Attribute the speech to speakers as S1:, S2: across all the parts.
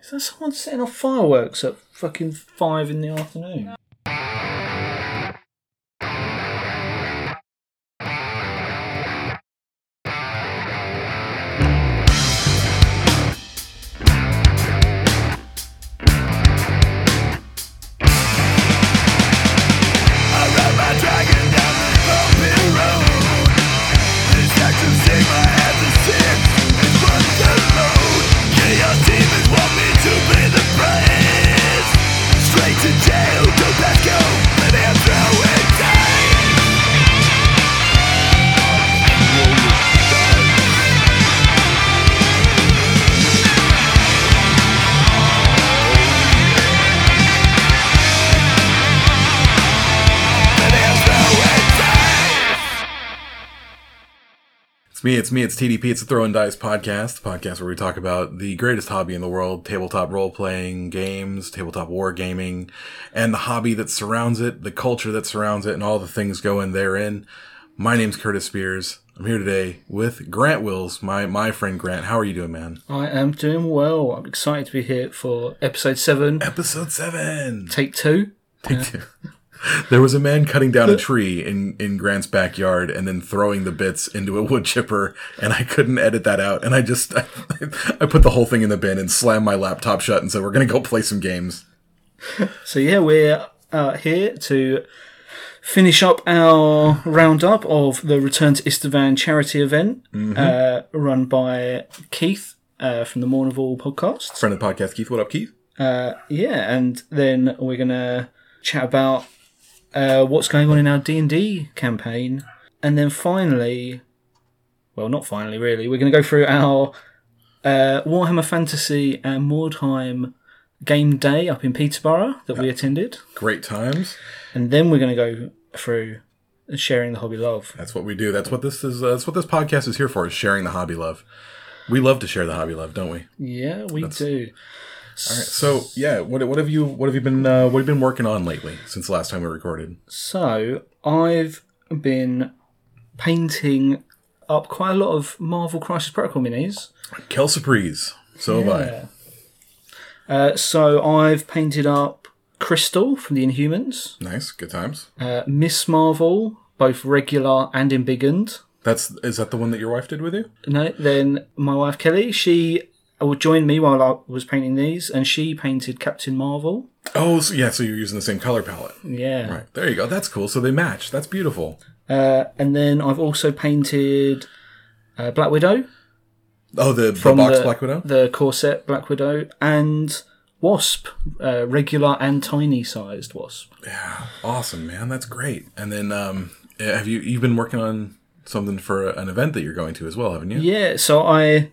S1: Is there someone setting off fireworks at fucking five in the afternoon?
S2: It's me, it's me, it's TDP, it's the Throw and Dice podcast, the podcast where we talk about the greatest hobby in the world tabletop role playing games, tabletop wargaming, and the hobby that surrounds it, the culture that surrounds it, and all the things going therein. My name's Curtis Spears. I'm here today with Grant Wills, my, my friend Grant. How are you doing, man?
S1: I am doing well. I'm excited to be here for episode seven,
S2: Episode 7.
S1: take two.
S2: Take two. There was a man cutting down a tree in, in Grant's backyard and then throwing the bits into a wood chipper, and I couldn't edit that out. And I just, I, put the whole thing in the bin and slammed my laptop shut and said, We're going to go play some games.
S1: So yeah, we're uh, here to finish up our roundup of the Return to Istvan charity event uh, run by Keith uh, from the Mournival podcast.
S2: Friend of the podcast, Keith. What up, Keith?
S1: Yeah, and then we're gonna chat about uh, what's going on in our D and D campaign, and then finally, well, not finally, really, we're gonna go through our uh, Warhammer Fantasy and Mordheim game day up in Peterborough that we attended,
S2: Great times.
S1: and then we're gonna go through sharing the hobby love.
S2: That's what we do. That's what this is. uh, that's what this podcast is here for, is sharing the hobby love. We love to share the hobby love, don't we?
S1: Yeah, we do.
S2: All right. So, yeah, what, what have you what have you been uh, what have you been working on lately since the last time we recorded?
S1: So I've been painting up quite a lot of Marvel Crisis Protocol minis.
S2: Kel Surprise. So have I.
S1: Uh, so I've painted up Crystal from the Inhumans,
S2: Nice. Good times.
S1: uh, Miss Marvel, both regular and embiggened.
S2: That's is that the one that your wife did with you?
S1: No, then my wife Kelly, she would join me while I was painting these, and she painted Captain Marvel.
S2: Oh, so, yeah. So you're using the same color palette.
S1: Yeah.
S2: Right there you go. That's cool. So they match. That's beautiful.
S1: Uh, and then I've also painted uh, Black Widow
S2: Oh, the, the box
S1: the,
S2: Black Widow.
S1: the corset Black Widow, and Wasp, uh, regular and tiny sized Wasp.
S2: Awesome, man. That's great. And then um, have you you've been working on something for an event that you're going to as well, haven't you?
S1: Yeah, so I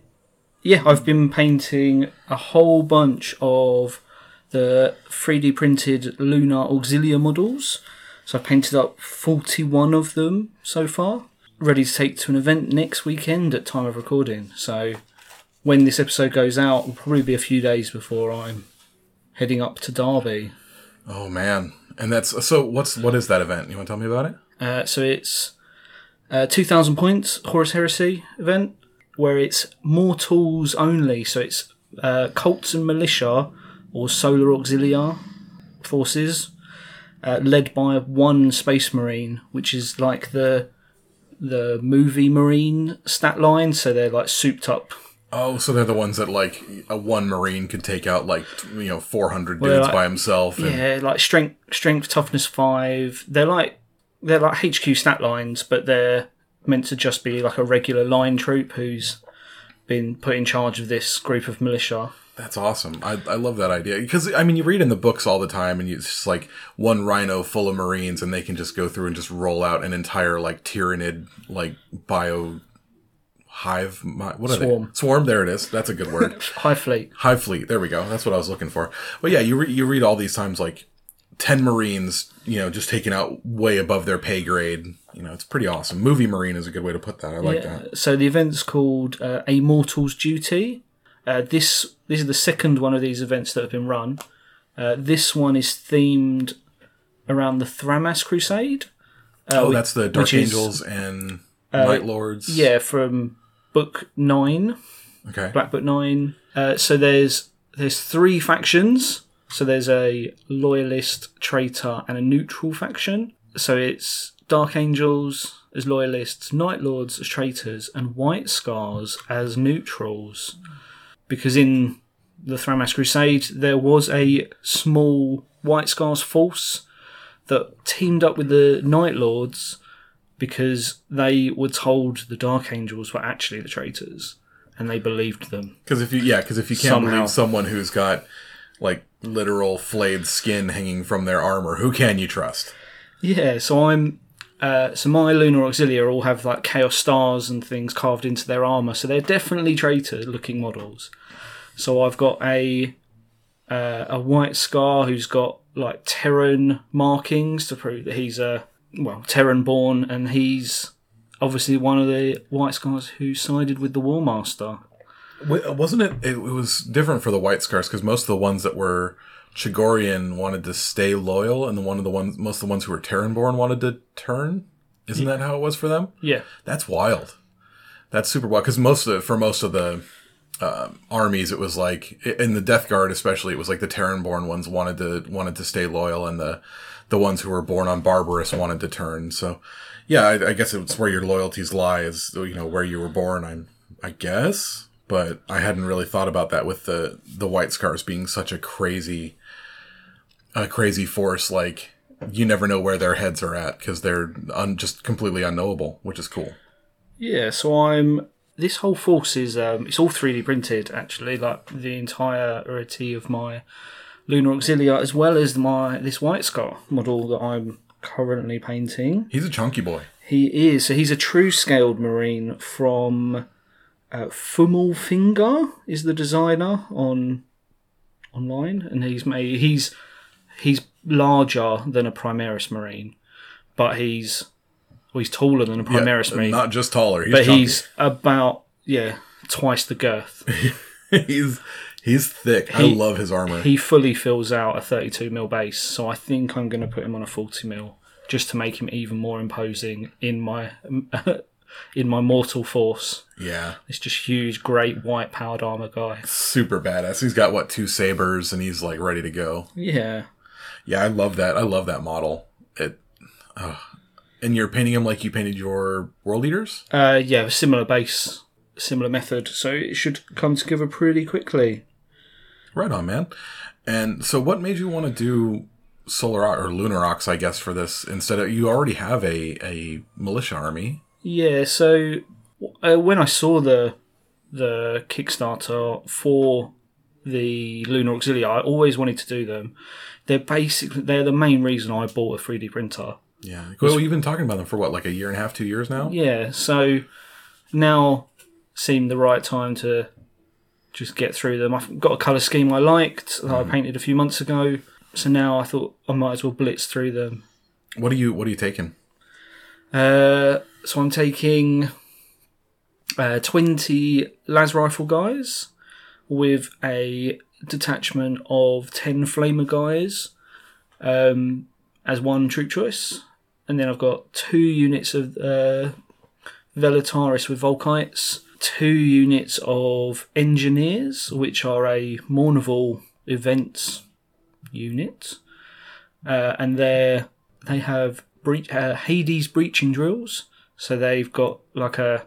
S1: yeah, I've been painting a whole bunch of the 3D printed lunar auxilia models. So I've painted up 41 of them so far, ready to take to an event next weekend at time of recording. So when this episode goes out, will probably be a few days before I'm heading up to Derby.
S2: Oh man. And that's so. What's what is that event? You want to tell me about it?
S1: Uh, so it's uh, 2,000 points Horus Heresy event where it's mortals only. So it's uh, cults and militia or solar auxiliar forces uh, led by one space marine, which is like the the movie marine stat line. So they're like souped up.
S2: Oh, so they're the ones that like a one marine could take out like t- you know 400 dudes
S1: I-
S2: by himself. And,
S1: Yeah, like strength, strength, toughness five. They're like they're like HQ stat lines, but they're meant to just be like a regular line troop who's been put in charge of this group of militia.
S2: That's awesome. I, I love that idea because I mean you read in the books all the time, and you, it's just like one rhino full of marines, and they can just go through and just roll out an entire like tyrannid like bio hive. mi- What are
S1: Swarm.
S2: they? Swarm. There it is. That's a good word.
S1: High fleet.
S2: hive fleet. There we go. That's what I was looking for. But yeah, you re- you read all these times like ten marines, you know, just taken out way above their pay grade. You know, it's pretty awesome. Movie marine is a good way to put that. I like that.
S1: So the event's called uh, A Mortal's Duty. Uh, this this is the second one of these events that have been run. Uh, this one is themed around the Thramas Crusade.
S2: oh, that's the Dark
S1: Uh, which is- uh,
S2: Angels and Night Lords.
S1: Yeah, from book nine.
S2: Okay.
S1: Black Book Nine. Uh, so there's there's three factions. So there's a loyalist, traitor, and a neutral faction. So it's Dark Angels as loyalists, Night Lords as traitors, and White Scars as neutrals. Because in the Thramass Crusade, there was a small White Scars force that teamed up with the Night Lords because they were told the Dark Angels were actually the traitors and they believed them.
S2: Because if you, yeah, because if you can't
S1: Somehow.
S2: believe someone who's got like literal flayed skin hanging from their armor, who can you trust?
S1: Yeah, so I'm. Uh, so my lunar auxilia all have like chaos stars and things carved into their armor, so they're definitely traitor-looking models. So I've got a uh, a white scar who's got like Terran markings to prove that he's a well Terran born, and he's obviously one of the white scars who sided with the War Master.
S2: Wa- Wasn't it? It was different for the White Scars because most of the ones that were Chigorian wanted to stay loyal, and the one of the ones, most of the ones who were Terranborn wanted to turn. Isn't that how it was for them?
S1: Yeah,
S2: That's wild. That's super wild because most of for most of the um, armies, it was like in the Death Guard, especially, it was like the Terranborn ones wanted to wanted to stay loyal, and the the ones who were born on Barbarous wanted to turn. So, yeah, I, I guess it's where your loyalties lie is you know where you were born. I'm I guess, but I hadn't really thought about that with the the White Scars being such a crazy a crazy force. Like you never know where their heads are at because they're un, just completely unknowable, which is cool.
S1: Yeah, so I'm. This whole force is um, it's all 3D printed actually, like the entirety of my lunar auxilia, as well as my this white scar model that I'm currently painting.
S2: He's a chunky boy.
S1: He is so he's a true scaled marine from uh, Fummelfinger is the designer on online, and he's made he's he's larger than a Primaris marine, but he's well, he's taller than a
S2: Yeah,
S1: Primaris marine
S2: Not just taller. He's
S1: but
S2: chunky.
S1: he's about yeah twice the girth.
S2: he's he's thick. I
S1: He-
S2: love his armor.
S1: He fully fills out a 32 mil base, so I think I'm going to put him on a 40 mil just to make him even more imposing in my in my mortal force.
S2: yeah,
S1: It's just huge, great white powered armor guy.
S2: super badass. He's got what two sabers, and he's like ready to go.
S1: Yeah,
S2: Yeah, I love that. I love that model. It. ugh. and you're painting him like you painted your world leaders.
S1: uh, yeah, similar base, similar method, so it should come together pretty quickly.
S2: Right on, man. And so, what made you want to do solar Ox- or lunar ox? I guess for this instead of you already have a a militia army.
S1: Yeah, so uh, when I saw the the Kickstarter for the Lunar Auxilia, I always wanted to do them. They're basically they're the main reason I bought a 3D printer.
S2: Yeah. Well, you've been talking about them for what, like a year and a half, two years now.
S1: Yeah, so now seemed the right time to just get through them. I've got a colour scheme I liked that I painted a few months ago, so now I thought I might as well blitz through them.
S2: What are you What are you taking?
S1: Uh, so I'm taking uh, 20 las rifle guys with a detachment of 10 flamer guys um, as one troop choice. And then I've got two units of uh, Velataris with Volkites, two units of Engineers, which are a Mournival events unit. Uh, and they're they have breach, uh, Hades breaching drills. So they've got like a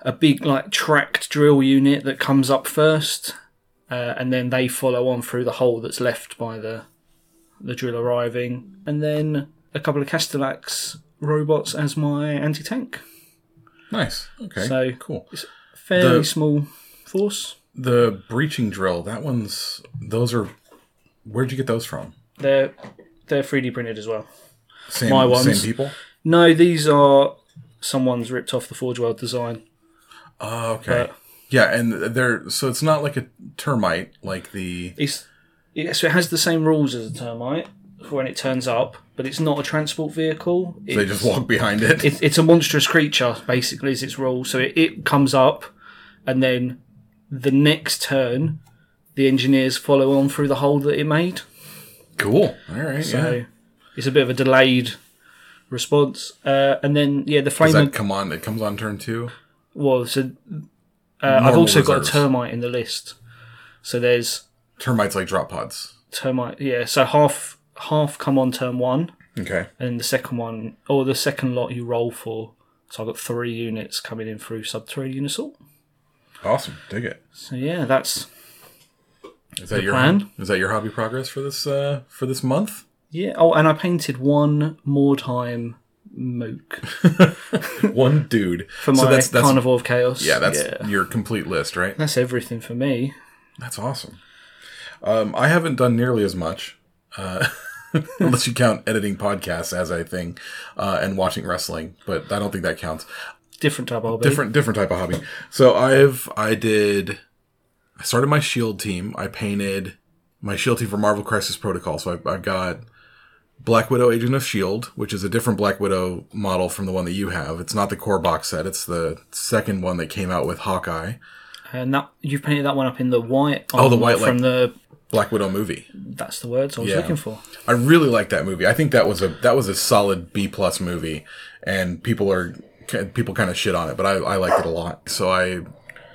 S1: a big like tracked drill unit that comes up first, uh, and then they follow on through the hole that's left by the the drill arriving, and then a couple of Castellax robots as my anti tank.
S2: Nice. Okay.
S1: So-
S2: cool.
S1: Fairly
S2: The-
S1: small force.
S2: The breaching drill. That one's. Those are. Where'd you get those from?
S1: They're they're 3D printed as well.
S2: Same,
S1: My ones.
S2: Same people.
S1: No, these are someone's ripped off the Forge World design.
S2: Oh,
S1: Uh,
S2: okay. yeah, and they're so it's not like a termite like the.
S1: It's yeah, so it has the same rules as a termite for when it turns up, but it's not a transport vehicle. It's,
S2: They just walk behind it.
S1: It's, it's a monstrous creature, basically, is its rule. So it, it comes up, and then the next turn, the engineers follow on through the hole that it made.
S2: cool. All right.
S1: So
S2: yeah.
S1: it's a bit of a delayed response. Uh, and then yeah, the
S2: Does
S1: flamer.
S2: that come on? It comes on turn two.
S1: Well, so uh, I've also got a
S2: reserves.
S1: termite in the list. So there's
S2: Termites like drop pods.
S1: termite. Yeah, so half half come on turn one,
S2: Okay.
S1: and the second one or the second lot you roll for. So I've got three units coming in through subterranean Unisalt.
S2: Awesome. Dig it.
S1: So yeah, that's
S2: Is that your
S1: plan?
S2: Is that your hobby progress for this uh for this month?
S1: yeah. Oh, and I painted one more time Mook
S2: One dude.
S1: for my
S2: so that's that's
S1: Carnivore of Chaos.
S2: yeah, that's your complete list, right?
S1: That's everything for me.
S2: That's awesome. Um, I haven't done nearly as much, uh, unless you count editing podcasts as a thing uh, and watching wrestling, but I don't think that counts.
S1: Different type of different.
S2: Different different type of hobby. So I've I did I started my Shield team. I painted my Shield E team for Marvel Crisis Protocol. So I've, I've got Black Widow Agent of Shield, E which is a different Black Widow model from the one that you have. It's not the core box set. It's the second one that came out with Hawkeye,
S1: And that you've painted that one up in the white.
S2: Oh, the
S1: um,
S2: white, like-
S1: from the.
S2: Black Widow movie.
S1: That's the words I was
S2: Yeah.
S1: looking for.
S2: I really like that movie. I think that was a that was a solid B plus movie, and people are people kind of shit on it, but I, I liked it a lot. So I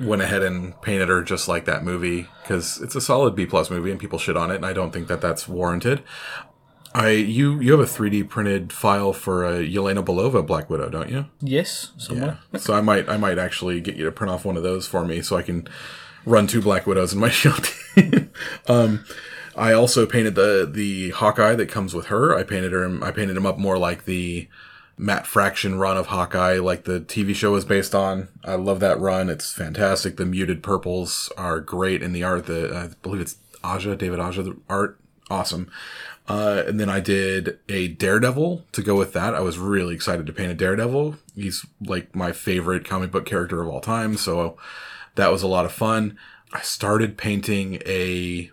S2: went ahead and painted her just like that movie because it's a solid B plus movie, and people shit on it, and I don't think that that's warranted. I you you have a three D printed file for a Yelena Belova Black Widow, don't you?
S1: Yes, somewhere.
S2: So I might I might actually get you to print off one of those for me so I can run two Black Widows in my shield. team. um, I also painted the the Hawkeye that comes with her. I painted her I painted him up more like the Matt Fraction run of Hawkeye, like the TV show is based on. I love that run. It's fantastic. The muted purples are great in the art. The I believe it's Aja David Aja the art awesome. Uh, and then I did a Daredevil to go with that. I was really excited to paint a Daredevil. He's like my favorite comic book character of all time, so that was a lot of fun. I started painting a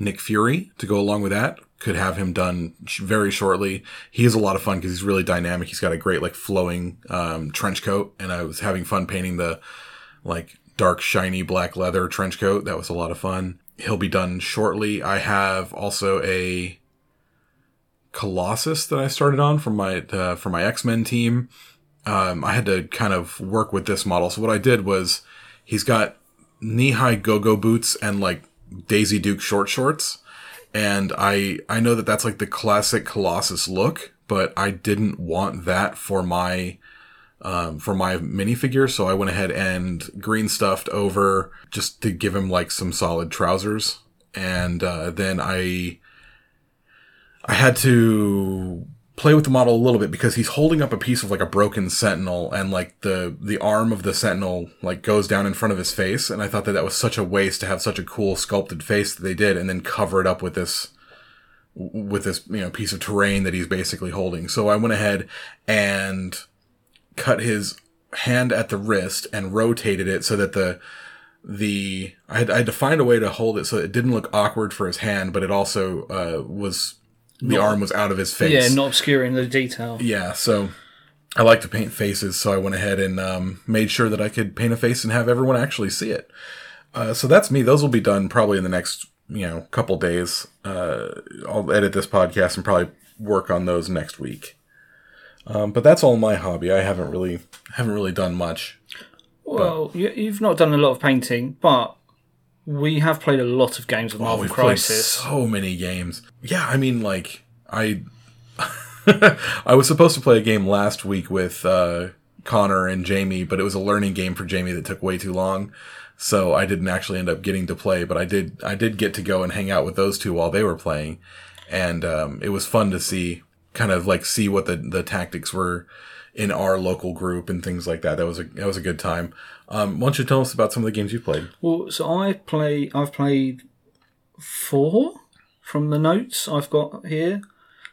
S2: Nick Fury to go along with that. Could have him done sh- very shortly. He is a lot of fun because he's really dynamic. He's got a great like flowing um, trench coat, and I was having fun painting the like dark shiny black leather trench coat. That was a lot of fun. He'll be done shortly. I have also a Colossus that I started on from my uh, from my X Men team. Um, I had to kind of work with this model. So what I did was he's got knee high go go boots and like Daisy Duke short shorts, and I I know that that's like the classic Colossus look, but I didn't want that for my um, for my minifigure, so I went ahead and green stuffed over just to give him like some solid trousers, and uh, then I I had to play with the model a little bit because he's holding up a piece of like a broken sentinel and like the the arm of the sentinel like goes down in front of his face and I thought that that was such a waste to have such a cool sculpted face that they did and then cover it up with this with this you know piece of terrain that he's basically holding. So I went ahead and cut his hand at the wrist and rotated it so that the the I had, I had to find a way to hold it so it didn't look awkward for his hand, but it also uh, was the arm was out of his face.
S1: Yeah, not obscuring the detail.
S2: Yeah, so I like to paint faces, so I went ahead and um, made sure that I could paint a face and have everyone actually see it. Uh, so that's me. Those will be done probably in the next you know couple days. Uh, I'll edit this podcast and probably work on those next week. Um, but that's all my hobby. I haven't really haven't really done much.
S1: Well, you, you've not done a lot of painting, but we have played a lot of games of
S2: Oh,
S1: Marvel
S2: we've
S1: Crisis.
S2: played so many games. Yeah, I mean, like I, I was supposed to play a game last week with uh, Connor and Jamie, but it was a learning game for Jamie that took way too long, so I didn't actually end up getting to play. But I did, I did get to go and hang out with those two while they were playing, and um, it was fun to see, kind of like see what the the tactics were in our local group and things like that. That was a that was a good time. Um, why don't you tell us about some of the games you played?
S1: Well, so I play. I've played four from the notes I've got here.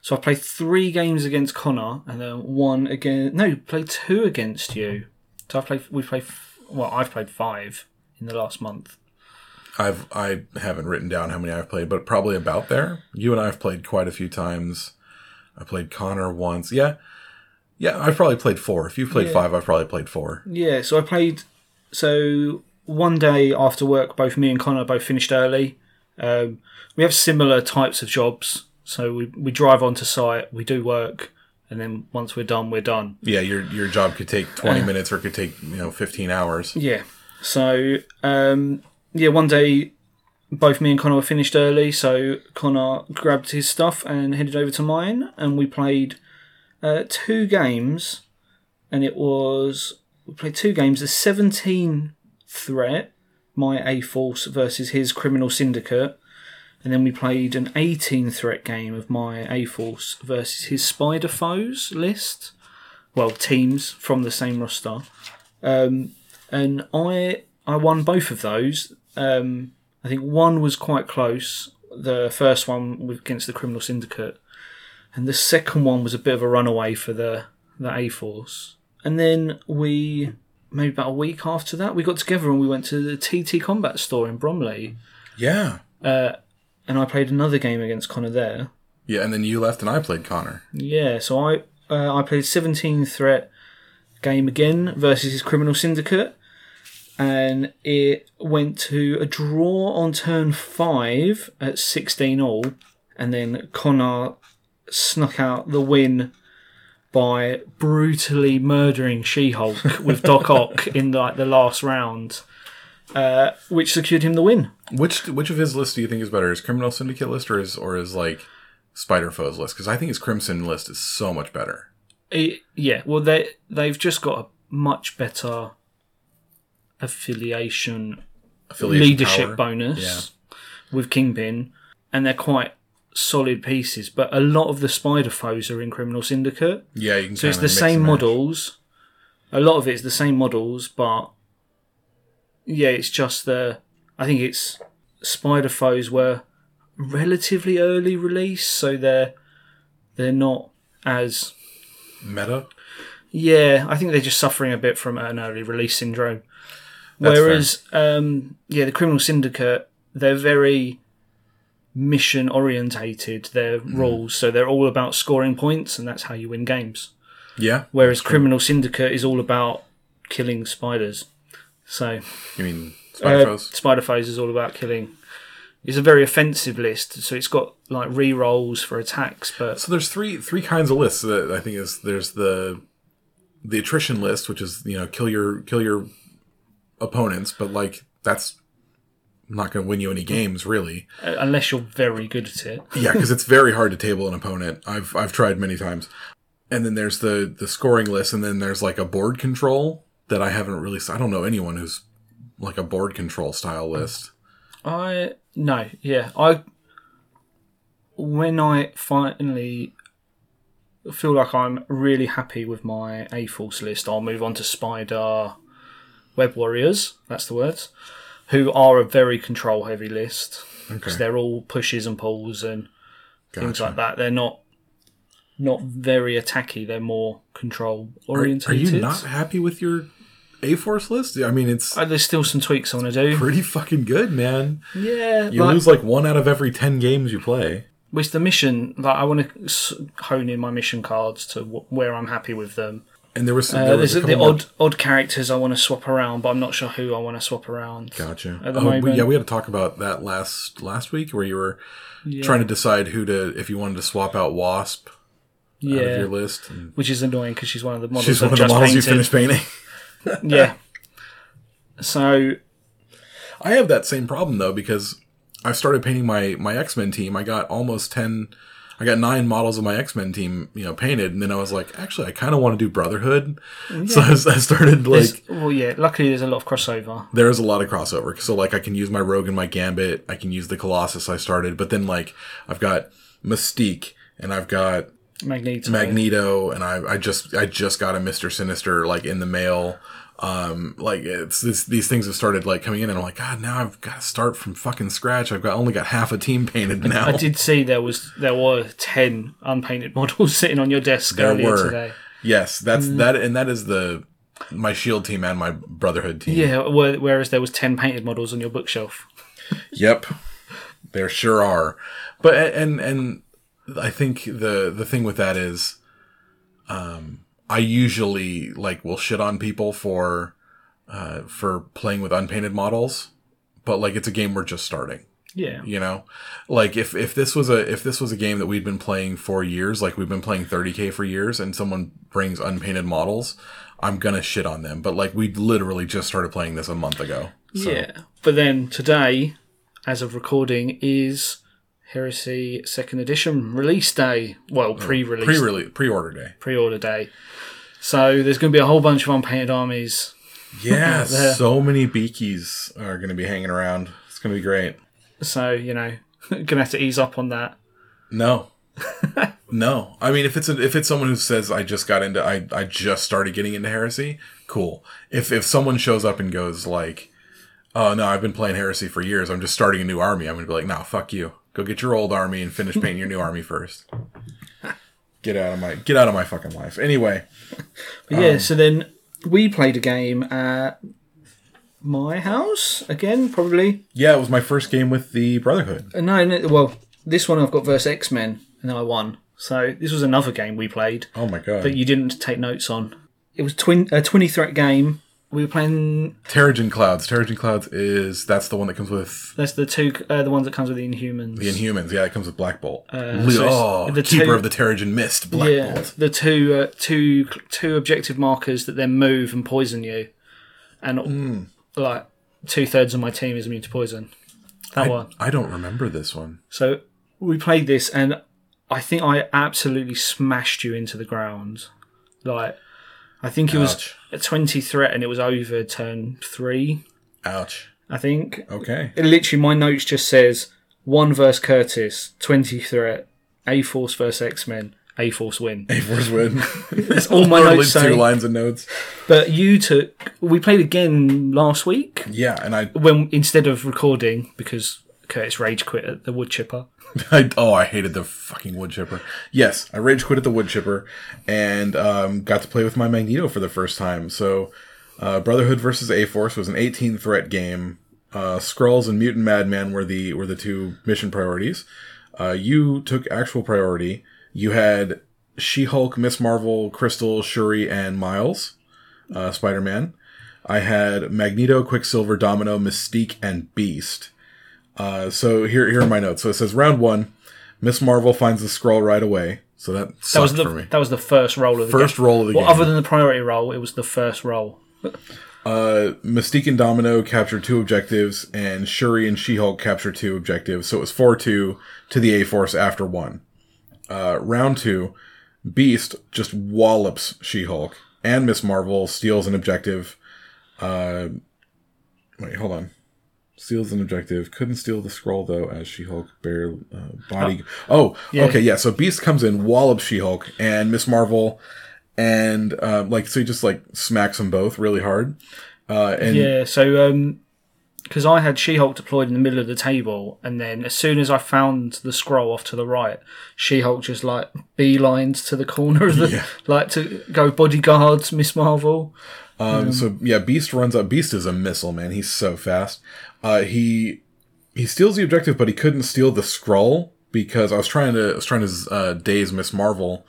S1: So I played three games against Connor, and then one again. No, played two against you. So I played. We played. f- Well, I've played five in the last month.
S2: I've I haven't written down how many I've played, but probably about there. You and I have played quite a few times. I played Connor once. Yeah. Yeah, I've probably played four. If you've played five, I've probably played four.
S1: Yeah. So I played. So one day after work, both me and Connor both finished early. Um, we have similar types of jobs. So we we drive onto site, we do work, and then once we're done, we're done.
S2: Yeah, your your
S1: Uh.
S2: job could take twenty minutes or it could take, you know, fifteen hours.
S1: Yeah. So um, yeah, one day both me and Connor were finished early, so Connor grabbed his stuff and headed over to mine, and we played uh, two games, and it was we played two games: the seventeen threat, my A Force versus his Criminal Syndicate, and then we played an eighteen threat game of my A Force versus his Spider Foes list, well teams from the same roster, um, and I I won both of those. Um, I think one was quite close. The first one was against the Criminal Syndicate, and the second one was a bit of a runaway for the the A Force. And then we maybe about a week after that we got together and we went to the TT Combat store in Bromley,
S2: Yeah.
S1: and I played another game against Connor there.
S2: Yeah, and then you left and I played Connor.
S1: Yeah, so I uh, I played 17 threat game again versus his criminal syndicate, and it went to a draw on turn five at 16 all, and then Connor snuck out the win by brutally murdering She-Hulk with Doc Ock in like the last round, uh, which secured him the win.
S2: Which which of his lists do you think is better? His Criminal Syndicate list or his or his like Spider Foes list? Because I think his Crimson list is so much better.
S1: It, Eh, yeah, well, they they've just got a much better affiliation,
S2: Affiliation
S1: leadership
S2: power.
S1: bonus with Kingpin, and they're quite solid pieces. But a lot of the Spider foes are in Criminal Syndicate,
S2: Yeah, you can.
S1: so it's the same models. A lot of it's the same models, but yeah, it's just the. I think it's Spider foes were relatively early release, so they're they're not as
S2: meta.
S1: yeah, I think they're just suffering a bit from an early release syndrome.
S2: That's fair.
S1: Whereas, um, yeah, the Criminal Syndicate, they're very mission orientated, their
S2: Hmm.
S1: rules. So they're all about scoring points, and that's how you win games.
S2: Yeah,
S1: Whereas Criminal Syndicate is all about killing spiders. So
S2: you mean Spider
S1: uh,
S2: Foes?
S1: Spider Foes is all about killing. It's a very offensive list, so it's got like re rolls for attacks, but
S2: So there's three three kinds of lists that I think is there's the the attrition list, which is you know kill your kill your opponents, but like that's not going to win you any games really.
S1: uh, unless you're very good at it.
S2: yeah, because it's very hard to table an opponent. I've I've tried many times. And then there's the the scoring list, and then there's like a board control that I haven't really. s- I don't know anyone who's like a board control style list.
S1: I no, yeah. I when I finally feel like I'm really happy with my A Force list, I'll move on to Spider Web Warriors, that's the words, who are a very control heavy list. Because
S2: Okay.
S1: they're all pushes and pulls and things like that. They're not not very attacky, they're more control
S2: Are,
S1: oriented.
S2: are you not happy with your A Force list? I mean, it's
S1: Oh, there's still some tweaks I want to do.
S2: pretty fucking good, man.
S1: Yeah,
S2: You
S1: like-
S2: lose like one out of every ten games you play.
S1: with the mission, like I want to hone in my mission cards to wh- where I'm happy with them.
S2: And there was some,
S1: Uh,
S2: there was
S1: there's
S2: a
S1: the
S2: couple more-
S1: odd odd characters I want to swap around, but I'm not sure who I want to swap around.
S2: Gotcha.
S1: at the
S2: Oh, we-
S1: moment.
S2: yeah, we had to talk about that last last week where you were trying to decide who to if you wanted to swap out Wasp out of
S1: yeah,
S2: your list. and-
S1: which is annoying because she's one of the models.
S2: She's
S1: I've
S2: one of the
S1: just
S2: models you
S1: painted.
S2: finished painting.
S1: Yeah. So
S2: I have that same problem though because I've started painting my my X Men team. I got almost ten, I got nine models of my X Men team, you know, painted, and then I was like, actually, I kind of want to do Brotherhood,
S1: Oh,
S2: so I, s- I started like
S1: there's- well, yeah. Luckily, there's a lot of crossover.
S2: there is a lot of crossover. So like I can use my Rogue and my Gambit, I can use the Colossus I started, but then like I've got Mystique and I've got
S1: Magneto.
S2: Magneto, and I, I just I just got a Mister Sinister like in the mail. Um, like it's this, these things have started like coming in, and I'm like, God, now I've got to start from fucking scratch. I've got only got half a team painted now.
S1: I did see there was there were ten unpainted models sitting on your desk
S2: There
S1: earlier
S2: were.
S1: today. Mm.
S2: Yes, that's that, and that is the my Shield E team and my Brotherhood team.
S1: Yeah. where- Whereas there was ten painted models on your bookshelf.
S2: Yep, there sure are. But and and I think the the thing with that is, um, I usually like will shit on people for uh for playing with unpainted models, but like it's a game we're just starting.
S1: Yeah.
S2: you know like if if this was a if this was a game that we'd been playing for years like we've been playing 30k for years and someone brings unpainted models i'm gonna shit on them but like we literally just started playing this a month ago so
S1: Yeah. But then today, as of recording, is Heresy Second Edition release day. Well, pre-release,
S2: pre-release pre-order day
S1: pre-order day. So there's going to be a whole bunch of unpainted armies.
S2: yeah so many beakies are gonna be hanging around it's gonna be great
S1: So you know, going to have to ease up on that.
S2: No. no. I mean if it's a, if it's someone who says I just got into I I just started getting into heresy, cool. If if someone shows up and goes like, "Oh no, I've been playing heresy for years. I'm just starting a new army." I'm going to be like, "Nah, fuck you. Go get your old army and finish painting your new army first. Get out of my get out of my fucking life. Anyway,
S1: But yeah. So then we played a game at my house again, probably.
S2: yeah, it was my first game with the Brotherhood.
S1: Uh, No, no well, this one I've got versus X Men, and I won. So this was another game we played.
S2: Oh my god.
S1: that you didn't take notes on. It was twin a twenty threat game. We were playing.
S2: Terrigen Clouds. Terrigen Clouds is that's the one that comes with
S1: That's the two, uh, the ones that comes with the Inhumans.
S2: the Inhumans. Yeah, it comes with Black Bolt.
S1: Uh, so
S2: Le-
S1: it's-
S2: oh,
S1: the
S2: Keeper
S1: ter-
S2: of the Terrigen Mist, Black
S1: yeah,
S2: Bolt.
S1: the two, uh, two, two objective markers that then move and poison you, and
S2: Hmm.
S1: like two thirds of my team is immune to poison. That
S2: I,
S1: one.
S2: I don't remember this one.
S1: So we played this, and I think I absolutely smashed you into the ground. Like, I think it was
S2: Ouch.
S1: a twenty threat, and it was over turn three.
S2: Ouch.
S1: I think,
S2: Okay.
S1: It literally my notes just says one verse Curtis, twenty threat, A Force versus X Men, A Force win.
S2: A force win.
S1: That's all my
S2: Literally
S1: notes
S2: two
S1: say.
S2: lines of notes.
S1: But you took we played again last week
S2: Yeah, and I,
S1: when instead of recording because Curtis rage quit at the wood chipper.
S2: I oh I hated the fucking wood chipper. Yes, I rage quit at the wood chipper, and um, got to play with my Magneto for the first time. So, uh, Brotherhood versus A Force was an 18 threat game. Uh, Skrulls and Mutant Madman were the were the two mission priorities. Uh, you took actual priority. You had She Hulk, Miss Marvel, Crystal, Shuri, and Miles, uh, Spider Man. I had Magneto, Quicksilver, Domino, Mystique, and Beast. Uh, so here, here are my notes. So it says round one, Miss Marvel finds the scroll right away. So that sucked
S1: That was the
S2: for me.
S1: that was the first roll of the
S2: First
S1: game.
S2: roll of the
S1: well,
S2: game.
S1: other than the priority roll, it was the first roll.
S2: Uh, Mystique and Domino capture two objectives, and Shuri and She Hulk capture two objectives. So it was 4 2 to the A Force after one. Uh, round two, Beast just wallops She Hulk, and Miss Marvel steals an objective. Uh, wait, hold on. Steals an objective. Couldn't steal the scroll though, as She Hulk bare uh, body. Oh, okay, yeah. So Beast comes in, wallops She Hulk, and Miss Marvel, and uh, like so, he just like smacks them both really hard. Uh, and
S1: Yeah, so um 'cause because I had She-Hulk deployed in the middle of the table, and then as soon as I found the scroll off to the right, She-Hulk just like beelines to the corner of the
S2: Yeah.
S1: like to go bodyguards Miss Marvel.
S2: Um, So yeah, Beast runs up. Beast is a missile, man. He's so fast. Uh, he he steals the objective, but he couldn't steal the scroll because I was trying to I was trying to uh, daze Miss Marvel,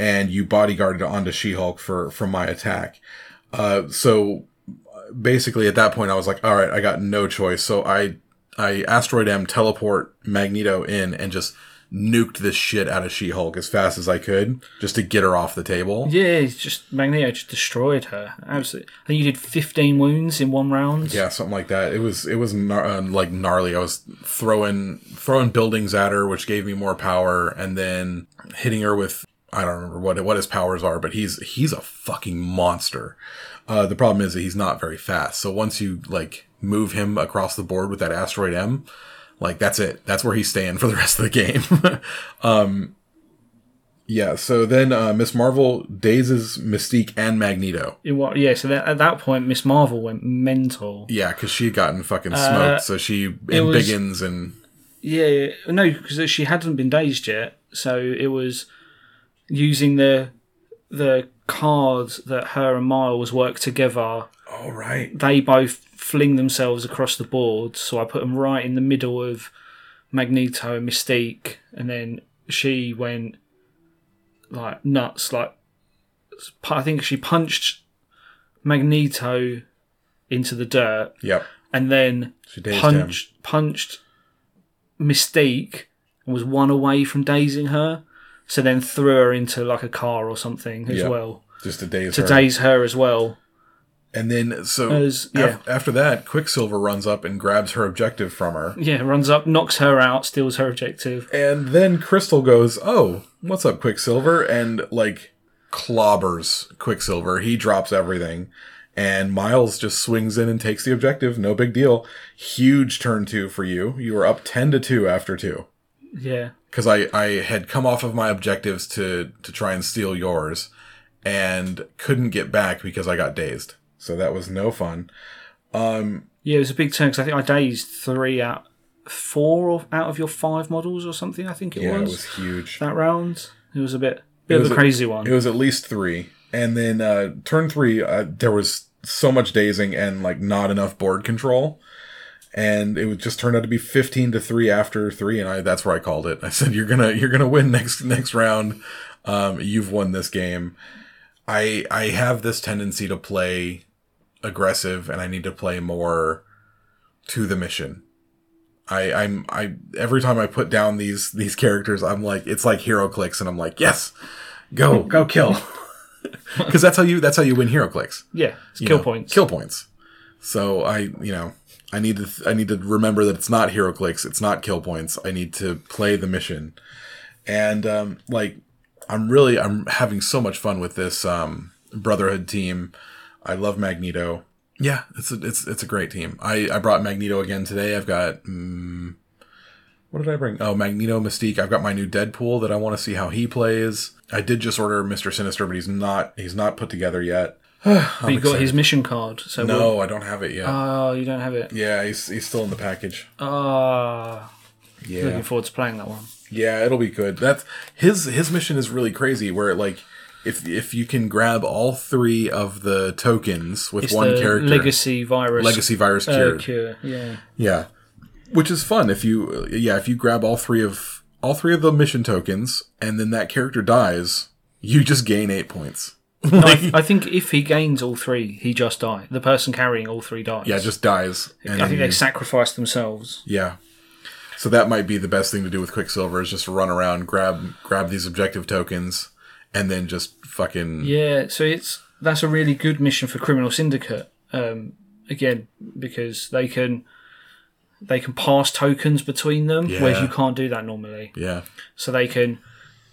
S2: and you bodyguarded onto She Hulk for for my attack. Uh, so basically, at that point, I was like, all right, I got no choice. So I I asteroid M teleport Magneto in and just nuked the shit out of She Hulk as fast as I could, just to get her off the table.
S1: Yeah, it's just Magneto just destroyed her. Absolutely, I think you did fifteen wounds in one round.
S2: Yeah, something like that. It was it was gnar- uh, like gnarly. I was throwing throwing buildings at her, which gave me more power, and then hitting her with I don't remember what what his powers are, but he's he's a fucking monster. Uh, the problem is that he's not very fast. So once you like move him across the board with that asteroid M, like that's it. That's where he's staying for the rest of the game. um, yeah. So then uh, Miss Marvel dazes Mystique and Magneto.
S1: It wa- yeah. So that, at that point, Miss Marvel went mental.
S2: Yeah, because she had gotten fucking smoked, so she and
S1: Uh, was-
S2: Biggins and
S1: Yeah, no, because she hadn't been dazed yet, so it was using the the card that her and Miles work together.
S2: oh right,
S1: They both fling themselves across the board, so I put them right in the middle of Magneto and Mystique, and then she went like nuts. Like pu- I think she punched Magneto into the dirt,
S2: yep,
S1: and then
S2: she dazed him.
S1: punched punched mistake and was one away from dazing her. So then threw her into like a car or something as
S2: Yeah.
S1: well
S2: Just to daze
S1: to
S2: her.
S1: daze her as well.
S2: And then, so
S1: As-
S2: af- after that, Quicksilver runs up and grabs her objective from her.
S1: Yeah, runs up, knocks her out, steals her objective.
S2: And then Crystal goes, Oh, what's up, Quicksilver? And like clobbers Quicksilver. He drops everything. And Miles just swings in and takes the objective. No big deal. Huge turn two for you. You were up 10 to 2 after 2.
S1: Yeah,
S2: because I, I had come off of my objectives to to try and steal yours and couldn't get back because I got dazed. So that was no fun. Um
S1: yeah, it was a big turn because I think I dazed three out four of, out of your five models or something. I think it
S2: yeah,
S1: was
S2: it was huge.
S1: that round. It was a bit bit
S2: was
S1: of a
S2: a-
S1: crazy one.
S2: It was at least 3. And then uh turn 3 uh, there was so much dazing and like not enough board control. And it was just turned out to be 15 to 3 after 3 and I that's where I called it. I said you're going to you're going to win next next round. Um you've won this game. I I have this tendency to play aggressive and I need to play more to the mission. I I'm I every time I put down these these characters I'm like it's like hero clicks and I'm like yes go go kill because that's how you that's how you win hero clicks
S1: yeah, it's
S2: you
S1: kill
S2: know,
S1: points.
S2: kill points so I you know I need to th- I need to remember that it's not hero clicks it's not kill points I need to play the mission and um like I'm really I'm having so much fun with this um Brotherhood team I love Magneto yeah it's a, it's it's a great team I I brought Magneto again today I've got mm, what did I bring? Oh, Magneto, Mystique. I've got my new Deadpool that I want to see how he plays. I did just order Mister Sinister, but he's not he's not put together yet.
S1: But you got his mission card. So we'll-
S2: No, I don't have it yet.
S1: oh, you don't have it.
S2: yeah, he's he's still in the package.
S1: Ah, looking
S2: Yeah,
S1: forward to playing that one.
S2: yeah, it'll be good. That's his his mission is really crazy. Where like if if you can grab all three of the tokens with
S1: It's
S2: one
S1: the
S2: character,
S1: legacy virus.
S2: legacy virus
S1: uh,
S2: cured.
S1: cure. Yeah,
S2: Yeah, which is fun if you yeah if you grab all three of all three of the mission tokens and then that character dies, you just gain eight points.
S1: No, I, I think if he gains all three, he just dies. The person carrying all three dies.
S2: Yeah, just Mm. dies. And
S1: I think
S2: you-
S1: they sacrifice themselves.
S2: yeah. So that might be the best thing to do with Quicksilver is just run around, grab grab these objective tokens, and then just fucking
S1: Yeah, so it's that's a really good mission for Criminal Syndicate. Um, again, because they can they can pass tokens between them, whereas
S2: Yeah.
S1: you can't do that normally.
S2: yeah.
S1: So they can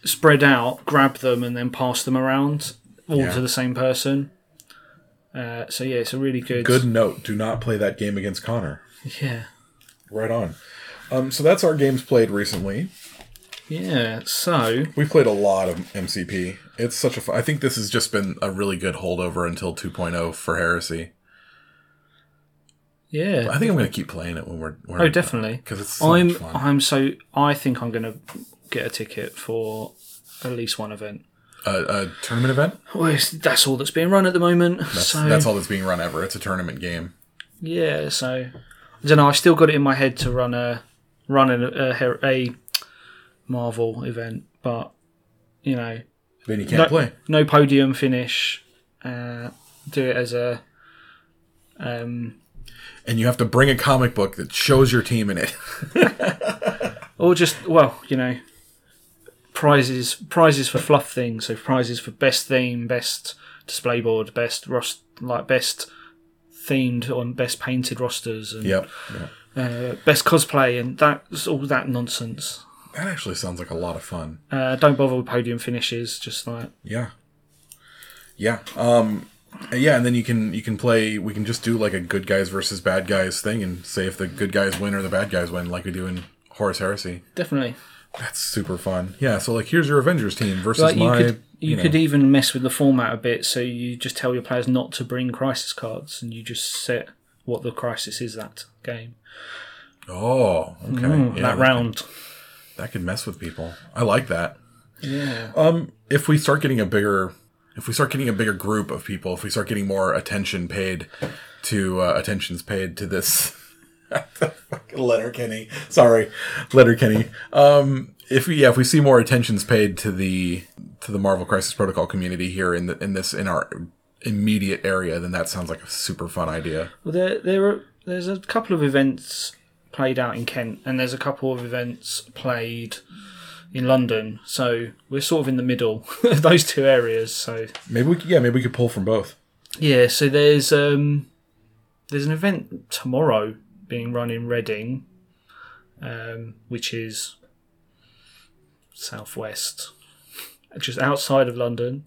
S1: spread out, grab them, and then pass them around all
S2: Yeah.
S1: to the same person. Uh, so yeah, it's a really good
S2: Good note: do not play that game against Connor.
S1: yeah.
S2: Right on. Um, so that's our games played recently.
S1: Yeah, so
S2: We played a lot of MCP. It's such a fun. I think this has just been a really good holdover until 2.0 for Heresy.
S1: yeah.
S2: I think I'm going to keep playing it when we're. we're
S1: Oh, definitely.
S2: Because it's so
S1: I'm
S2: much fun.
S1: I'm so I think I'm gonna get a ticket for at least one event.
S2: a, a tournament event.
S1: Well, it's, that's all that's being run at the moment.
S2: That's,
S1: so
S2: that's all that's being run ever. It's a tournament game.
S1: yeah, so I don't know. I've still got it in my head to run a run a, a, her- a Marvel event, but you know,
S2: Then you can't
S1: no,
S2: play.
S1: no podium finish. Uh, do it as a um,
S2: and you have to bring a comic book that shows your team in it.
S1: or just well, you know, prizes prizes for fluff things. So prizes for best theme, best display board, best rost like best themed on best painted rosters and
S2: yep. yep.
S1: uh, best cosplay and that's all that nonsense.
S2: That actually sounds like a lot of fun.
S1: Uh, don't bother with podium finishes. Just like
S2: Yeah. Yeah. Um yeah, and then you can you can play we can just do like a good guys versus bad guys thing and say if the good guys win or the bad guys win like we do in Horus Heresy.
S1: definitely
S2: That's super fun. Yeah, so like here's your Avengers team versus
S1: like you
S2: my
S1: could you,
S2: know.
S1: could even mess with the format a bit. So you just tell your players not to bring crisis cards and you just set what the crisis is that game
S2: Oh, okay. yeah,
S1: that round.
S2: That could mess with people. I like that.
S1: Yeah.
S2: Um, if we start getting a bigger, if we start getting a bigger group of people, if we start getting more attention paid to uh, attentions paid to this, Letter Kenny, sorry, Letter Kenny. Um, if we yeah, if we see more attentions paid to the to the Marvel Crisis Protocol community here in the, in this in our immediate area, then that sounds like a super fun idea.
S1: Well, there there are there's a couple of events played out in Kent, and there's a couple of events played in London. So we're sort of in the middle of those two areas. So
S2: Maybe we could, yeah, maybe we could pull from both.
S1: yeah, so there's um there's an event tomorrow being run in Reading, um, which is southwest, just outside of London,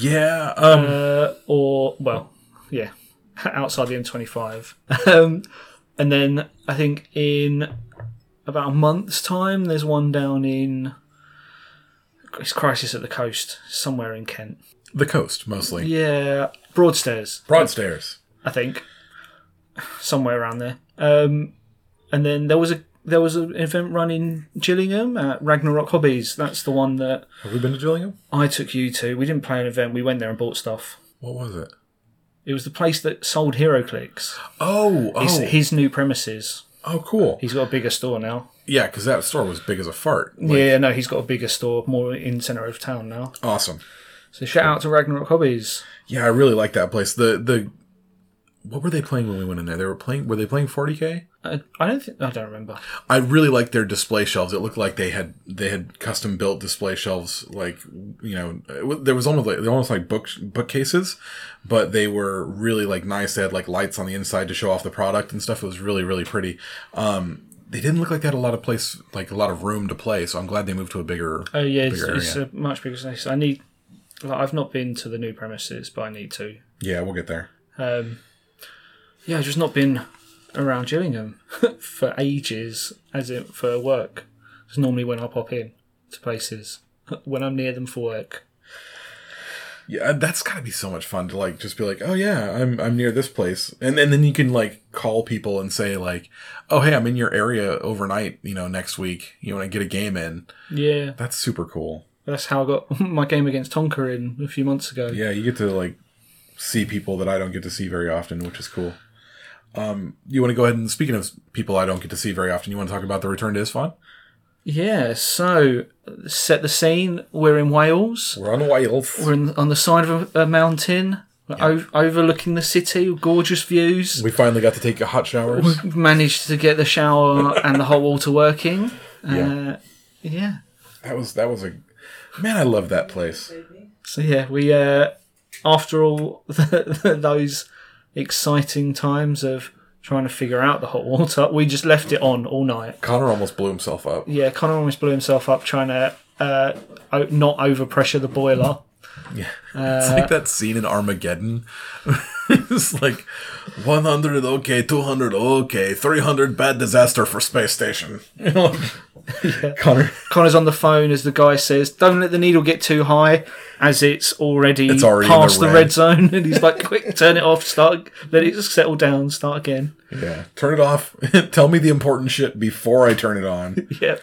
S2: Yeah, um,
S1: uh, or well, yeah, outside the M25. Um, and then I think in about a month's time, there's one down in it's Crisis at the Coast, somewhere in Kent.
S2: the coast mostly.
S1: Yeah, Broadstairs.
S2: Broadstairs.
S1: I think, somewhere around there. Um, and then there was a there was an event run in Gillingham at Ragnarok Hobbies. That's the one that
S2: Have we been to Gillingham?
S1: I took you to. We didn't play an event. We went there and bought stuff.
S2: What was it?
S1: It was the place that sold HeroClix.
S2: Oh, oh,
S1: It's his new premises.
S2: oh, cool.
S1: He's got a bigger store now.
S2: Yeah, because that store was big as a fart.
S1: yeah, no, he's got a bigger store, more in centre of town now.
S2: Awesome.
S1: So shout out to Ragnarok Hobbies.
S2: Yeah, I really like that place. The the what were they playing when we went in there? They were playing. Were they playing 40k?
S1: I, Uh, I don't think I don't remember.
S2: I really liked their display shelves. It looked like they had they had custom built display shelves. Like you know, it wa- there was almost like they're almost like book bookcases, but they were really like nice. They had like lights on the inside to show off the product and stuff. It was really really pretty. Um, they didn't look like they had a lot of place, like a lot of room to play. So I'm glad they moved to a bigger.
S1: Oh yeah, it's,
S2: bigger
S1: it's
S2: area.
S1: a much bigger space. I need. Like, I've not been to the new premises, but I need to.
S2: yeah, we'll get there.
S1: Um, yeah, I've just not been around Gillingham for ages, as in for work. It's normally when I pop in to places when I'm near them for work.
S2: Yeah, uh, that's got to be so much fun to like just be like, oh yeah, I'm I'm near this place, and and then you can like call people and say like, oh hey, I'm in your area overnight, you know, next week. You want to get a game in?
S1: Yeah,
S2: That's super cool.
S1: that's how I got my game against Tonka in a few months ago.
S2: Yeah, you get to like see people that I don't get to see very often, which is cool. Um, you want to go ahead and speaking of people I don't get to see very often, you want to talk about the return to Isfahan?
S1: Yeah, so set the scene. We're in Wales.
S2: We're on Wales.
S1: We're in, on the side of a, a mountain, o- overlooking the city. Gorgeous views.
S2: We finally got to take a hot showers.
S1: We've managed to get the shower and the hot water working.
S2: Yeah.
S1: Uh, yeah.
S2: That was that was a man. I love that place.
S1: So yeah, we uh, after all those exciting times of trying to figure out the hot water, we just left it on all night.
S2: Connor almost blew himself up.
S1: Yeah, Connor almost blew himself up trying to uh, o- not overpressure the boiler.
S2: Yeah. it's like that scene in Armageddon. it's like 100 okay, 200 okay, 300 bad disaster for space station. You know, like- Connor,
S1: Connor's on the phone as the guy says, "Don't let the needle get too high, as it's already,
S2: It's already in the
S1: past the
S2: red."
S1: red zone." And he's like, "Quick, turn it off. Start. Let it settle down. Start again."
S2: yeah, turn it off. Tell me the important shit before I turn it on.
S1: Yep.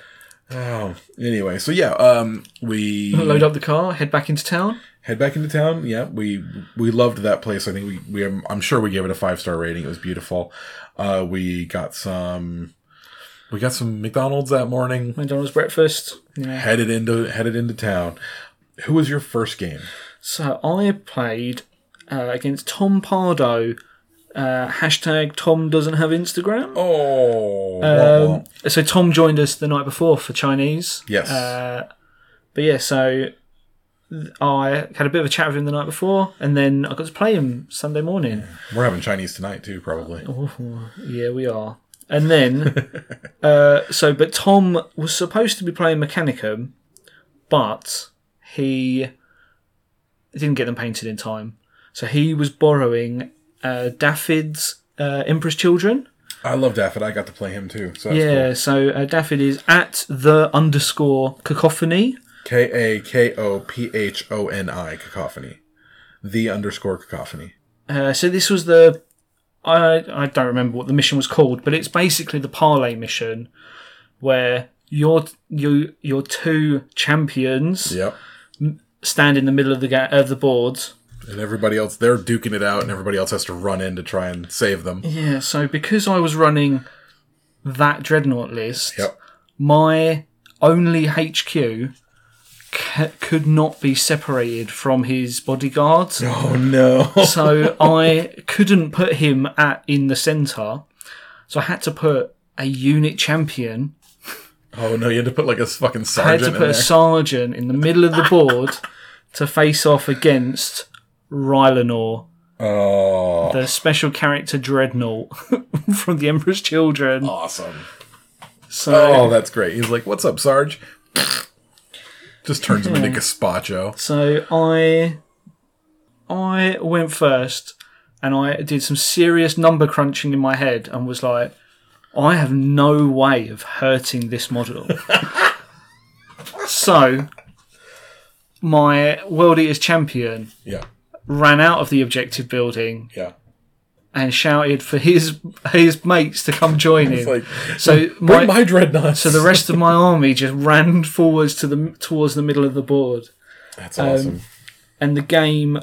S2: Oh, anyway, so yeah, um, we
S1: Load up the car, head back into town.
S2: head back into town. Yeah, we we loved that place. I think we we I'm, I'm sure we gave it a five star rating. It was beautiful. Uh, we got some we got some McDonald's that morning.
S1: McDonald's breakfast. Yeah.
S2: headed into headed into town. Who was your first game?
S1: So I played uh, against Tom Pardo. Uh, hashtag Tom doesn't have Instagram.
S2: Oh,
S1: Um, so Tom joined us the night before for Chinese.
S2: Yes.
S1: Uh, but yeah, so th- I had a bit of a chat with him the night before, and then I got to play him Sunday morning.
S2: we're having Chinese tonight too, probably.
S1: Yeah, we are. And then, uh, so but Tom was supposed to be playing Mechanicum, but he didn't get them painted in time. So he was borrowing uh, Daffod's uh, Empress Children.
S2: I love Daffod. I got to play him too. So that's
S1: yeah, so uh, Daffod is at the underscore cacophony.
S2: K a k o p h o n i cacophony, the underscore cacophony.
S1: Uh, so this was the I I don't remember what the mission was called, but it's basically the parlay mission where your you your two champions
S2: Yep.
S1: stand in the middle of the ga- of the board.
S2: And everybody else, they're duking it out, and everybody else has to run in to try and save them.
S1: Yeah. So because I was running that dreadnought list,
S2: Yep.
S1: my only HQ ca- could not be separated from his bodyguards.
S2: Oh no!
S1: so I couldn't put him at in the center. So I had to put a unit champion.
S2: Oh no, you had to put like a fucking
S1: I had
S2: sergeant
S1: to
S2: in
S1: put
S2: there.
S1: a sergeant in the middle of the board to face off against Rylanor,
S2: oh,
S1: the special character Dreadnought from The Emperor's Children.
S2: awesome!
S1: So,
S2: Oh, that's great. He's like, "What's up, Sarge?" Just turns him into gazpacho.
S1: so I, I went first, and I did some serious number crunching in my head, and was like, I have no way of hurting this model. so, my World Eaters champion
S2: Yeah,
S1: ran out of the objective building
S2: yeah.
S1: and shouted for his his mates to come join him.
S2: Like,
S1: so my,
S2: bring my, dreadnoughts.
S1: so the rest of my army just ran forwards to the towards the middle of the board,
S2: that's awesome.
S1: and the game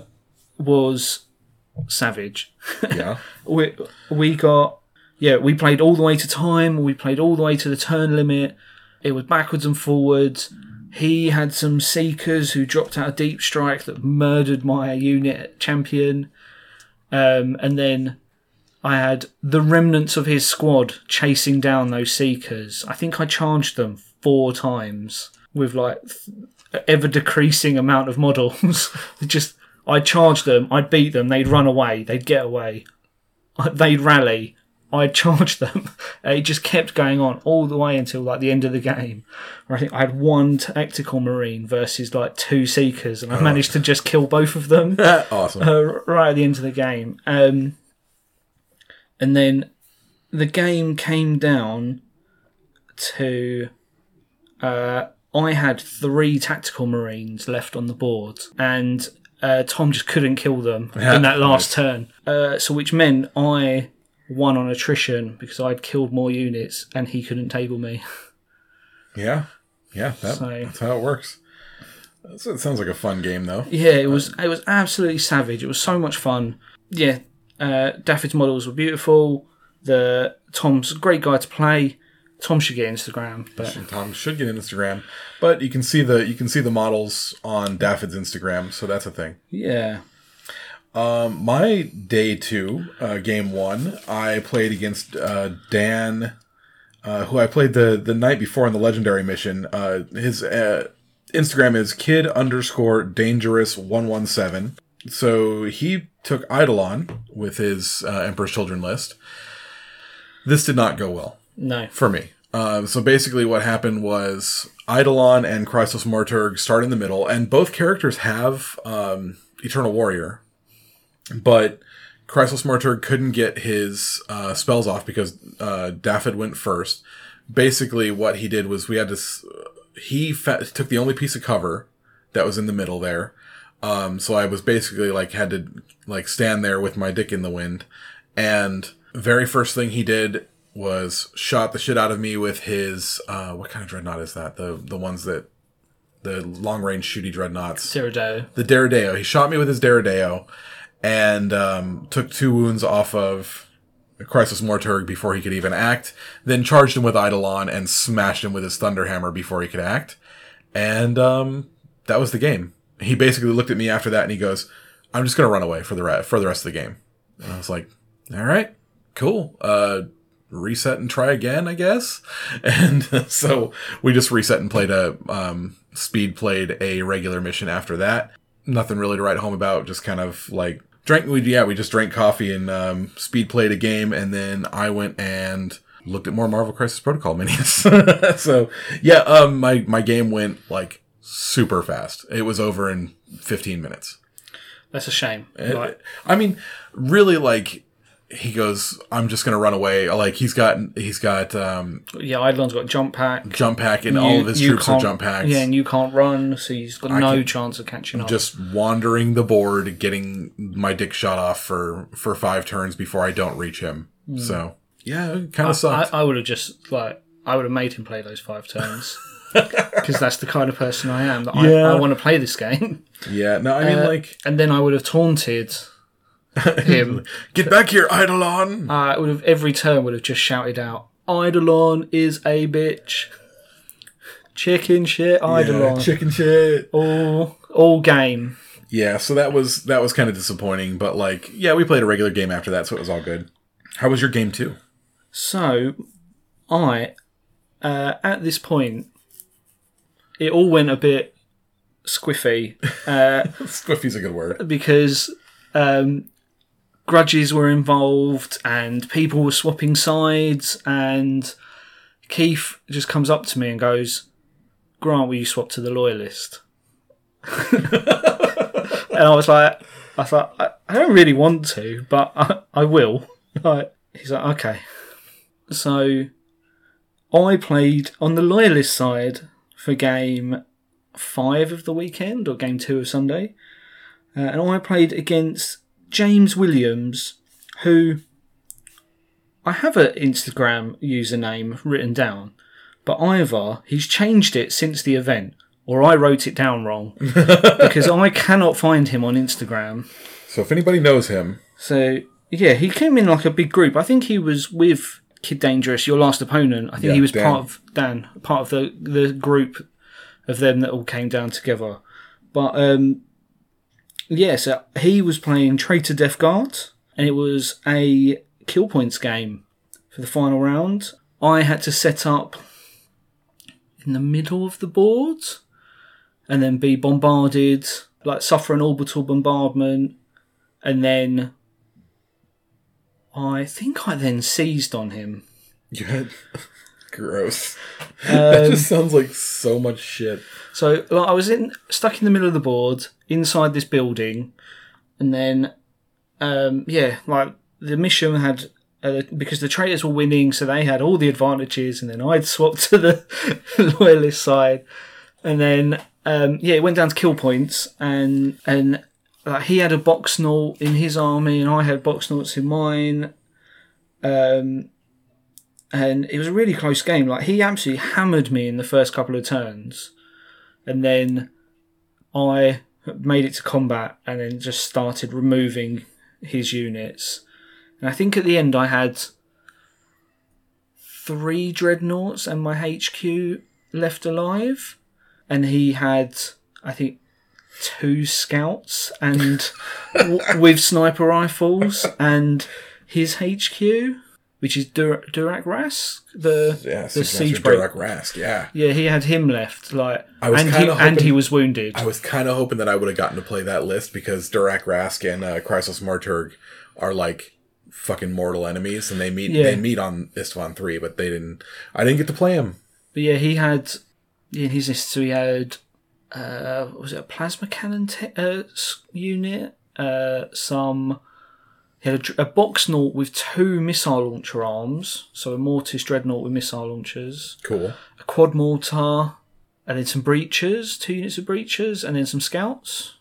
S1: was savage.
S2: yeah,
S1: We we got yeah we played all the way to time. We played all the way to the turn limit. It was backwards and forwards. He had some seekers who dropped out a deep strike that murdered my unit champion. Um, and then I had the remnants of his squad chasing down those seekers. I think I charged them four times with like th- ever decreasing amount of models. They just I charged them, I'd beat them, they'd run away, they'd get away, they'd rally. I'd charge them. It just kept going on all the way until like the end of the game, where I think I had one tactical marine versus like two seekers, and I managed to just kill both of them
S2: awesome.
S1: uh, right at the end of the game. Um, and then the game came down to uh, I had three tactical marines left on the board, and uh, Tom just couldn't kill them in that last turn. Uh, so which meant I won on attrition because I'd killed more units and he couldn't table me.
S2: Yeah, yeah. That,
S1: So-
S2: that's how it works. That's, it sounds like a fun game, though.
S1: Yeah, it was it was absolutely savage. It was so much fun. Yeah, uh, Daffod's models were beautiful. The Tom's a great guy to play. Tom should get Instagram, but
S2: Tom should get an Instagram, but you can see the you can see the models on Daffod's Instagram, so that's a thing.
S1: yeah,
S2: My day two, uh, game one, I played against uh, Dan, uh, who I played the the night before on the legendary mission. Uh, his uh, Instagram is kid underscore dangerous one one seven. So he took Eidolon with his uh, Emperor's Children list. This did not go well
S1: no,
S2: for me. Uh, so basically, what happened was Eidolon and Christos Marturg start in the middle, and both characters have um, Eternal Warrior, but Christos Marturg couldn't get his uh, spells off because uh, Daffod went first. Basically, what he did was we had to. s- He fa- took the only piece of cover that was in the middle there. Um, so I was basically like had to like stand there with my dick in the wind. And very first thing he did was shot the shit out of me with his uh, what kind of dreadnought is that? The the ones that the long range shooty dreadnoughts
S1: Cyrodiil.
S2: the Derrideo. He shot me with his Derrideo and um, took two wounds off of Crisis Morturg before he could even act, then charged him with Eidolon and smashed him with his Thunderhammer before he could act. And um, that was the game. He basically looked at me after that and he goes, I'm just going to run away for the, re- for the rest of the game. And I was like, all right, cool. Uh, reset and try again, I guess. And so we just reset and played a um, speed played a regular mission after that. Nothing really to write home about. Just kind of like drank. We yeah, we just drank coffee and um, speed played a game, and then I went and looked at more Marvel Crisis Protocol minis. so yeah, um, my my game went like super fast. It was over in 15 minutes.
S1: That's a shame.
S2: Uh,
S1: Like,
S2: I mean, really, like he goes, "I'm just gonna run away." Like he's got he's got um,
S1: yeah, Eidolon's got jump pack.
S2: jump pack, and all of his
S1: you
S2: troops are
S1: can't-
S2: jump packs.
S1: Yeah, and you can't run, so he's got no
S2: can-
S1: chance of catching up.
S2: just wandering the board, getting my dick shot off for for five turns before I don't reach him.
S1: Hmm.
S2: So yeah, it kind of
S1: I,
S2: sucked.
S1: I would have just like I would have made him play those five turns because that's the kind of person I am. That I,
S2: Yeah.
S1: I want to play this game.
S2: yeah, no, I mean
S1: Uh,
S2: like
S1: and then I would have taunted him.
S2: get back here, Eidolon.
S1: I would have every turn would have just shouted out, "Eidolon is a bitch, chicken shit, Eidolon."
S2: Yeah, chicken shit.
S1: all all game.
S2: Yeah, so that was that was kind of disappointing, but like yeah, we played a regular game after that, so it was all good. How was your game too?
S1: So I, uh, at this point, it all went a bit squiffy
S2: Squiffy's a good word.
S1: because um, grudges were involved and people were swapping sides. And Keith just comes up to me and goes, "Grant, will you swap to the loyalist?" and I was like, "I thought I, I don't really want to, but I, I will." Like, he's like, "Okay." So I played on the loyalist side for game five of the weekend or game two of Sunday. Uh, and I played against James Williams, who I have an Instagram username written down, but either he's changed it since the event or I wrote it down wrong because I cannot find him on Instagram.
S2: So if anybody knows him,
S1: So, yeah, he came in like a big group. I think he was with Kid Dangerous, your last opponent. I think
S2: Yeah,
S1: he was
S2: Dan.
S1: part of Dan, part of the, the group of them that all came down together. But um, yeah, so he was playing Traitor Death Guard, and it was a kill points game for the final round. I had to set up in the middle of the board, and then be bombarded, like suffer an orbital bombardment, and then I think I then seized on him.
S2: you had gross.
S1: Um,
S2: that just sounds like so much shit.
S1: So like, I was in stuck in the middle of the board inside this building, and then um, yeah, like the mission had uh, because the traitors were winning, so they had all the advantages, and then I'd swapped to the loyalist side, and then um, yeah, it went down to kill points, and and like he had a box knot in his army, and I had box knots in mine. Um, and it was a really close game. Like he absolutely hammered me in the first couple of turns and then I made it to combat and then just started removing his units. And I think at the end I had three dreadnoughts and my HQ left alive, and he had I think two scouts and w- with sniper rifles and his HQ. Which is Dur- Durak Rask, the
S2: Yeah,
S1: the
S2: Six
S1: siege
S2: Master
S1: break.
S2: Durek Rask. Yeah,
S1: Yeah, he had him left. Like,
S2: I was
S1: and he
S2: kinda
S1: and he
S2: hoping-
S1: was wounded.
S2: I was kind of hoping that I would have gotten to play that list because Durak Rask and uh, Chrysos Marturg are like fucking mortal enemies, and they meet
S1: Yeah.
S2: they meet on Istvan three, but they didn't. I didn't get to play him.
S1: But yeah, he had yeah, in his list, so he had uh, what was it a plasma cannon te- uh, s- unit? Uh, some he had a, dr- a box naught with two missile launcher arms, so a mortis dreadnought with missile launchers,
S2: Cool.
S1: a quad mortar, and then some breachers, two units of breachers, and then some scouts.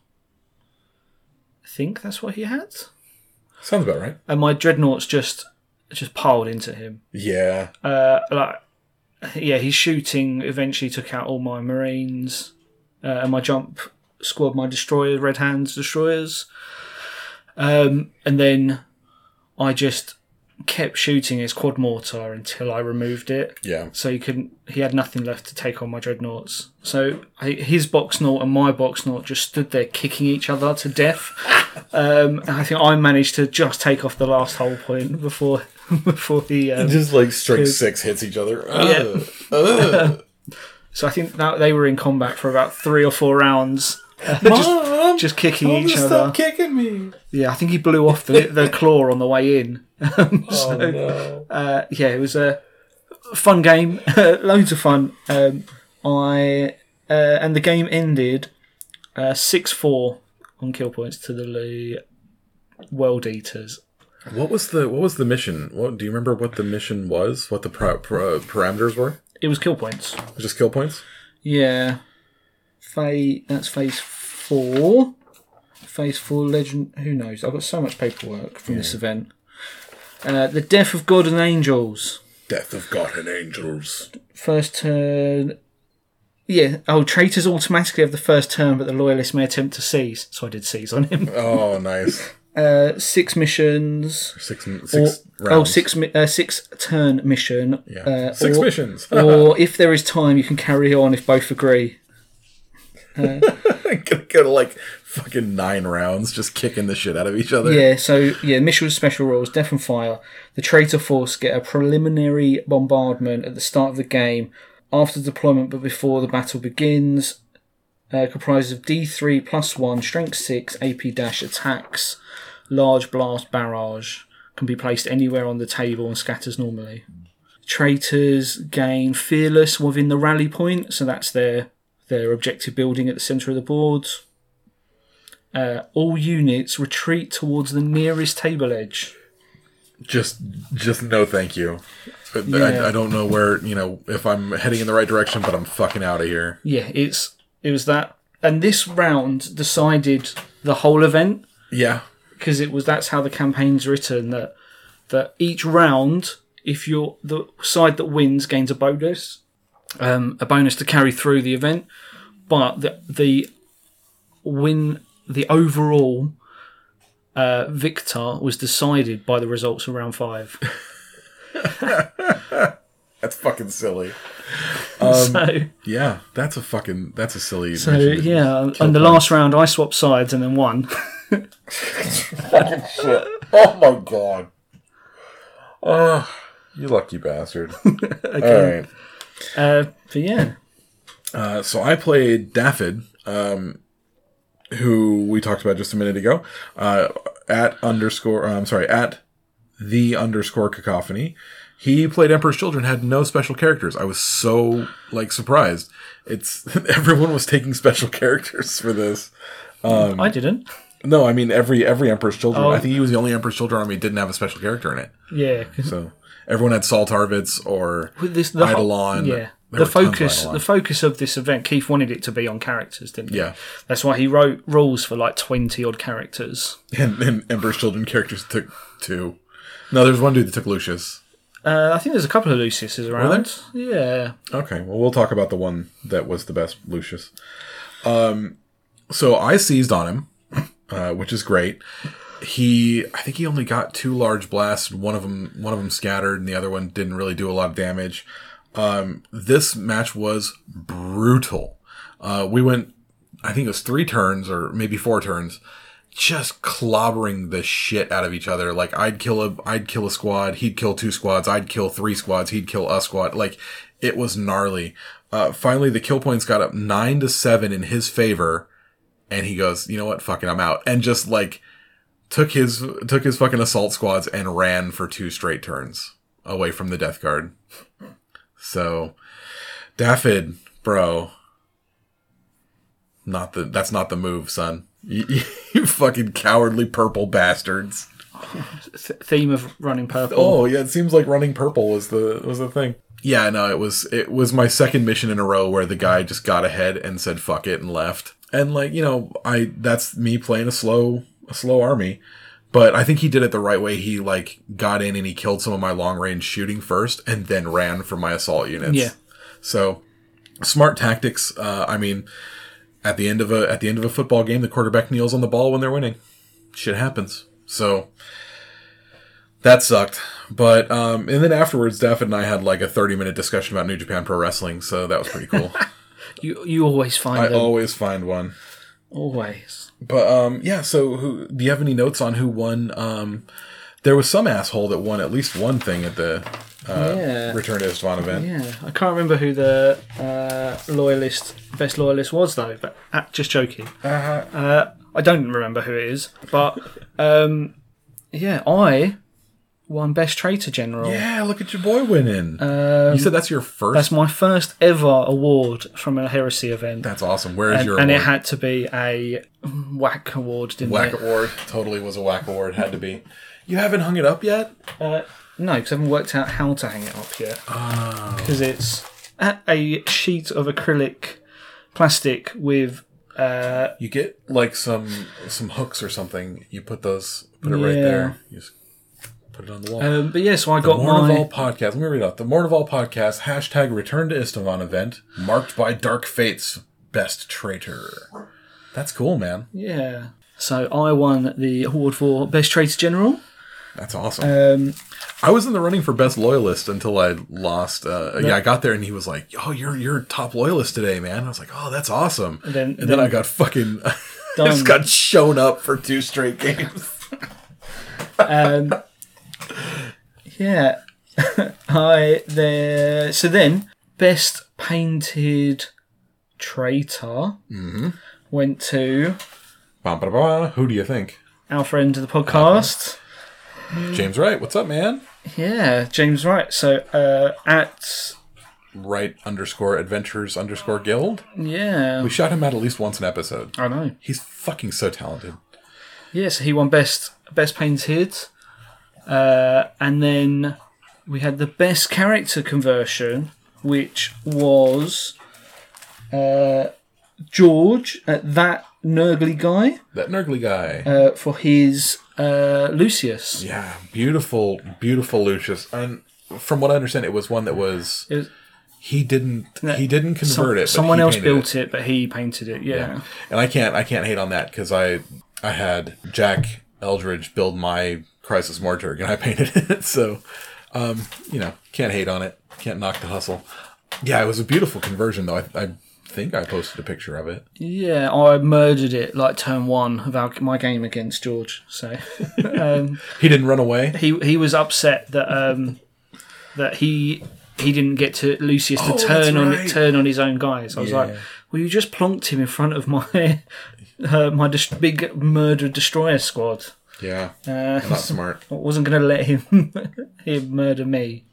S1: I think that's what he had.
S2: Sounds about right.
S1: And my dreadnoughts just just piled into him.
S2: Yeah.
S1: uh, like yeah, his shooting eventually took out all my marines uh, and my jump squad, my destroyer, red hands destroyers, um, and then I just kept shooting his quad mortar until I removed it.
S2: Yeah.
S1: So he couldn't. He had nothing left to take on my dreadnoughts. So I, his box knot and my box knot just stood there kicking each other to death. Um, and I think I managed to just take off the last whole point before before he um,
S2: Just like straight six hits each other.
S1: Yeah.
S2: Ugh. Ugh.
S1: So I think that they were in combat for about three or four rounds,
S2: Mom,
S1: just kicking
S2: Mom,
S1: each
S2: just
S1: other.
S2: stop kicking me.
S1: Yeah, I think he blew off the, the claw on the way in. Um,
S2: Oh,
S1: so, uh, yeah, it was a fun game, Uh, loads of fun. Um, I uh, and the game ended uh, six four on kill points to the World Eaters.
S2: What was the what was the mission? What do you remember? What the mission was? What the pro, pro, parameters were?
S1: It was kill points.
S2: Just kill points.
S1: Yeah. Phase, that's phase four. Phase four legend. Who knows? I've got so much paperwork from this event. Uh, the Death of God and Angels.
S2: Death of God and angels.
S1: First turn. Yeah. Oh, traitors automatically have the first turn, but the loyalists may attempt to seize. So I did seize on him.
S2: Oh, nice.
S1: Uh, six missions.
S2: Six
S1: Or,
S2: six
S1: oh,
S2: rounds.
S1: six mi- uh, six turn mission.
S2: Yeah.
S1: Uh,
S2: six
S1: or-
S2: missions.
S1: or if there is time, you can carry on if both agree.
S2: Get go to like fucking nine rounds just kicking the shit out of each other.
S1: Yeah, so yeah, Mitchell's special rules: death and fire. The traitor force get a preliminary bombardment at the start of the game, after deployment but before the battle begins. Uh, comprised of D three plus one, strength six, AP dash attacks. Large blast barrage can be placed anywhere on the table and scatters normally. Traitors gain fearless within the rally point, so that's their their objective building at the center of the board. Uh, all units retreat towards the nearest table edge.
S2: Just, just no, thank you. I,
S1: Yeah.
S2: I, I don't know where you know if I'm heading in the right direction, but I'm fucking out of here.
S1: Yeah, it's it was that, and this round decided the whole event
S2: Yeah,
S1: because it was that's how the campaign's written that that each round, if you're the side that wins, gains a bonus, um, a bonus to carry through the event, but the the win the overall uh, victor was decided by the results of round five.
S2: that's fucking silly.
S1: so.
S2: Yeah, that's a fucking that's a silly.
S1: So yeah, and the last round I swapped sides and then won.
S2: Oh my god. Oh, you lucky bastard. All right.
S1: Uh, but yeah,
S2: Uh, so I played Daffod, um, who we talked about just a minute ago, uh, at underscore, uh, I'm sorry, at the underscore cacophony. He played Emperor's Children, had no special characters. I was so, like, surprised. It's, everyone was taking special characters for this.
S1: I didn't.
S2: No, I mean, every, every Emperor's Children,
S1: Oh.
S2: I think he was the only Emperor's Children army that didn't have a special character in it.
S1: Yeah,
S2: So everyone had Saul Tarvitz or
S1: With this the whole-
S2: Eidolon.
S1: Yeah,
S2: There were
S1: the
S2: tons of
S1: focus
S2: Eidolon.
S1: the focus of this event. Keith wanted it to be on characters, didn't he?
S2: Yeah.
S1: that's why he wrote rules for like twenty odd characters.
S2: And, and Emperor's Children characters took two. No, there's one dude that took Lucius.
S1: Uh, I think there's a couple of Luciuses around. Yeah,
S2: Okay, well, we'll talk about the one that was the best Lucius. Um, so I seized on him, uh, which is great. He, I think he only got two large blasts. One of them, one of them scattered, and the other one didn't really do a lot of damage. Um, this match was brutal. Uh, we went, I think it was three turns or maybe four turns, just clobbering the shit out of each other. Like I'd kill a, I'd kill a squad, he'd kill two squads, I'd kill three squads, he'd kill a squad. Like it was gnarly. Uh, finally, the kill points got up nine to seven in his favor, and he goes, "You know what? Fucking, I'm out." And just like took his took his fucking assault squads and ran for two straight turns away from the death guard. So, Daffod, bro, not the that's not the move, son. You, you fucking cowardly purple bastards.
S1: Th- theme of running purple.
S2: Oh yeah, it seems like running purple was the was the thing. Yeah, no, it was it was my second mission in a row where the guy just got ahead and said fuck it and left. And like, you know, I that's me playing a slow a slow army. But I think he did it the right way. He like got in and he killed some of my long range shooting first and then ran for my assault units.
S1: Yeah.
S2: So smart tactics. Uh, I mean, at the end of a at the end of a football game, the quarterback kneels on the ball when they're winning. Shit happens. So that sucked. But um, and then afterwards, Daffod and I had like a thirty minute discussion about New Japan Pro Wrestling. So that was pretty cool.
S1: You you always find
S2: I
S1: them.
S2: always find one.
S1: Always.
S2: But um, yeah. So who do you have any notes on who won? Um, there was some asshole that won at least one thing at the uh,
S1: Yeah.
S2: Return to Istvan event.
S1: Yeah, I can't remember who the uh, loyalist best loyalist was though. But uh, just joking. Uh,
S2: Uh-huh.
S1: I don't remember who it is, but um, yeah, I won best traitor general.
S2: Yeah, look at your boy winning. you said that's your first.
S1: Um, That's my first ever award from a heresy event.
S2: That's awesome. Where is
S1: and,
S2: your
S1: and it
S2: award?
S1: had to be a whack award, didn't
S2: whack
S1: it?
S2: award? Totally was a whack award. Had to be. You haven't hung it up yet.
S1: Uh, no, because I haven't worked out how to hang it up yet.
S2: Oh.
S1: Because it's a, a sheet of acrylic plastic with. Uh,
S2: You get like some some hooks or something. You put those. Put it right
S1: Yeah.
S2: there. You just put it on the wall.
S1: um, but yeah, so I got
S2: Morn of
S1: my.
S2: All podcast. Let me read out the Morn of All podcast hashtag Return to Istvan event marked by Dark Fates best traitor. That's cool, man.
S1: Yeah. So I won the award for best traitor general.
S2: That's awesome.
S1: Um,
S2: I was in the running for best loyalist until I lost. Uh, yeah, I got there and he was like, "Oh, you're you're top loyalist today, man." I was like, "Oh, that's awesome." And
S1: then-
S2: then, and then, I got fucking I
S1: Done.
S2: just got shown up for two straight games.
S1: um, yeah, I there. So then, best painted traitor went to
S2: Bah, bah, bah. Who do you think?
S1: our friend of the podcast.
S2: James Wright. What's up, man?
S1: Yeah, James Wright. So uh, at
S2: Wright underscore adventures underscore guild.
S1: yeah,
S2: We shot him out at least once an episode.
S1: I know.
S2: He's fucking so talented.
S1: Yeah, so he won best best painted, uh, and then we had the best character conversion, which was uh, George, uh, that nurgly guy,
S2: That Nurgly guy.
S1: uh, for his uh, Lucius.
S2: Yeah, beautiful, beautiful Lucius. And from what I understand, it was one that was
S1: It was-
S2: he didn't he didn't convert
S1: some-
S2: it. but
S1: someone
S2: he
S1: else
S2: painted
S1: built it. but he painted it. Yeah,
S2: And I can't I can't hate on that because I I had Jack Eldridge build my Crisis Mortarg and I painted it. So, um, you know, can't hate on it. Can't knock the hustle. Yeah, it was a beautiful conversion though. I, I think I posted a picture of it.
S1: yeah. I murdered it like turn one of our, my game against George. So.
S2: He didn't run away.
S1: he he was upset that um that he he didn't get to Lucius
S2: Oh,
S1: to turn
S2: that's
S1: on
S2: right.
S1: turn on his own guys. I was like,
S2: Yeah.
S1: well, you just plonked him in front of my uh, my dis- big murder destroyer squad.
S2: Yeah,
S1: Uh,
S2: not smart.
S1: I wasn't going to let him him murder me.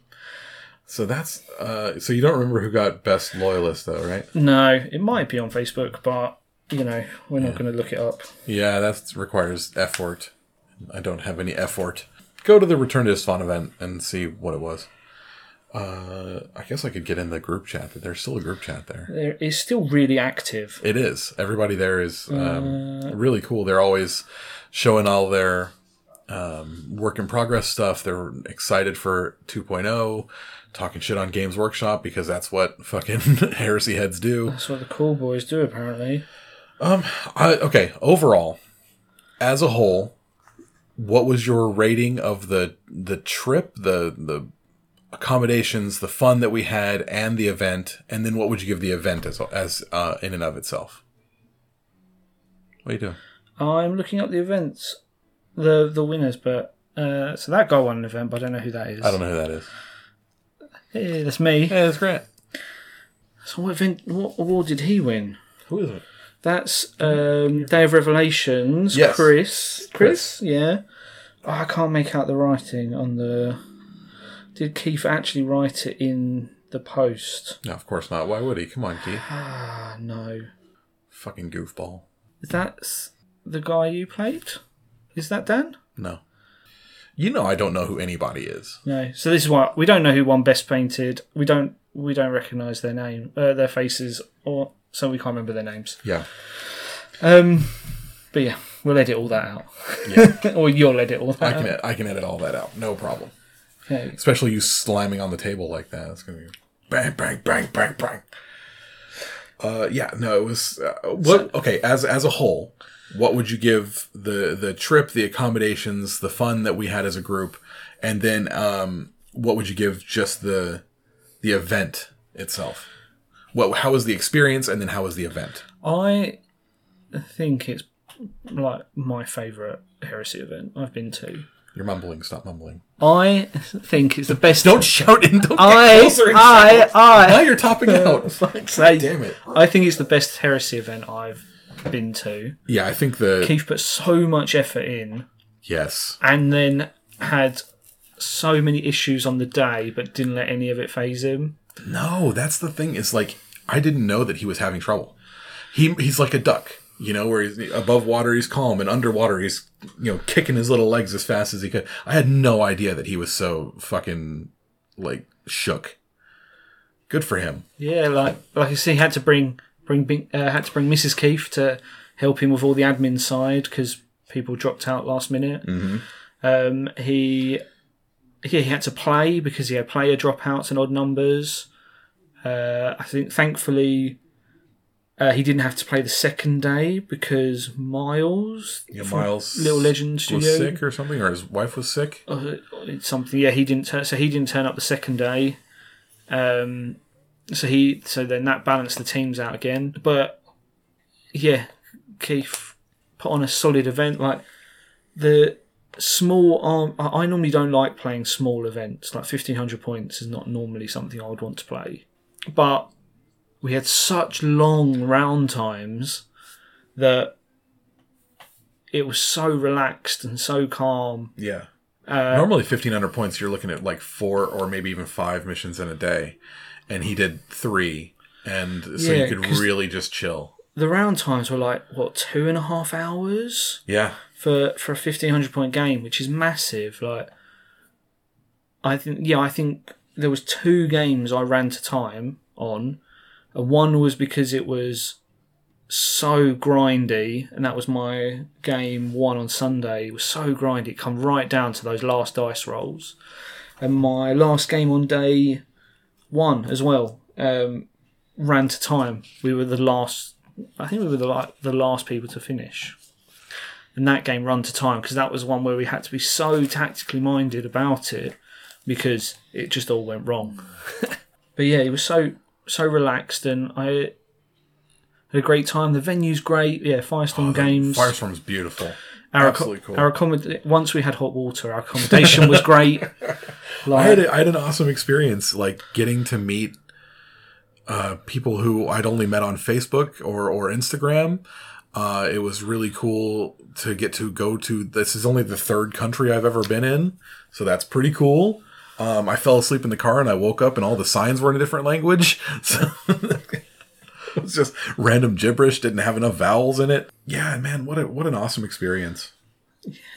S2: So that's uh, so you don't remember who got best loyalist though, right?
S1: No, it might be on Facebook, but you know we're not going to look it up.
S2: Yeah, that requires effort. I don't have any effort. Go to the Return to Isfahan event and see what it was. Uh, I guess I could get in the group chat, but there's still a group chat there.
S1: There- It's still really active.
S2: It is. Everybody there is um, really cool. They're always showing all their um, work in progress stuff. They're excited for 2.0, talking shit on Games Workshop because that's what fucking heresy heads do.
S1: That's what the cool boys do, apparently.
S2: I, okay, overall, as a whole, what was your rating of the the trip, the the accommodations, the fun that we had, and the event? And then what would you give the event as as uh, in and of itself? What are you doing?
S1: I'm looking up the events, the the winners, but uh, so that guy won an event, but I don't know who that is.
S2: I don't know who that is.
S1: Hey, that's me.
S2: Yeah, that's great.
S1: So what event? What award did he win?
S2: Who is it?
S1: That's um, Day of Revelations.
S2: Yes.
S1: Chris.
S2: Chris.
S1: Yeah. Oh, I can't make out the writing on the. Did Keith actually write it in the post?
S2: No, of course not. Why would he? Come on, Keith.
S1: Ah, no.
S2: Fucking goofball.
S1: That's the guy you played. Is that Dan?
S2: No. You know I don't know who anybody is.
S1: No. So this is why we don't know who won Best Painted. We don't. We don't recognise their name, uh, their faces, or so we can't remember their names.
S2: Yeah.
S1: Um, but yeah, we'll edit all that out.
S2: Yeah.
S1: or you'll edit all
S2: I
S1: that.
S2: can I can edit all that out. No problem.
S1: Okay.
S2: Especially you slamming on the table like that. It's gonna be bang, bang, bang, bang, bang. Uh, yeah, no, it was uh, what? okay, as as a whole, what would you give the the trip, the accommodations, the fun that we had as a group, and then um, what would you give just the the event itself? What? How was the experience, and then how was the event?
S1: I think it's like my favourite heresy event I've been to.
S2: You're mumbling. Stop mumbling.
S1: I think it's the best.
S2: Don't shout and don't get
S1: I,
S2: closer. and
S1: I,
S2: shout. now
S1: I,
S2: you're topping out.
S1: fuck's sake.
S2: Damn it.
S1: I think it's the best heresy event I've been to.
S2: Yeah, I think the
S1: Keith put so much effort in
S2: yes.
S1: and then had so many issues on the day, but didn't let any of it phase him.
S2: No, that's the thing. Is like I didn't know that he was having trouble. He he's like a duck, you know, where he's above water he's calm and underwater he's you know kicking his little legs as fast as he could. I had no idea that he was so fucking like shook. Good for him.
S1: Yeah, like like I say, he had to bring bring Bing- uh, had to bring Mrs. Keefe to help him with all the admin side because people dropped out last minute.
S2: Mm-hmm.
S1: Um, he yeah, he had to play because he had player dropouts and odd numbers. Uh, I think thankfully Uh, he didn't have to play the second day because Miles,
S2: Yeah,
S1: from
S2: Miles
S1: Little Legend Studio,
S2: was sick or something, or his wife was sick.
S1: uh, something. Yeah, he didn't turn. So he didn't turn up the second day. Um, so he so then that balanced the teams out again. But yeah, Keith put on a solid event. Like the small arm. I I normally don't like playing small events. Like fifteen hundred points is not normally something I would want to play. But we had such long round times that it was so relaxed and so calm
S2: Yeah.
S1: Uh,
S2: Normally, fifteen hundred points, you're looking at like four or maybe even five missions in a day, and he did three, and so
S1: Yeah,
S2: you could
S1: 'cause-
S2: really just chill.
S1: the round times were like what two and a half hours
S2: Yeah.
S1: for for a fifteen hundred point game, which is massive. Like, I think yeah, I think there was two games I ran to time on. And One was because it was so grindy, and that was my game one on Sunday. It was so grindy, it come right down to those last dice rolls. And my last game on day one as well um, ran to time. We were the last. I think we were the la- the last people to finish and that game run to time because that was one where we had to be so tactically minded about it because it just all went wrong. but yeah, it was so so relaxed and I had a great time. The venue's great. Yeah, Firestorm Games.
S2: Firestorm's beautiful.
S1: our,
S2: Oh, absolutely cool.
S1: Our accommod- once we had hot water, our accommodation was great. Like,
S2: I had a, I had an awesome experience, like getting to meet uh, people who I'd only met on Facebook or or Instagram. Uh, it was really cool to get to go to. This is only the third country I've ever been in, so that's pretty cool. Um, I fell asleep in the car and I woke up and all the signs were in a different language. So it was just random gibberish. Didn't have enough vowels in it. Yeah, man, what a, what an awesome experience.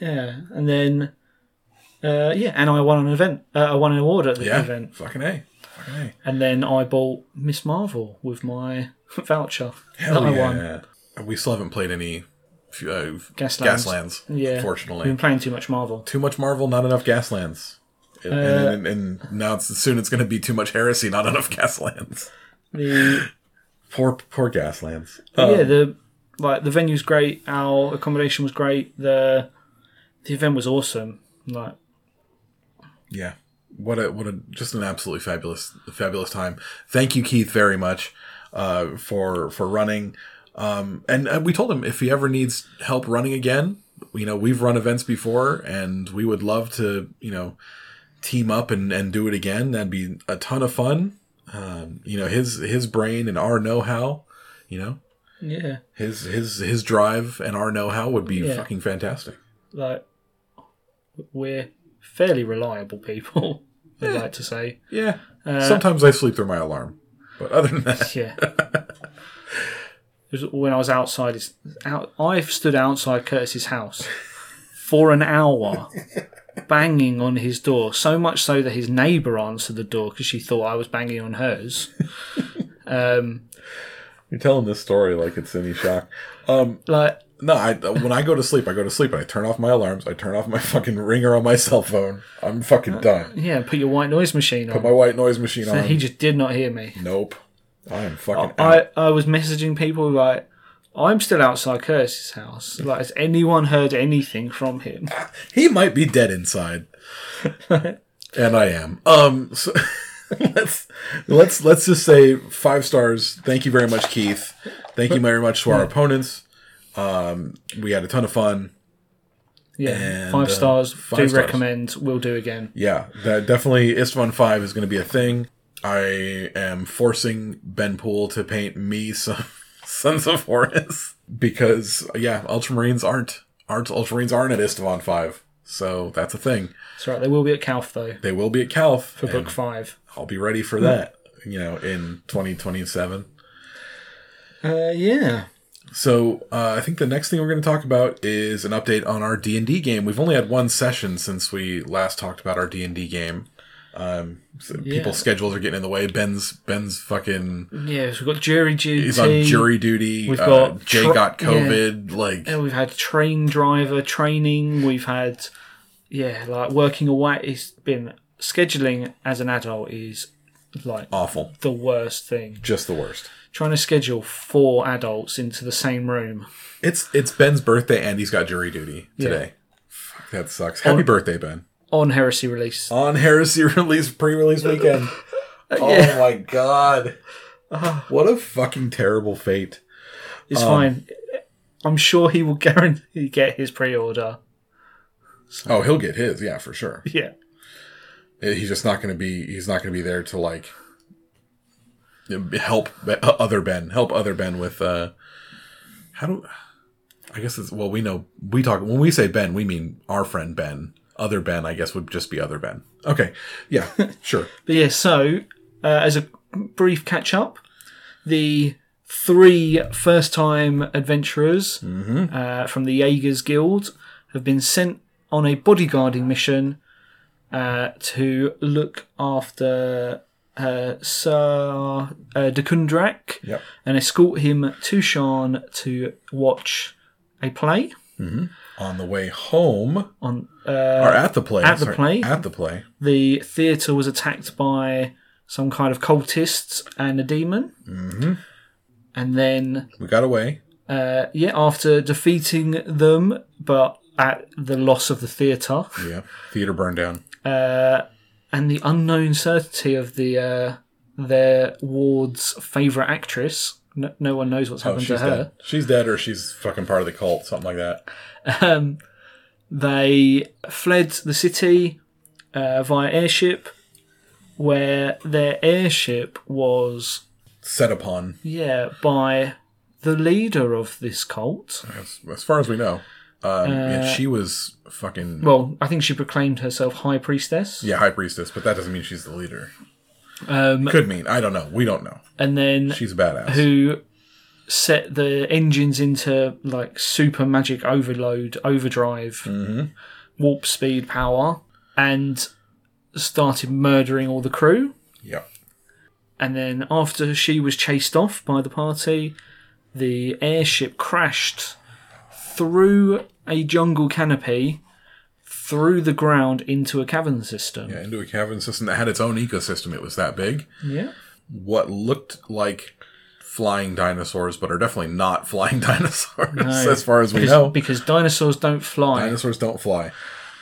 S1: yeah, and then uh, yeah, and I won an event. Uh, I won an award at the
S2: Yeah,
S1: event,
S2: fucking a, fucking a.
S1: and then I bought Miss Marvel with my voucher
S2: Hell
S1: that I won.
S2: yeah. We still haven't played any uh, Gaslands. Hmm.
S1: Yeah. We've
S2: Unfortunately,
S1: been playing too much Marvel.
S2: too much Marvel, not enough Gaslands. And, and, and, and now it's, soon it's going to be too much heresy, not enough Gaslands.
S1: The
S2: Poor, poor Gaslands.
S1: yeah, the like the venue's great, our accommodation was great, the the event was awesome. Like
S2: Yeah. What a what a just an absolutely fabulous fabulous time. Thank you, Keith, very much uh, for for running. Um, and, and we told him if he ever needs help running again, you know, we've run events before, and we would love to you know team up and and do it again. That'd be a ton of fun. Um, you know, his his brain and our know how, you know,
S1: yeah.
S2: his his his drive and our know how would be
S1: Yeah.
S2: fucking fantastic.
S1: Like we're fairly reliable people, I'd like to say.
S2: Yeah. Sometimes I sleep through my alarm, but other than that.
S1: Yeah. It was when I was outside it's out I've stood outside Curtis's house for an hour banging on his door, so much so that his neighbour answered the door because she thought I was banging on hers. um
S2: You're telling this story like it's any shock. Um,
S1: like
S2: no, I when I go to sleep, I go to sleep and I turn off my alarms. I turn off my fucking ringer on my cell phone. I'm fucking done.
S1: Yeah, put your white noise machine
S2: Put my
S1: on.
S2: white noise machine on.
S1: He just did not hear me.
S2: Nope. I am fucking out.
S1: I, I was messaging people like, I'm still outside Curtis's house. Like, has anyone heard anything from him?
S2: He might be dead inside. and I am. Um, so let's let's let's just say five stars. Thank you very much, Keith. Thank you very much to our opponents. Um, we had a ton of fun.
S1: Yeah,
S2: And,
S1: five
S2: uh,
S1: stars.
S2: five
S1: do
S2: stars.
S1: recommend. Will do again.
S2: Yeah, that definitely Istvan Five is going to be a thing. I am forcing Ben Poole to paint me some Sons of Horus because yeah, Ultramarines aren't aren't Ultramarines aren't at Istvan Five, so that's a thing.
S1: That's right. They will be at Calf though
S2: They will be at Calf
S1: for book five.
S2: I'll be ready for that. You know, in 2027.
S1: Uh, yeah.
S2: So uh, I think the next thing we're going to talk about is an update on our D and D game. We've only had one session since we last talked about our D and D game. Um, so People's schedules are getting in the way. Ben's Ben's fucking
S1: Yeah. So we've got jury duty.
S2: he's on jury duty.
S1: We've
S2: uh,
S1: got
S2: Jay
S1: tr-
S2: got
S1: yeah.
S2: COVID. Like
S1: Yeah, we've had train driver training. We've had, yeah, like working away. It's been scheduling as an adult is like
S2: awful,
S1: the worst thing.
S2: just the worst.
S1: Trying to schedule four adults into the same room.
S2: It's it's Ben's birthday and he's got jury duty today. Fuck, that sucks. Happy birthday, Ben.
S1: on heresy release.
S2: On Heresy release pre-release weekend.
S1: yeah. Uh-huh.
S2: Oh my god. What a fucking terrible fate.
S1: It's
S2: Um,
S1: fine. I'm sure he will guarantee get his pre-order.
S2: Oh, he'll get his, yeah, for sure.
S1: Yeah,
S2: He's just not going to be he's not going to be there to like help Ben- other Ben, help other Ben with uh how do I guess it's well we know we talk when we say Ben, we mean our friend Ben. Other Ben, I guess would just be other Ben. Okay. Yeah, sure.
S1: but yeah. So uh, as a brief catch up, the three first-time adventurers uh, from the Jaegers Guild have been sent on a bodyguarding mission uh, to look after uh, Sir uh, Dekundrak
S2: Yep.
S1: and escort him to Shan to watch a play
S2: On the way home
S1: on. uh,
S2: or at the play.
S1: At the play.
S2: At the play.
S1: the theatre was attacked by some kind of cultists and a demon. Mm-hmm. And then,
S2: We got away.
S1: uh, yeah, after defeating them, but at the loss of the theatre
S2: Yeah. Theater burned down.
S1: and the unknown certainty of the uh, their ward's favourite actress, no, no one knows what's happened to
S2: Oh, she's
S1: her.
S2: dead. She's dead, or she's fucking part of the cult, something like that.
S1: Um, they fled the city uh, via airship, where their airship was
S2: Set upon,
S1: Yeah, by the leader of this cult.
S2: as, as far as we know. Um, and she was fucking
S1: Uh, Well, I think she proclaimed herself High Priestess.
S2: yeah high priestess, but that doesn't mean she's the leader.
S1: Um,
S2: Could mean I don't know. We don't know.
S1: and then
S2: She's a badass.
S1: who set the engines into like super magic overload, overdrive, warp speed power, and started murdering all the crew.
S2: yeah,
S1: And then after she was chased off by the party, the airship crashed through a jungle canopy, through the ground into a cavern system.
S2: yeah, into a cavern system that had its own ecosystem. It was that big.
S1: Yeah.
S2: What looked like flying dinosaurs, but are definitely not flying dinosaurs, as far as we
S1: Because,
S2: know.
S1: because dinosaurs don't fly.
S2: Dinosaurs don't fly.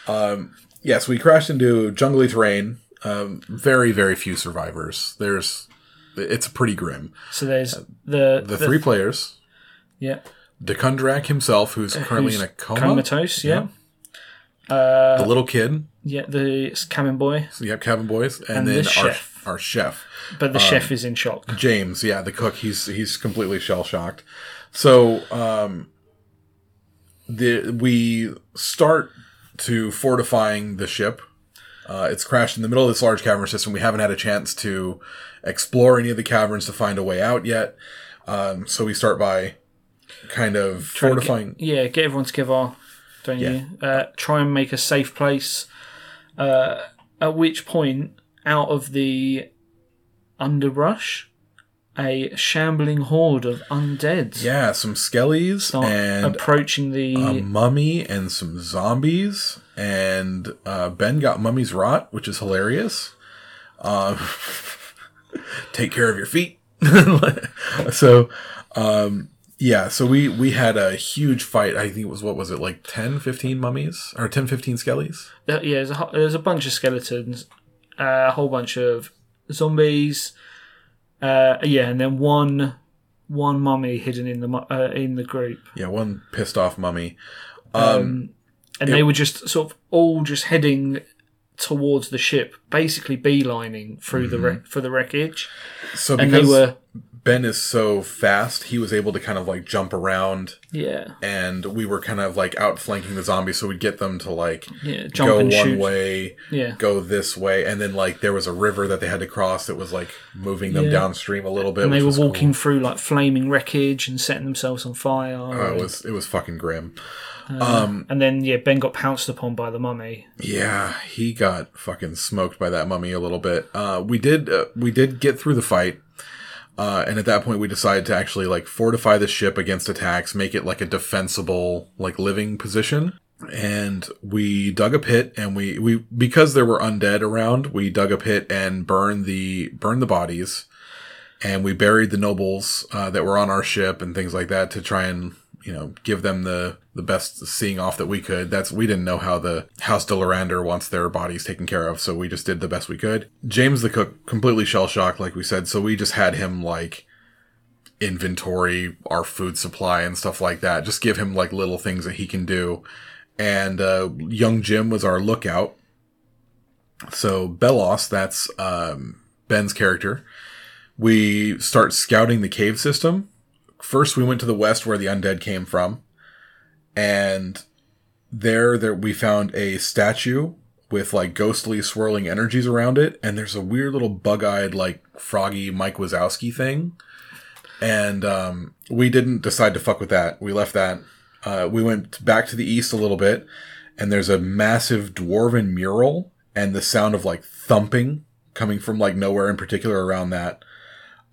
S2: Um, yes, we crashed into jungly terrain. Um, very, very few survivors. There's, it's pretty grim.
S1: so there's the,
S2: uh, The three players,
S1: yeah,
S2: Dekundrak himself, who's currently
S1: Uh, who's uh,
S2: in a coma,
S1: comatose, yeah.
S2: the little kid,
S1: Yeah, the s- cabin boy.
S2: so you have cabin boys, and,
S1: the
S2: then our
S1: chef.
S2: our chef
S1: But
S2: Uh,
S1: the chef is in shock.
S2: James. Yeah, the cook. He's he's completely shell shocked. So um, the we start to fortifying the ship Uh, it's crashed in the middle of this large cavern system. We haven't had a chance to explore any of the caverns to find a way out yet. Um, so we start by kind of fortifying.
S1: Yeah, get everyone together, don't you? Uh, try and make a safe place. Uh, at which point, out of the underbrush, a shambling horde of undead
S2: yeah, some skellies
S1: start
S2: and um,
S1: approaching the.
S2: a mummy and some zombies. And uh, Ben got mummy's rot, which is hilarious. Um, take care of your feet. so, um, yeah, so we, we had a huge fight. I think it was, what was it, like 10, 15 mummies? Or 10, 15 skellies?
S1: yeah, there's a, ho- there's a bunch of skeletons, uh, a whole bunch of zombies. Uh, yeah, and then one one mummy hidden in the mu- uh, in the group.
S2: Yeah, one pissed off mummy.
S1: and they were just sort of all just heading towards the ship, basically beelining through the wreck for the wreckage,
S2: So
S1: and they
S2: Mm-hmm. because
S1: were
S2: Ben is so fast, he was able to kind of like jump around,
S1: yeah
S2: and we were kind of like outflanking the zombies, so we'd get them to like
S1: yeah jump
S2: go one
S1: and shoot
S2: way,
S1: yeah
S2: go this way, and then like there was a river that they had to cross that was like moving them
S1: Yeah.
S2: downstream a little bit.
S1: and they
S2: which
S1: were
S2: was cool.
S1: walking through like flaming wreckage and setting themselves on fire,
S2: Uh,
S1: and,
S2: It was it was fucking grim.
S1: and then yeah Ben got pounced upon by the mummy.
S2: Yeah, he got fucking smoked by that mummy a little bit. Uh, we did uh, we did get through the fight, uh, and at that point we decided to actually like fortify the ship against attacks, make it like a defensible like living position. And we dug a pit, and we we because there were undead around, we dug a pit and burned the burned the bodies. and we buried the nobles uh, that were on our ship and things like that to try and you know give them the the best seeing off that we could that's we didn't know how the house de lorander wants their bodies taken care of so we just did the best we could james the cook completely shell shocked like we said so we just had him like inventory our food supply and stuff like that just give him like little things that he can do and uh, young jim was our lookout so belos that's um, ben's character we start scouting the cave system. First, we went to the west where the undead came from, and there, there we found a statue with like ghostly swirling energies around it, and there's a weird little bug-eyed, like froggy Mike Wazowski thing. And um, we didn't decide to fuck with that. We left that. Uh, we went back to the east a little bit, and there's a massive dwarven mural and the sound of like thumping coming from like nowhere in particular around that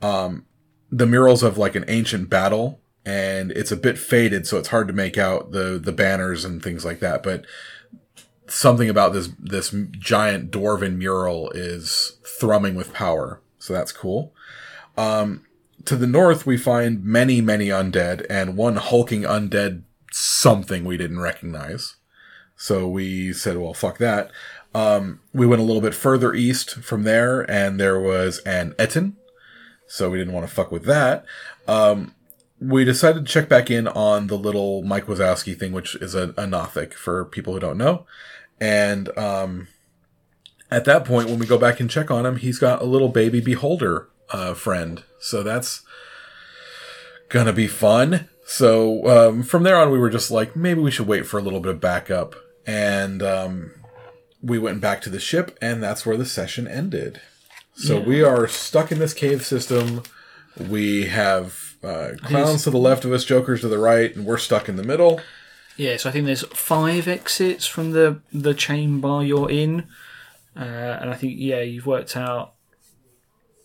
S2: um, the murals of like an ancient battle and it's a bit faded so it's hard to make out the the banners and things like that but something about this this giant dwarven mural is thrumming with power so that's cool um, to the north we find many many undead and one hulking undead something we didn't recognize so we said well fuck that um, we went a little bit further east from there and there was an etin so we didn't want to fuck with that. Um, we decided to check back in on the little Mike Wazowski thing, which is a, a Nothic for people who don't know. And um, at that point, when we go back and check on him, he's got a little baby beholder uh, friend. So that's gonna be fun. So um, from there on, we were just like, maybe we should wait for a little bit of backup. And um, we went back to the ship, and that's where the session ended. So we are stuck in this cave system. We have uh, clowns to the left of us, jokers to the right, and we're stuck in the middle.
S1: Yeah, so I think there's five exits from the the chain bar you're in, uh, and I think yeah, you've worked out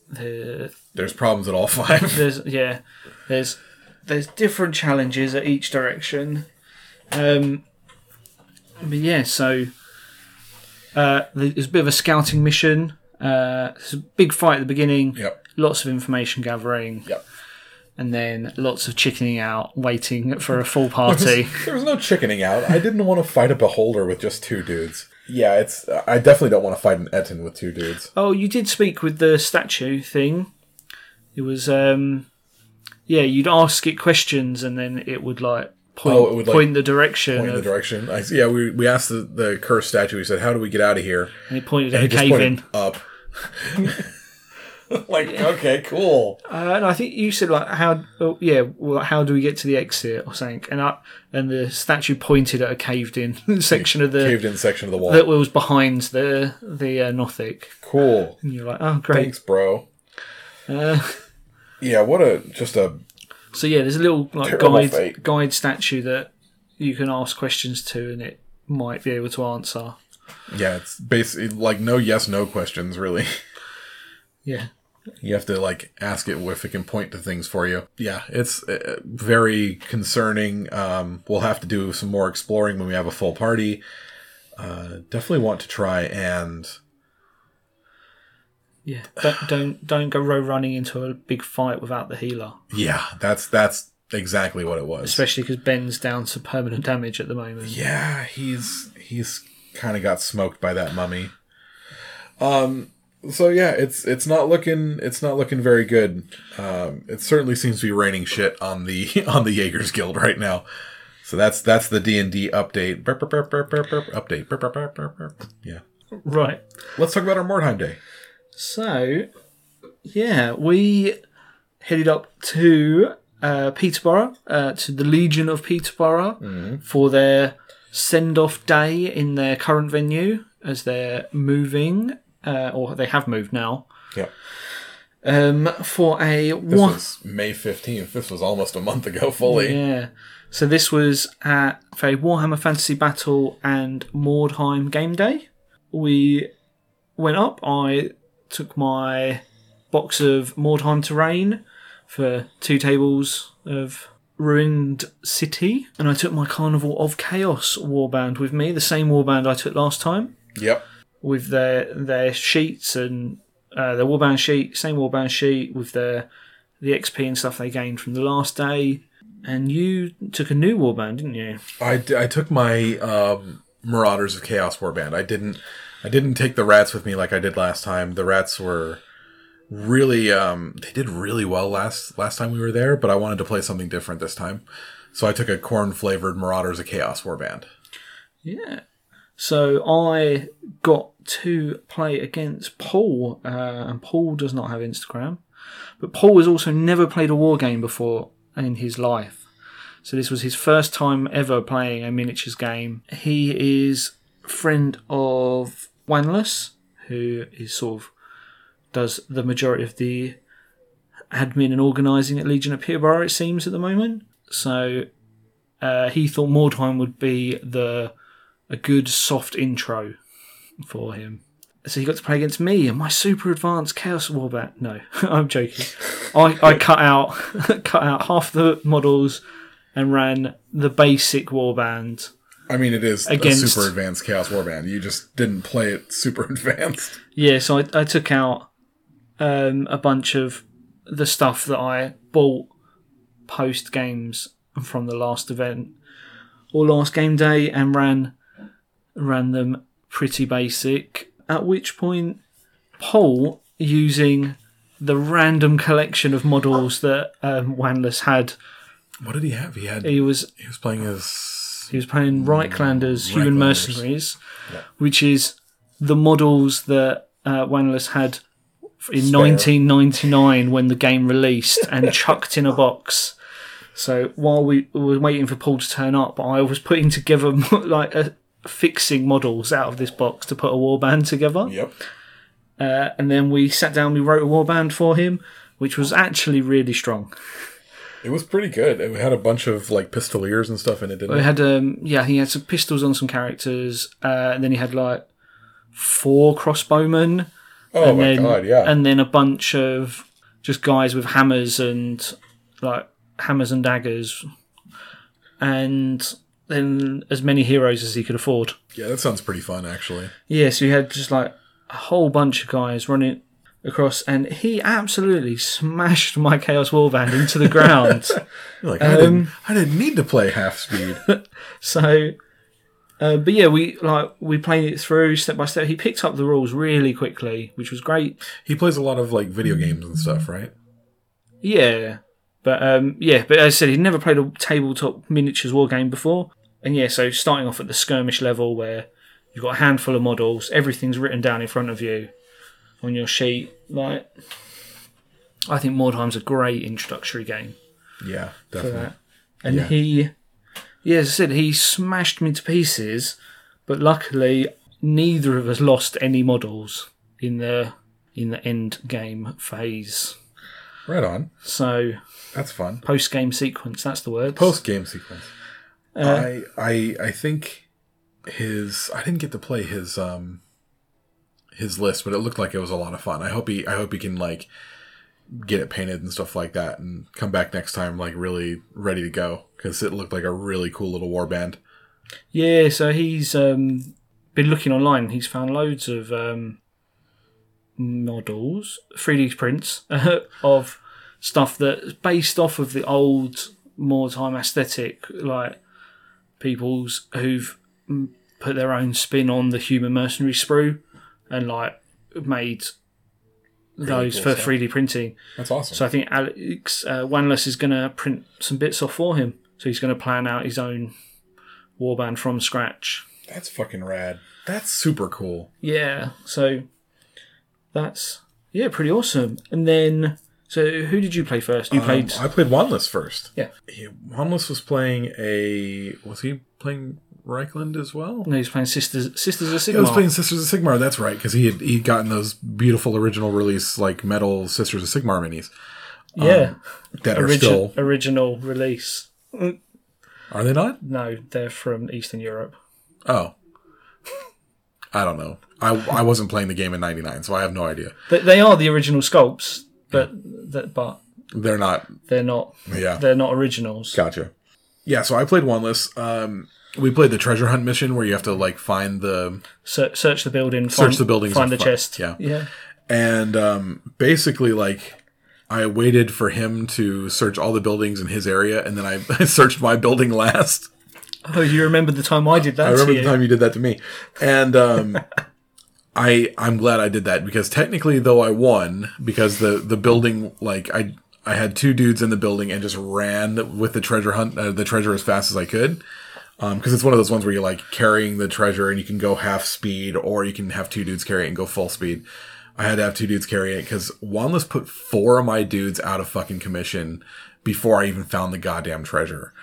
S1: the
S2: There's problems at all five.
S1: there's yeah there's there's different challenges at each direction um but yeah so uh there's a bit of a scouting mission uh it's a big fight at the beginning
S2: yep.
S1: lots of information gathering
S2: Yep.
S1: and then lots of chickening out waiting for a full party
S2: There was no chickening out. I didn't want to fight a beholder with just two dudes. Yeah, it's. I definitely don't want to fight an Etin with two dudes.
S1: oh you did speak with the statue thing it was um yeah you'd ask it questions and then it would like point,
S2: Oh, it would, like,
S1: point the direction
S2: In the
S1: of-
S2: direction. I, yeah, we, we asked the, the cursed statue. We said, "How do we get out of here?"
S1: and it pointed at a
S2: He just
S1: cave
S2: pointed
S1: in
S2: up. like okay, cool.
S1: Uh, and I think you said like how oh, yeah well, how do we get to the exit or something and I, and the statue pointed at a caved in section of the
S2: Caved in section of the wall.
S1: that was behind the the uh, Nothic
S2: cool.
S1: and you're like oh great
S2: Thanks, bro.
S1: uh,
S2: Yeah, what a just a
S1: so yeah there's a little like
S2: Terrible
S1: guide
S2: fate.
S1: guide statue that you can ask questions to and it might be able to answer
S2: yeah. It's basically like no yes no questions really.
S1: yeah
S2: You have to like ask it if it can point to things for you. Yeah, it's uh, very concerning. Um, we'll have to do some more exploring when we have a full party. Uh, definitely want to try and
S1: yeah don't don't don't go road running into a big fight without the healer
S2: yeah, that's that's exactly what it was.
S1: especially because Ben's down to permanent damage at the moment
S2: Yeah, he's he's kind of got smoked by that mummy. Um. So yeah, it's it's not looking it's not looking very good. Um, it certainly seems to be raining shit on the on the Jaegers Guild right now. So that's that's the D and D update. Burp, burp, burp, burp, burp, burp, update. Burp, burp, burp, burp, burp. Yeah.
S1: right
S2: Let's talk about our Mordheim day.
S1: So, yeah, we headed up to uh, Peterborough, uh, to the Legion of Peterborough, for their send off day in their current venue as they're moving, uh, or they have moved now,
S2: Yeah.
S1: um, for a
S2: This
S1: one.
S2: was May fifteenth. This was almost a month ago fully.
S1: Yeah. So this was at for a Warhammer Fantasy Battle and Mordheim game day. We went up. I took my box of Mordheim terrain for two tables of Ruined City, and I took my Carnival of Chaos warband with me, the same warband I took last time
S2: Yep.
S1: with their their sheets and uh, their warband sheet, same warband sheet with their the XP and stuff they gained from the last day. And you took a new warband, didn't you?
S2: I, d- I took my um, Marauders of Chaos warband. I didn't I didn't take the rats with me like I did last time. The rats were really um, they did really well last last time we were there, but I wanted to play something different this time. So I took a corn flavored Marauders of Chaos warband.
S1: Yeah. So I got to play against Paul, uh, and Paul does not have Instagram, but Paul has also never played a war game before in his life. So this was his first time ever playing a miniatures game. He is friend of Wanless, who is sort of does the majority of the admin and organising at Legion of Peterborough, it seems, at the moment. So uh, he thought Mordheim would be the a good soft intro for him. So he got to play against me and my super advanced Chaos Warbat. No, I'm joking. I, I cut out cut out half the models and ran the basic warband.
S2: I mean, it is a
S1: Against-
S2: super advanced Chaos warband. You just didn't play it super advanced.
S1: Yeah, so I, I took out um, a bunch of the stuff that I bought post games from the last event or last game day and ran ran them pretty basic. At which point, Paul using the random collection of models that um, Wanless had,
S2: What did he have? He had
S1: he was
S2: he was playing his
S1: he was playing Reichlanders, Human
S2: Reichlanders.
S1: Mercenaries, which is the models that uh, Wanless had in 1999 when the game released and chucked in a box. So while we were waiting for Paul to turn up, I was putting together mo- like uh fixing models out of this box to put a warband together.
S2: yep.
S1: Uh, and then we sat down, we wrote a warband for him, which was actually really strong.
S2: It was pretty good. It had a bunch of like pistoliers and stuff in it, didn't
S1: He
S2: it?
S1: had um yeah, he had some pistols on some characters, uh, and then he had like four crossbowmen,
S2: Oh
S1: and
S2: my
S1: then
S2: god, yeah.
S1: and then a bunch of just guys with hammers and like hammers and daggers, and then as many heroes as he could afford.
S2: yeah, that sounds pretty fun actually.
S1: Yeah, so you had just like a whole bunch of guys running across, and he absolutely smashed my Chaos Warband into the ground.
S2: You're like, I, didn't, I didn't need to play half speed.
S1: So, uh, but yeah, we like we played it through step by step. He picked up the rules really quickly, which was great.
S2: he plays a lot of like video games and stuff, right?
S1: Yeah, but um, yeah, but as I said, he'd never played a tabletop miniatures war game before, and yeah, so starting off at the skirmish level where you've got a handful of models, everything's written down in front of you on your sheet. Like, I think Mordheim's a great introductory game.
S2: Yeah, definitely.
S1: and
S2: Yeah.
S1: he yeah as i said he smashed me to pieces but luckily neither of us lost any models in the in the end game phase
S2: Right on.
S1: so
S2: That's fun.
S1: post game sequence that's the word
S2: Post game sequence. I I I think his I didn't get to play his um his list, but it looked like it was a lot of fun. I hope he I hope he can like get it painted and stuff like that and come back next time like really ready to go cuz it looked like a really cool little warband.
S1: yeah so he's um been looking online he's found loads of um models 3d prints of stuff that's based off of the old more time aesthetic like people's who've mm, put their own spin on the human mercenary sprue and like made those
S2: cool
S1: for
S2: stuff.
S1: 3d printing
S2: That's awesome.
S1: so I think Alex uh, Wanless is going to print some bits off for him. So he's going to plan out his own warband from scratch.
S2: That's fucking rad. That's super cool.
S1: Yeah. So that's yeah, pretty awesome. And then, so who did you play first? You played.
S2: Um, I played Wanless first.
S1: Yeah.
S2: He, Wanless was playing a was he playing Reichland as well?
S1: No, he's playing Sisters Sisters of
S2: I
S1: Sigmar.
S2: was playing Sisters of Sigmar. That's right, because he had he'd gotten those beautiful original release like metal Sisters of Sigmar minis
S1: yeah,
S2: Um, that are
S1: origi-
S2: still
S1: original release.
S2: are they not?
S1: No, they're from Eastern Europe.
S2: Oh, I don't know. I I wasn't playing the game in '99, so I have no idea.
S1: They, they are the original sculpts, but that but
S2: They're not.
S1: they're not
S2: Yeah,
S1: they're not originals.
S2: gotcha. Yeah, so I played Wanless. Um, we played the treasure hunt mission where you have to like find the
S1: Search, search the building.
S2: Search
S1: find-
S2: the buildings
S1: Find
S2: and
S1: the
S2: fi-
S1: chest.
S2: yeah.
S1: yeah.
S2: and um, basically like I waited for him to search all the buildings in his area, and then I, I searched my building last.
S1: Oh, you remember the time I did that?
S2: I remember
S1: to you.
S2: the time you did that to me, and um, I I'm glad I did that because technically, though I won because the the building like I I had two dudes in the building and just ran with the treasure hunt uh, the treasure as fast as I could because it's one of those ones where you're like carrying the treasure and you can go half speed or you can have two dudes carry it and go full speed. I had to have two dudes carry it because Wanless put four of my dudes out of fucking commission before I even found the goddamn treasure.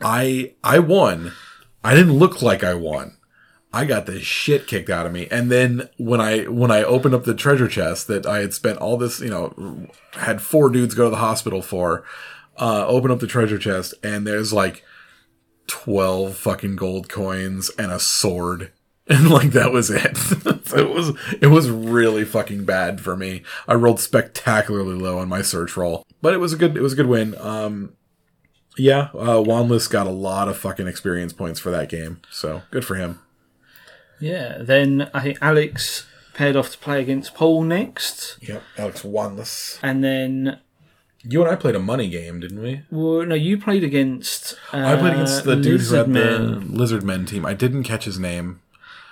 S2: I I won. I didn't look like I won. I got the shit kicked out of me. And then when I when I opened up the treasure chest that I had spent all this, you know, had four dudes go to the hospital for, uh, open up the treasure chest and there's like 12 fucking gold coins and a sword and like that was it So it was it was really fucking bad for me i rolled spectacularly low on my search roll but it was a good it was a good win um yeah uh wanless got a lot of fucking experience points for that game so good for him
S1: Yeah. Then I think Alex paired off to play against Paul next,
S2: yep alex wanless
S1: and then
S2: you and i played a money game didn't we
S1: well, no, you played against. Uh,
S2: i played against the dude who had the
S1: Lizardman,
S2: lizard men team i didn't catch his name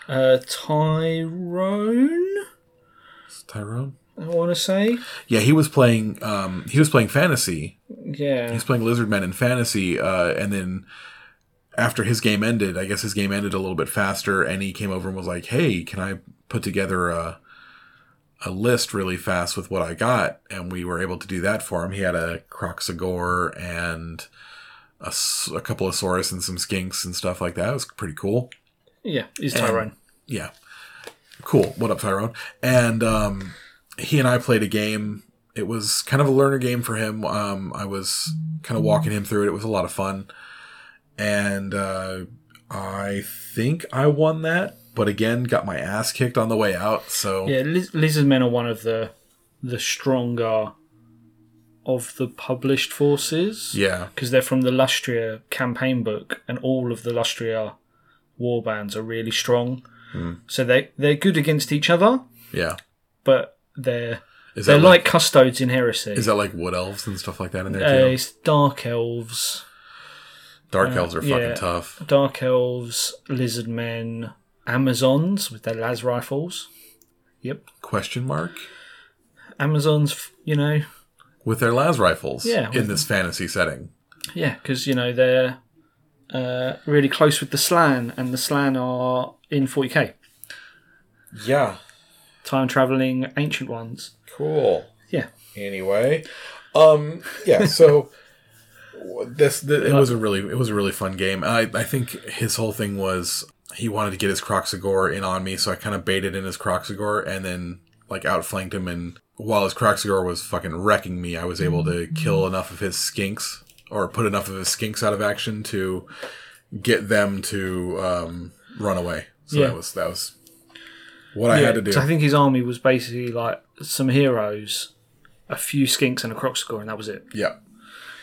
S1: uh, Tyrone.
S2: It's tyrone
S1: I want to say.
S2: yeah he was playing um he was playing fantasy
S1: Yeah.
S2: he's playing lizard men in fantasy uh, and then after his game ended i guess his game ended a little bit faster and he came over and was like hey can i put together a, a list really fast with what i got and we were able to do that for him he had a croxagore and a, s- a couple of saurus and some skinks and stuff like that it was pretty cool
S1: Yeah. He's Tyrone.
S2: yeah cool what up tyrone and um he and i played a game it was kind of a learner game for him um i was kind of walking him through it it was a lot of fun and uh i think i won that but again got my ass kicked on the way out so
S1: Yeah. Liz- Lizardmen are one of the the stronger of the published forces.
S2: yeah
S1: because they're from the Lustria campaign book, and all of the Lustria war bands are really strong.
S2: Hmm.
S1: So they they're good against each other,
S2: yeah
S1: but they're
S2: is
S1: they're
S2: that
S1: like, custodes in heresy.
S2: is that like wood elves and stuff like that in
S1: uh,
S2: there too
S1: it's dark elves,
S2: dark elves are fucking
S1: yeah.
S2: tough
S1: dark elves, lizard men, Amazons with their las rifles. Yep,
S2: question mark
S1: Amazons. f- You know,
S2: with their las rifles
S1: Yeah,
S2: in
S1: with-
S2: this fantasy setting
S1: Yeah, because you know they're uh, really close with the Slan, and the Slan are in 40k
S2: yeah
S1: time traveling ancient ones.
S2: cool
S1: Yeah,
S2: anyway um yeah so this, th it was a really it was a really fun game i i think his whole thing was he wanted to get his croxagore in on me so i kind of baited in his croxagore and then like outflanked him and while his croxagore was fucking wrecking me i was able to kill enough of his skinks or put enough of his skinks out of action to get them to um run away so
S1: Yeah.
S2: that was that was what i
S1: Yeah,
S2: had to do
S1: 'cause I think his army was basically like some heroes, a few skinks, and a Croxagore, and that was it.
S2: yeah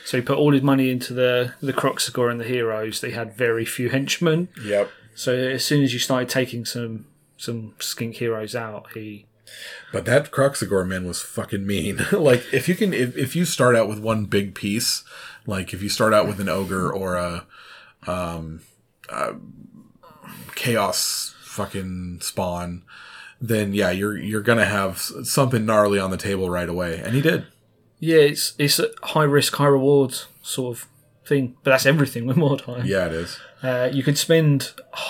S1: So he put all his money into the the Croxagore and the heroes. They had very few henchmen.
S2: yep
S1: So as soon as you started taking some some skink heroes out, he
S2: But that Croxagore man was fucking mean. like if you can, if, if you start out with one big piece, like if you start out with an ogre or a, um, uh, chaos fucking spawn, then yeah, you're you're gonna have s- something gnarly on the table right away, and he did.
S1: yeah, it's it's a high risk, high reward sort of thing. But that's everything with Mordheim.
S2: Yeah, it is.
S1: Uh, you could spend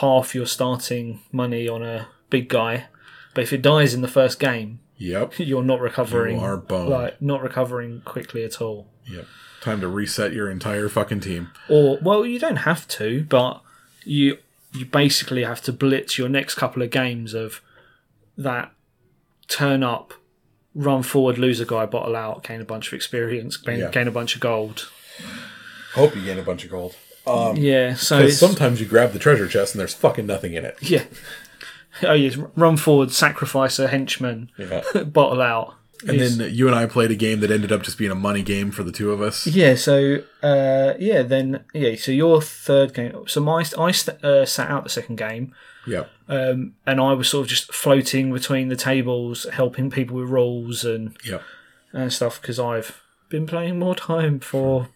S1: half your starting money on a big guy, but if it dies in the first game,
S2: Yep.
S1: you're not recovering.
S2: You are boned.
S1: Like not recovering quickly at all.
S2: Yep. Time to reset your entire fucking team.
S1: Or well, you don't have to, but you you basically have to blitz your next couple of games of that turn up, run forward, lose a guy, bottle out, gain a bunch of experience, gain,
S2: Yeah.
S1: gain a bunch of gold.
S2: Hope you gain a bunch of gold. Um,
S1: Yeah. So
S2: Because
S1: it's-
S2: sometimes you grab the treasure chest and there's fucking nothing in it.
S1: yeah. Oh yes, run forward, sacrifice a henchman,
S2: Yeah.
S1: bottle out.
S2: And then you and I played a game that ended up just being a money game for the two of us.
S1: Yeah. So uh, yeah, then yeah. So your third game. So my I st- uh, sat out the second game,
S2: Yep.
S1: Um, and I was sort of just floating between the tables, helping people with rules and,
S2: Yep.
S1: and stuff because I've been playing more time for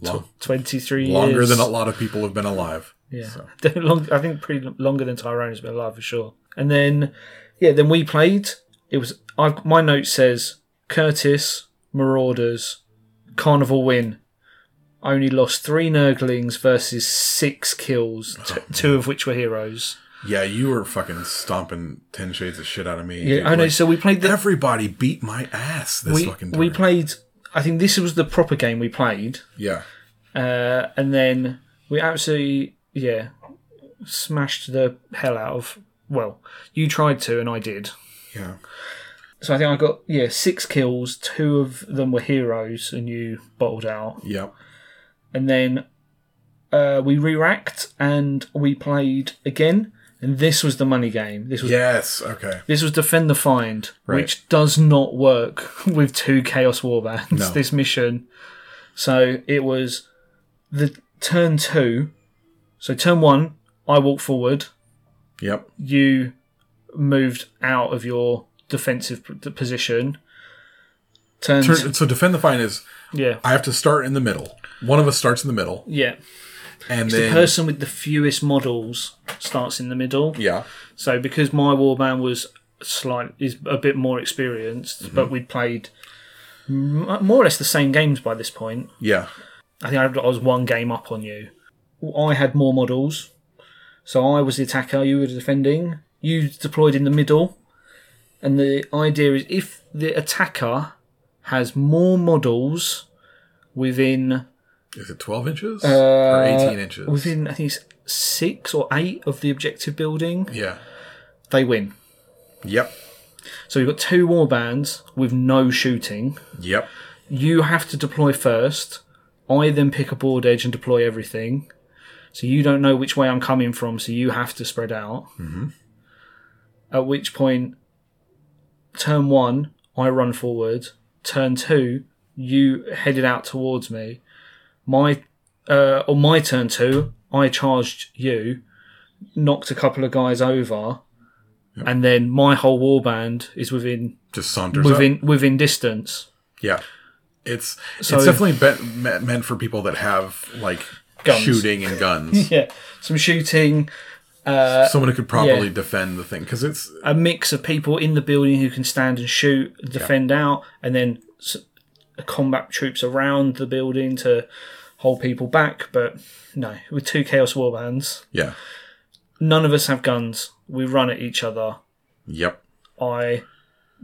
S2: Long,
S1: 23
S2: longer
S1: years.
S2: than a lot of people have been alive.
S1: Yeah, long, I think pretty lo- longer than Tyrone's been alive for sure. And then, yeah, then we played. It was I. My note says Curtis Marauders Carnival win. Only lost three Nurglings versus six kills, t-
S2: Oh,
S1: two of which were heroes.
S2: Yeah, you were fucking stomping ten shades of shit out of me. dude.
S1: Yeah, I know.
S2: Like,
S1: So we played the
S2: everybody beat my ass this
S1: we,
S2: fucking time.
S1: we played. I think this was the proper game we played,
S2: yeah.
S1: uh, and then we absolutely yeah smashed the hell out of. Well, you tried to, and I did.
S2: Yeah.
S1: So I think I got yeah six kills. Two of them were heroes, and you bottled out.
S2: Yep.
S1: And then uh, we re-racked and we played again. And this was the money game. This was
S2: Yes. Okay.
S1: this was defend the find, which does not work with two chaos warbands.
S2: No.
S1: This mission. So it was the turn two. So turn one, I walked forward.
S2: Yep.
S1: You moved out of your defensive p- position. Turn,
S2: Tur-
S1: t-
S2: so defend the fine is
S1: Yeah.
S2: I have to start in the middle. One of us starts in the middle,
S1: Yeah.
S2: and
S1: The
S2: then
S1: person with the fewest models starts in the middle.
S2: yeah,
S1: So because my warband was slight is a bit more experienced, but we played m- more or less the same games by this point.
S2: yeah,
S1: I think I I was one game up on you. I had more models. So I was the attacker, you were defending. You deployed in the middle. And the idea is if the attacker has more models within
S2: is it twelve inches or
S1: Uh,
S2: eighteen inches?
S1: within I think it's six or eight of the objective building,
S2: yeah,
S1: they win.
S2: yep,
S1: So you've got two war bands with no shooting.
S2: yep,
S1: You have to deploy first. I then pick a board edge and deploy everything. So you don't know which way I'm coming from, so you have to spread out. Mm-hmm. At which point, turn one, I run forward. Turn two, you headed out towards me. My uh, on my turn two, I charged you, knocked a couple of guys over, and then my whole warband is within
S2: just saunters up.
S1: within within distance.
S2: Yeah, it's
S1: So-
S2: it's definitely been, me- meant for people that have like
S1: Guns.
S2: shooting and guns.
S1: yeah, some shooting, Uh,
S2: Someone who could properly defend the thing because it's
S1: a mix of people in the building who can stand and shoot, defend out, and then s- combat troops around the building to hold people back. But no, with two Chaos Warbands,
S2: yeah,
S1: none of us have guns. We run at each other.
S2: yep.
S1: I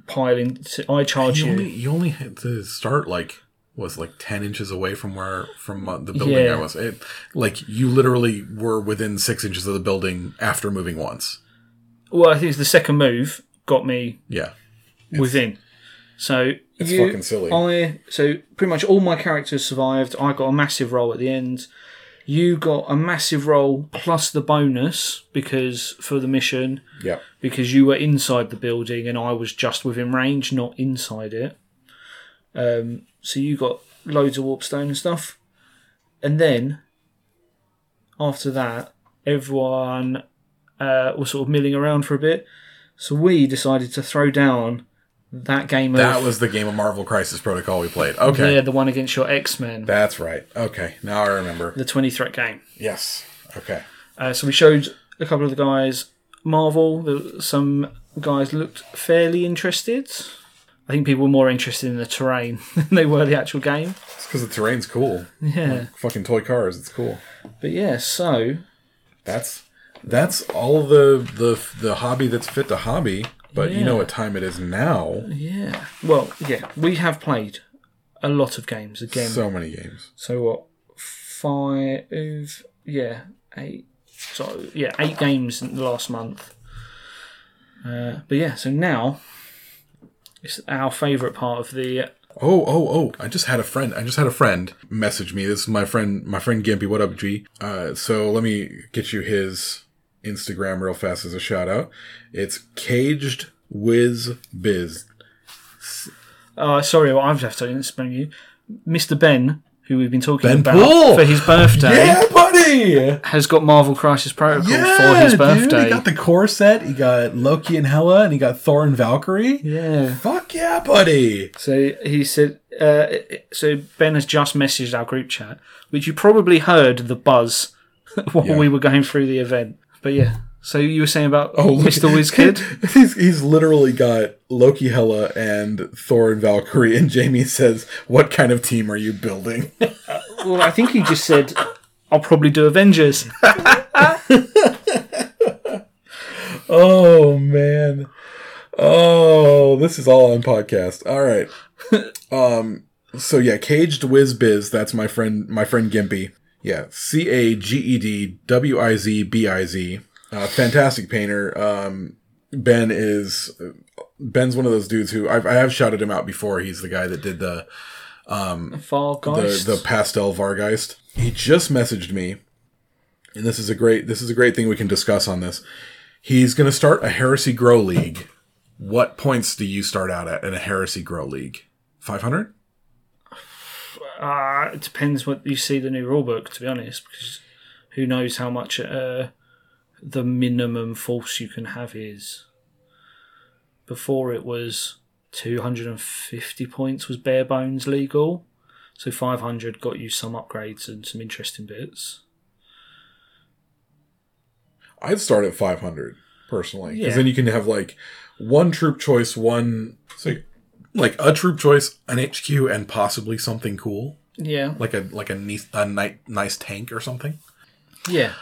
S1: pile in. I charge
S2: You
S1: you.
S2: only you only had to start like was like 10 inches away from where from uh, the building
S1: Yeah.
S2: i was it like you literally were within six inches of the building after moving once
S1: Well, I think it's the second move got me
S2: yeah
S1: within. So
S2: it's
S1: you-
S2: fucking silly.
S1: I so pretty much all my characters survived. I got a massive roll at the end. You got a massive roll plus the bonus because for the mission
S2: yeah
S1: because you were inside the building and I was just within range, not inside it. Um, so you got loads of warp stone and stuff, and then after that, everyone uh, was sort of milling around for a bit. So we decided to throw down that game.
S2: That
S1: of,
S2: was the game of Marvel Crisis Protocol we played. Okay.
S1: yeah, the one against your X Men,
S2: That's right. Okay. Now I remember.
S1: the twenty threat game.
S2: Yes. Okay.
S1: Uh, so we showed a couple of the guys Marvel. The- Some guys looked fairly interested. I think people were more interested in the terrain than they were the actual game.
S2: It's because the terrain's cool.
S1: Yeah.
S2: Fucking toy cars. It's cool.
S1: But yeah, so
S2: That's that's all the the the hobby that's fit to hobby. But you
S1: Yeah.
S2: know what time it is now.
S1: yeah. Well, yeah, we have played a lot of games again. So,
S2: So many games.
S1: what? Five yeah, eight so yeah, eight games in the last month. Uh, but yeah, so now it's our favourite part of the
S2: Oh oh oh! I just had a friend. I just had a friend message me. This is my friend. My friend Gimpy. What up, G? Uh, so let me get you his Instagram real fast as a shout out. It's Caged Whiz Biz.
S1: Uh, Oh, sorry, well, I've left to explain you. Mr. Ben, who we've been talking
S2: Ben
S1: about
S2: Poole!
S1: for his birthday,
S2: Yeah, buddy.
S1: has got Marvel Crisis Protocol
S2: Yeah,
S1: for his
S2: Dude,
S1: birthday.
S2: he got the core set. He got Loki and Hela, and he got Thor and Valkyrie.
S1: yeah.
S2: Fuck yeah, buddy.
S1: So he said. Uh, so Ben has just messaged our group chat, which you probably heard the buzz while
S2: Yeah.
S1: we were going through the event. But yeah. So you were saying about
S2: Oh, look-
S1: Mr. Wizkid?
S2: he's he's literally got Loki, Hela, and Thor and Valkyrie. And Jamie says, "What kind of team are you building?"
S1: well, I think he just said, "I'll probably do Avengers."
S2: oh man. Oh, this is all on podcast. All right. Um. So yeah, caged whiz biz. That's my friend. My friend Gimpy. Yeah. C A G E D W I Z B I Z. Uh, fantastic painter. Um. Ben is Ben's one of those dudes who I've, I have shouted him out before. He's the guy that did the
S1: Far
S2: the,
S1: guys.
S2: the pastel vargeist he just messaged me and this is a great this is a great thing we can discuss on this he's going to start a heresy grow league what points do you start out at in a heresy grow league 500
S1: Uh, it depends what you see the new rulebook, to be honest, because who knows how much uh, the minimum force you can have is. Before it was 250 points was bare bones legal, so 500 got you some upgrades and some interesting bits.
S2: i'd start at 500 personally because
S1: Yeah.
S2: then you can have like one troop choice one so like a troop choice an hq and possibly something cool
S1: Yeah,
S2: like a like a nice a ni- nice tank or something
S1: yeah,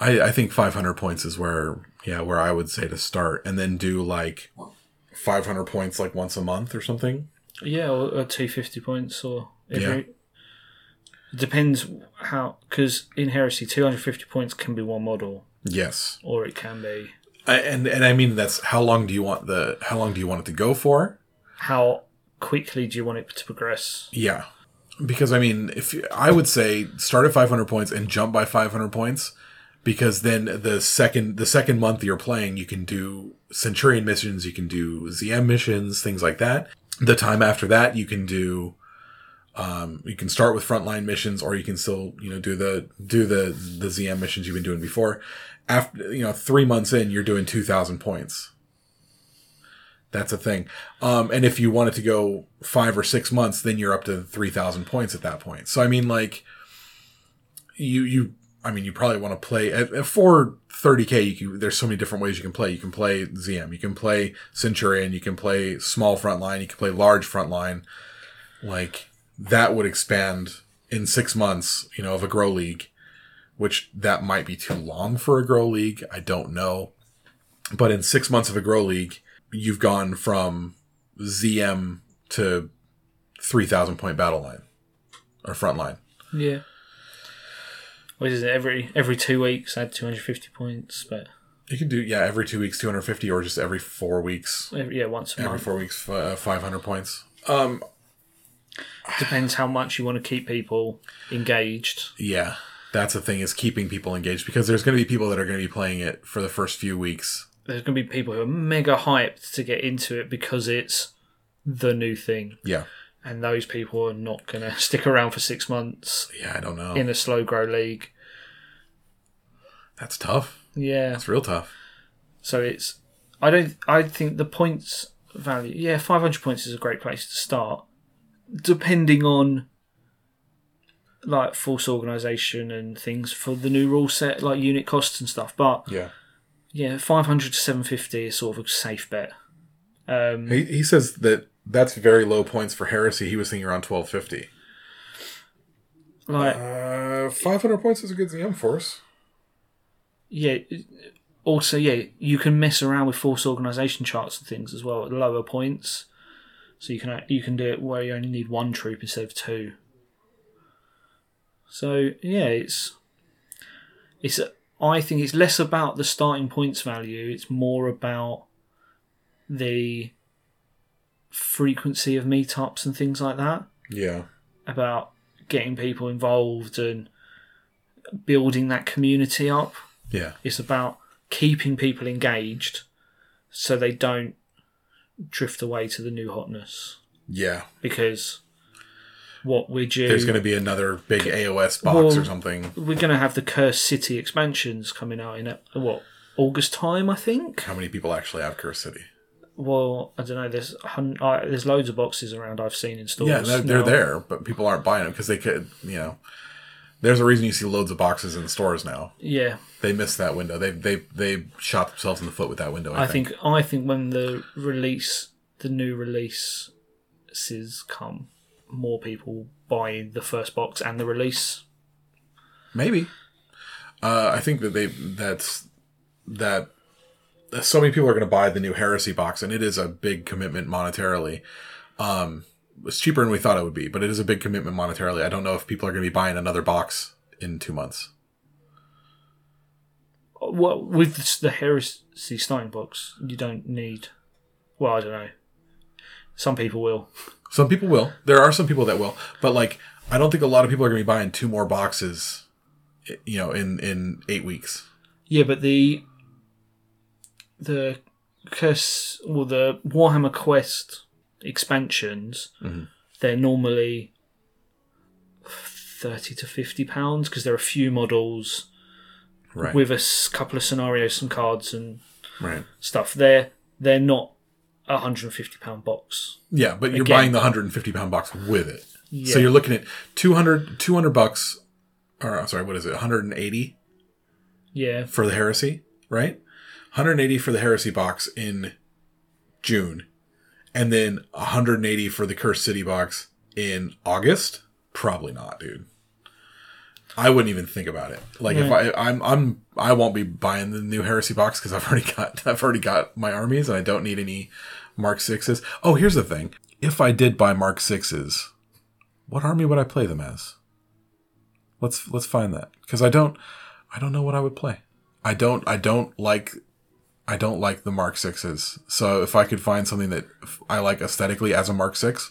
S2: I, I think 500 points is where yeah where I would say to start and then do like 500 points like once a month or something.
S1: yeah, or, or 250 points or every.
S2: Yeah.
S1: It depends how, because in Heresy, 250 points can be one model,
S2: Yes.
S1: or it can be
S2: I, and and I mean that's how long do you want the how long do you want it to go for?
S1: how quickly do you want it to progress?
S2: Yeah. Because I mean if you- I would say start at 500 points and jump by 500 points because then the second the second month you're playing you can do centurion missions, you can do ZM missions, things like that. The time after that you can do Um, you can start with frontline missions, or you can still, you know, do the do the the ZM missions you've been doing before. After you know, three months in, you're doing two thousand points. That's a thing. Um, and if you wanted to go five or six months, then you're up to three thousand points at that point. So I mean, like, you you. I mean, you probably want to play at, at for 30k. You can, there's so many different ways you can play. You can play ZM, you can play Centurion, you can play small frontline, you can play large frontline like that would expand in six months, you know, of a grow league, which that might be too long for a grow league. I don't know. But in six months of a grow league, you've gone from ZM to 3,000 point battle line or front line.
S1: Yeah. What is it? Every every two weeks, add two hundred fifty points, but
S2: You can do, yeah, every two weeks, 250 or just every four weeks,
S1: every, yeah, once a
S2: every
S1: month.
S2: four weeks, uh, 500 points.
S1: Depends how much you want to keep people engaged.
S2: Yeah, that's the thing is keeping people engaged because there's going to be people that are going to be playing it for the first few weeks
S1: There's going to be people who are mega hyped to get into it because it's the new thing,
S2: Yeah.
S1: and those people are not going to stick around for six months
S2: Yeah, I don't know.
S1: in a slow grow league.
S2: That's tough.
S1: Yeah.
S2: That's real tough.
S1: So it's I don't I think the points value yeah, five hundred points is a great place to start. Depending on like force organisation and things for the new rule set, like unit costs and stuff. But
S2: Yeah.
S1: yeah, five hundred to seven fifty is sort of a safe bet. Um
S2: He, he says that that's very low points for heresy. He was thinking around 1250.
S1: like
S2: Uh, 500 points is a good ZM force.
S1: yeah also yeah, you can mess around with force organisation charts and things as well at lower points. So you can uh, you can do it where you only need one troop instead of two. So yeah, it's it's I think it's less about the starting points value. It's more about the frequency of meetups and things like that
S2: Yeah.
S1: about getting people involved and building that community up.
S2: Yeah.
S1: It's about keeping people engaged so they don't drift away to the new hotness
S2: Yeah.
S1: because what we do.
S2: There's going to be another big AOS box
S1: Well-
S2: or something.
S1: We're going to have the Cursed City expansions coming out in uh, what August time, I think.
S2: How many people actually have Curse City?
S1: Well, I don't know. There's hun- uh, there's loads of boxes around I've seen in stores.
S2: Yeah, they're, they're
S1: now.
S2: there, but people aren't buying them because they could, you know. There's a reason you see loads of boxes in stores now.
S1: Yeah,
S2: They missed that window. They they they shot themselves in the foot with that window. I,
S1: I
S2: think.
S1: think I think when the release, the new releases come, more people will buy the first box and the release.
S2: maybe. Uh, I think that they that's that. So many people are going to buy the new Heresy box, and it is a big commitment monetarily. Um, it's cheaper than we thought it would be, but it is a big commitment monetarily. I don't know if people are going to be buying another box in two months.
S1: Well, with the Heresy Stone box, you don't need. Well, I don't know. Some people will.
S2: Some people will. There are some people that will, but like I don't think a lot of people are going to be buying two more boxes, i- you know, in in eight weeks.
S1: Yeah, but the the curse well the Warhammer Quest expansions they're normally thirty to fifty pounds because there are a few models
S2: Right.
S1: with a s- couple of scenarios, some cards and
S2: right.
S1: stuff. They're they're not a hundred and fifty pound box.
S2: Yeah, but you're
S1: Again.
S2: buying the 150 pound box with it.
S1: Yeah.
S2: So you're looking at 200 200 bucks or I'm sorry, what is it? 180
S1: Yeah,
S2: for the heresy, right? 180 for the heresy box in June. And then 180 for the cursed city box in August? Probably not, dude. I wouldn't even think about it. Like if I I'm I'm I won't be buying the new heresy box cuz I've already got I've already got my armies and I don't need any Mark 6s. Oh, here's the thing. If I did buy Mark 6s, what army would I play them as? Let's let's find that cuz I don't I don't know what I would play. I don't I don't like I don't like the Mark 6s. So if I could find something that f- I like aesthetically as a Mark 6,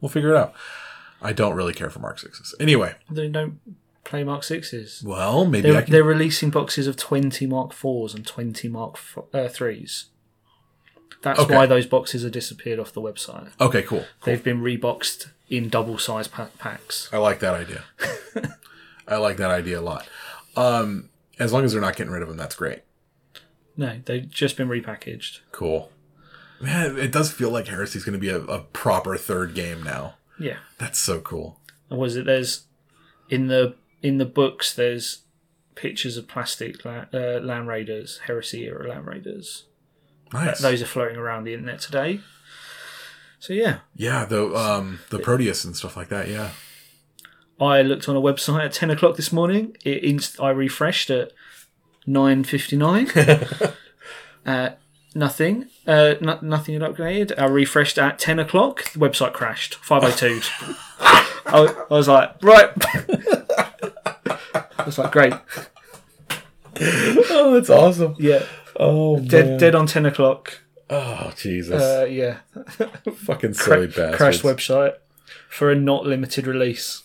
S2: we'll figure it out. I don't really care for Mark 6s. Anyway,
S1: they don't play Mark Sixes.
S2: well, maybe
S1: They're,
S2: I can
S1: they're releasing boxes of 20 Mark 4s and 20 Mark f- uh, 3s. That's
S2: Okay.
S1: why those boxes have disappeared off the website.
S2: Okay, cool.
S1: They've been reboxed in double size pa- packs.
S2: I like that idea. I like that idea a lot. Um as long as they're not getting rid of them, that's great.
S1: No, they've just been repackaged.
S2: Cool. Man, it does feel like Heresy's going to be a, a proper third game now.
S1: Yeah.
S2: That's so cool.
S1: And was it there's in the in the books there's pictures of plastic la- uh, land raiders, heresy era land raiders.
S2: Nice.
S1: Those are floating around the internet today. So yeah,
S2: Yeah, the um the Proteus and stuff like that. Yeah.
S1: I looked on a website at ten o'clock this morning. It inst- I refreshed at nine fifty nine. uh, nothing. Uh, no- nothing had upgraded. I refreshed at ten o'clock. The website crashed. Five oh two. I I was like, right. I was like, great.
S2: Oh, that's awesome.
S1: Yeah,
S2: Oh,
S1: dead, dead on ten o'clock.
S2: Oh, Jesus.
S1: Uh, yeah,
S2: Fucking
S1: Cra-
S2: silly bastards.
S1: crashed website for a not limited release.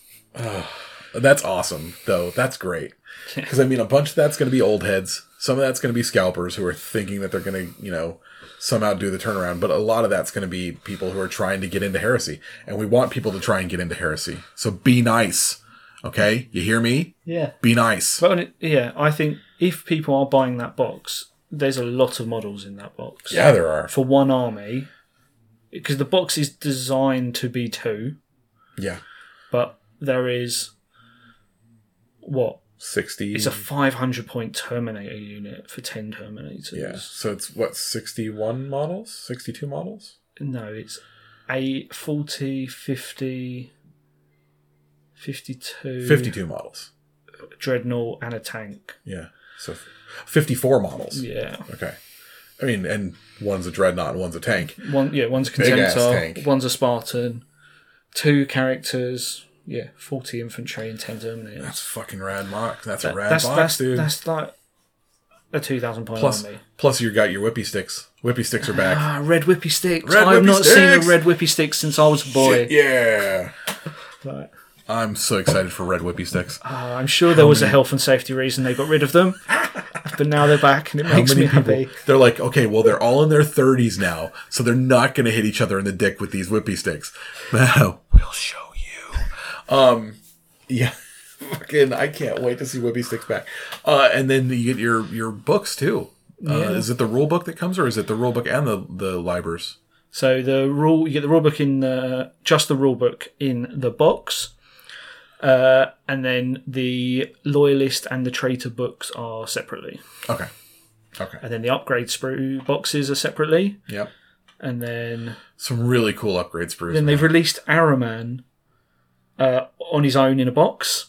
S2: That's awesome, though. That's great. Because, I mean, a bunch of that's going to be old heads. Some of that's going to be scalpers who are thinking that they're going to, you know, somehow do the turnaround. But a lot of that's going to be people who are trying to get into heresy. And we want people to try and get into heresy. So be nice. Okay? You hear me?
S1: Yeah.
S2: Be nice.
S1: But on it- yeah, I think if people are buying that box, there's a lot of models in that box.
S2: Yeah, there are.
S1: For one army, because the box is designed to be two,
S2: Yeah.
S1: but there is what
S2: 60.
S1: it's a 500 point Terminator unit for 10 Terminators.
S2: yeah. So it's what, 61 models? 62 models?
S1: No, it's a 40, 50, 52,
S2: 52 models.
S1: dreadnought and a tank.
S2: Yeah. So f- 54 models.
S1: Yeah,
S2: Okay. I mean, and one's a dreadnought and one's a tank.
S1: one yeah one's a
S2: Big-ass
S1: contemptor,
S2: tank.
S1: one's a Spartan, two characters. Yeah, 40 infantry and 10 Terminators.
S2: That's fucking rad box. That's a rad
S1: that's
S2: box,
S1: that's,
S2: dude.
S1: that's like a two thousand point
S2: plus,
S1: army.
S2: plus you got your whippy sticks. Whippy sticks are back.
S1: Ah, red whippy sticks.
S2: Red
S1: I've
S2: whippy
S1: not seen
S2: sticks!
S1: a red whippy stick since I was a boy.
S2: yeah.
S1: Like,
S2: I'm so excited for red whippy sticks.
S1: ah, I'm sure there was a health and safety reason they got rid of them, but now they're back and it
S2: How
S1: makes me
S2: many people?
S1: happy.
S2: They're like, okay, well, they're all in their 30s now, so they're not going to hit each other in the dick with these whippy sticks. we'll show you. Um, yeah, fucking, I can't wait to see Whippy sticks back. Uh, and then you get your your books too. Uh,
S1: Yeah.
S2: Is it the rule book that comes, or is it the rule book and the the libers?
S1: So the rule you get the rule book in the just the rule book in the box, uh, and then the loyalist and the traitor books are separately,
S2: Okay. Okay.
S1: and then the upgrade sprue boxes are separately,
S2: Yep.
S1: and then
S2: Some really cool upgrades, Bruce.
S1: then they've released Araman uh, on his own in a box,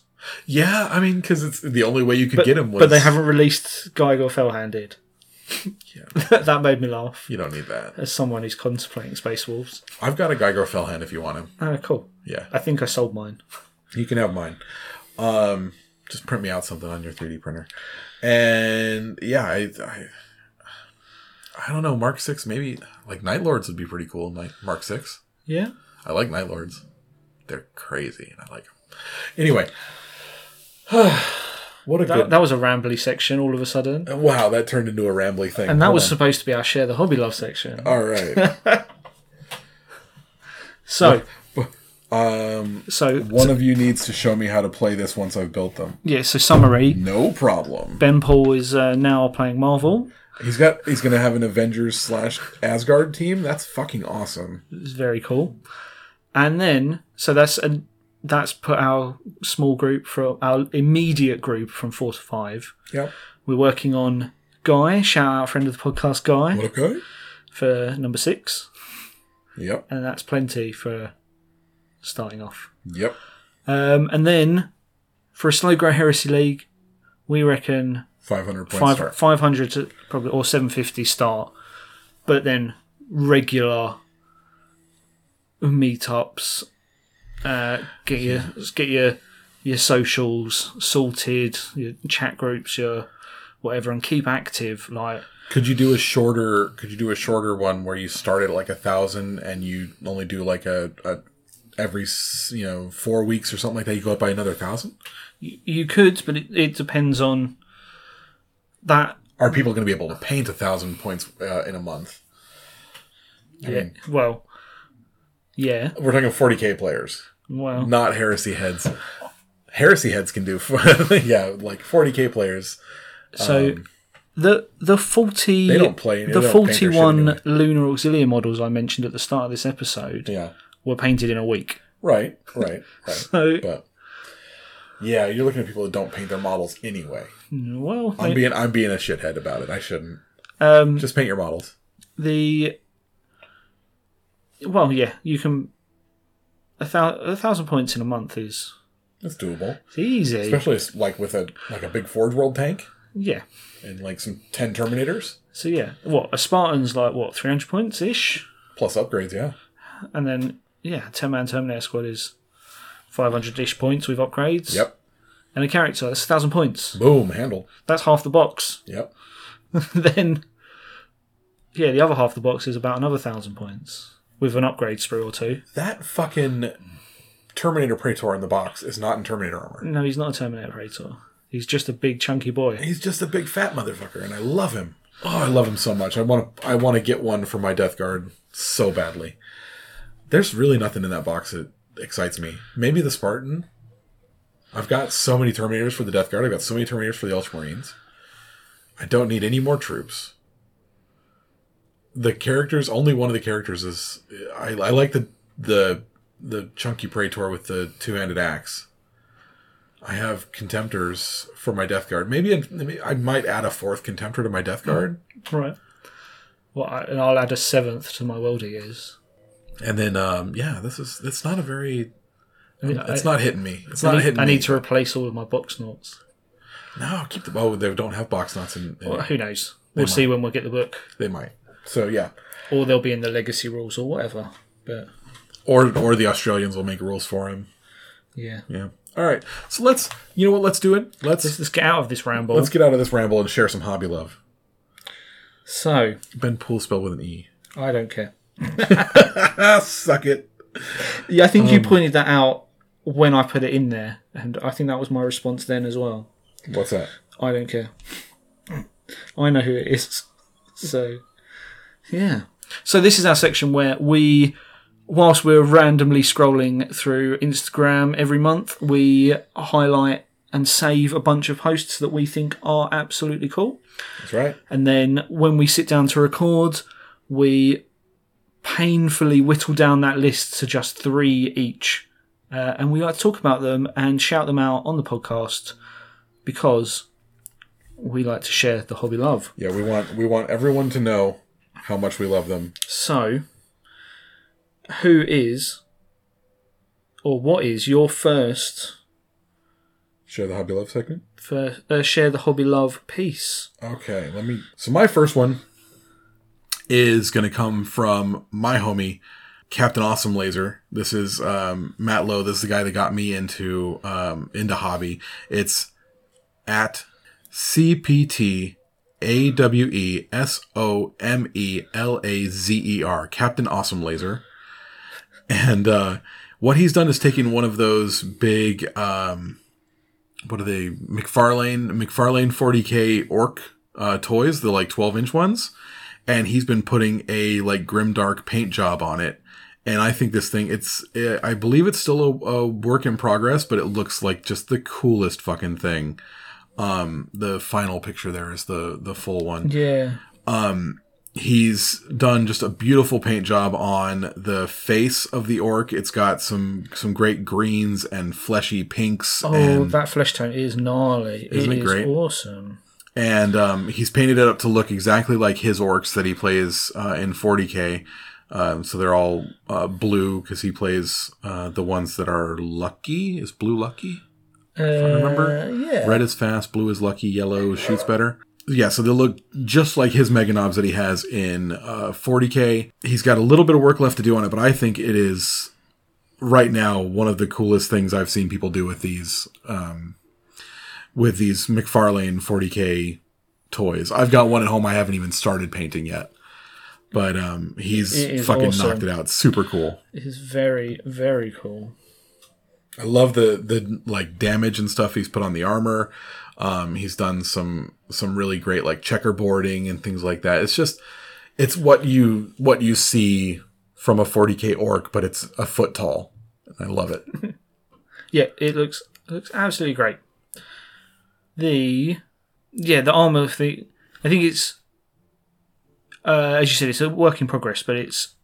S2: yeah, I mean, because it's the only way you could get him was.
S1: but they haven't released Geiger Fell Handed.
S2: Yeah.
S1: that made me laugh.
S2: You don't need that.
S1: As someone who's contemplating Space Wolves,
S2: I've got a Geiger Fellhand if you want him.
S1: ah, cool.
S2: Yeah.
S1: I think I sold mine.
S2: You can have mine. Um, just print me out something on your 3D printer. And yeah, I, I, I don't know. Mark Six, maybe like Night Lords would be pretty cool. Night Mark Six.
S1: Yeah.
S2: I like Night Lords. They're crazy, and I like them. Anyway, what a
S1: That,
S2: good.
S1: that was a rambly section all of a sudden.
S2: wow, that turned into a rambly thing.
S1: And that
S2: Hold
S1: was
S2: on.
S1: supposed to be our share the hobby love section.
S2: all right.
S1: So,
S2: um,
S1: so
S2: one of you needs to show me how to play this once I've built them.
S1: yeah. So summary:
S2: No problem.
S1: Ben Paul is uh, now playing Marvel.
S2: He's got. He's gonna have an Avengers slash Asgard team. That's fucking awesome.
S1: It's very cool. And then, so that's a, that's put our small group from our immediate group from four to five.
S2: Yep.
S1: We're working on Guy. Shout out friend of the podcast, Guy,
S2: Okay.
S1: for number six,
S2: Yep.
S1: and that's plenty for starting off.
S2: Yep.
S1: Um, and then for a slow grow heresy league, we reckon
S2: Five hundred points.
S1: five
S2: start.
S1: five hundred to probably or seven fifty start, but then regular meetups. Uh, get your get your your socials sorted, your chat groups, your whatever, and keep active. Like
S2: Could you do a shorter? Could you do a shorter one where you start at like a thousand and you only do like a, a every s- you know four weeks or something like that? You go up by another thousand.
S1: y- you could, but it, it depends on that.
S2: Are people going to be able to paint a thousand points uh, in a month?
S1: Yeah, well, yeah,
S2: We're talking forty k players,
S1: well,
S2: not heresy heads. Heresy heads can do, yeah, like forty k players.
S1: So
S2: Um,
S1: the the forty
S2: They don't play- they
S1: the
S2: don't paint
S1: forty
S2: their shit
S1: one
S2: anyway.
S1: lunar auxiliary models I mentioned at the start of this episode
S2: Yeah,
S1: were painted in a week.
S2: right, right, right.
S1: So
S2: but yeah, you're looking at people that don't paint their models anyway.
S1: well,
S2: I'm being I'm being a shithead about it. I shouldn't.
S1: um,
S2: Just paint your models.
S1: the well, yeah, you can a, thou- a thousand points in a month is
S2: It's doable,
S1: it's easy.
S2: especially s- like with a like a big Forge World tank
S1: Yeah.
S2: and like some ten Terminators
S1: So yeah, what a Spartan's like what three hundred points ish,
S2: plus upgrades. Yeah,
S1: and then yeah, ten man Terminator squad is five hundred ish points with upgrades.
S2: yep.
S1: And a character that's thousand points.
S2: Boom, handled.
S1: That's half the box.
S2: Yep.
S1: then yeah, the other half of the box is about another thousand points with an upgrade sprue or two.
S2: That fucking Terminator Praetor in the box is not in Terminator armor.
S1: No, he's not a Terminator Praetor. He's just a big chunky boy.
S2: He's just a big fat motherfucker, and I love him. Oh, I love him so much. I want to. I want to get one for my Death Guard so badly. There's really nothing in that box that excites me. Maybe the Spartan. I've got so many Terminators for the Death Guard. I've got so many Terminators for the Ultramarines. I don't need any more troops. The characters. Only one of the characters is. I, I like the the the chunky Praetor with the two handed axe. I have contemptors for my death guard. Maybe, I- maybe I might add a fourth contemptor to my death
S1: Hmm.
S2: guard,
S1: Right. Well, I, and I'll add a seventh to my world ears.
S2: and then um, yeah, this is it's not a very
S1: I, mean,
S2: it's
S1: I-
S2: not hitting me. It's
S1: I
S2: not
S1: need,
S2: hitting
S1: I
S2: me.
S1: need to replace all of my box knots.
S2: no keep the oh they don't have box knots and
S1: Well, who knows? We'll see when we get the book,
S2: they might so yeah
S1: or they'll be in the legacy rules or whatever. But
S2: or or the Australians will make rules for him.
S1: yeah,
S2: Yeah. All right. So let's you know what let's do it.
S1: let's
S2: Let's
S1: just get out of this ramble.
S2: let's get out of this ramble and share some hobby love.
S1: So
S2: Ben Pool spelled with an e.
S1: I don't care.
S2: Ah, suck it.
S1: Yeah, I think you pointed that out when I put it in there, and I think that was my response then as well.
S2: What's that?
S1: I don't care. I know who it is. So, yeah. So this is our section where we whilst we're randomly scrolling through Instagram every month, we highlight and save a bunch of posts that we think are absolutely cool.
S2: That's right.
S1: And then when we sit down to record, we painfully whittle down that list to just three each. Uh, and we like to talk about them and shout them out on the podcast because we like to share the hobby love.
S2: Yeah, we want we want everyone to know how much we love them.
S1: So, who is or what is your first,
S2: Share the hobby love segment.
S1: first uh, share the hobby love piece?
S2: Okay, let me. So my first one is going to come from my homie, Captain Awesome Laser. This is um, Matt Lowe. This is the guy that got me into um, into hobby. It's at CPT A W E S O M E L A Z E R. Captain Awesome Laser. And uh, what he's done is taken one of those big, um, what are they, McFarlane, McFarlane 40K orc uh, toys, the like 12 inch ones, and he's been putting a like grimdark paint job on it. And I think this thing, it's, eh, I believe it's still a, a work in progress, but it looks like just the coolest fucking thing. Um, the final picture there is the the full one
S1: Yeah.
S2: he's done just a beautiful paint job on the face of the orc. It's got some some great greens and fleshy pinks,
S1: Oh,
S2: and
S1: that flesh tone is gnarly.
S2: Um, Isn't it
S1: it is
S2: great?
S1: awesome.
S2: and um, he's painted it up to look exactly like his orcs that he plays uh, in 40k. Um, so they're all uh, blue because he plays uh, the ones that are lucky. Is blue lucky?
S1: Uh,
S2: remember?
S1: Yeah.
S2: Red is fast, blue is lucky, yellow shoots better. Yeah, so they look just like his mega knobs that he has in uh, 40k. He's got a little bit of work left to do on it, but I think it is right now one of the coolest things I've seen people do with these um, with these McFarlane 40k toys. I've got one at home I haven't even started painting yet, but um,
S1: It
S2: he's
S1: is
S2: fucking
S1: awesome.
S2: knocked it out. Super cool.
S1: It is very, very cool.
S2: I love the the like damage and stuff he's put on the armor. Um, he's done some some really great like checkerboarding and things like that. It's just it's what you what you see from a 40k orc, but it's a foot tall. I love it.
S1: Yeah, it looks it looks absolutely great. The yeah, the armor thing. I think it's uh, as you said, it's a work in progress, but it's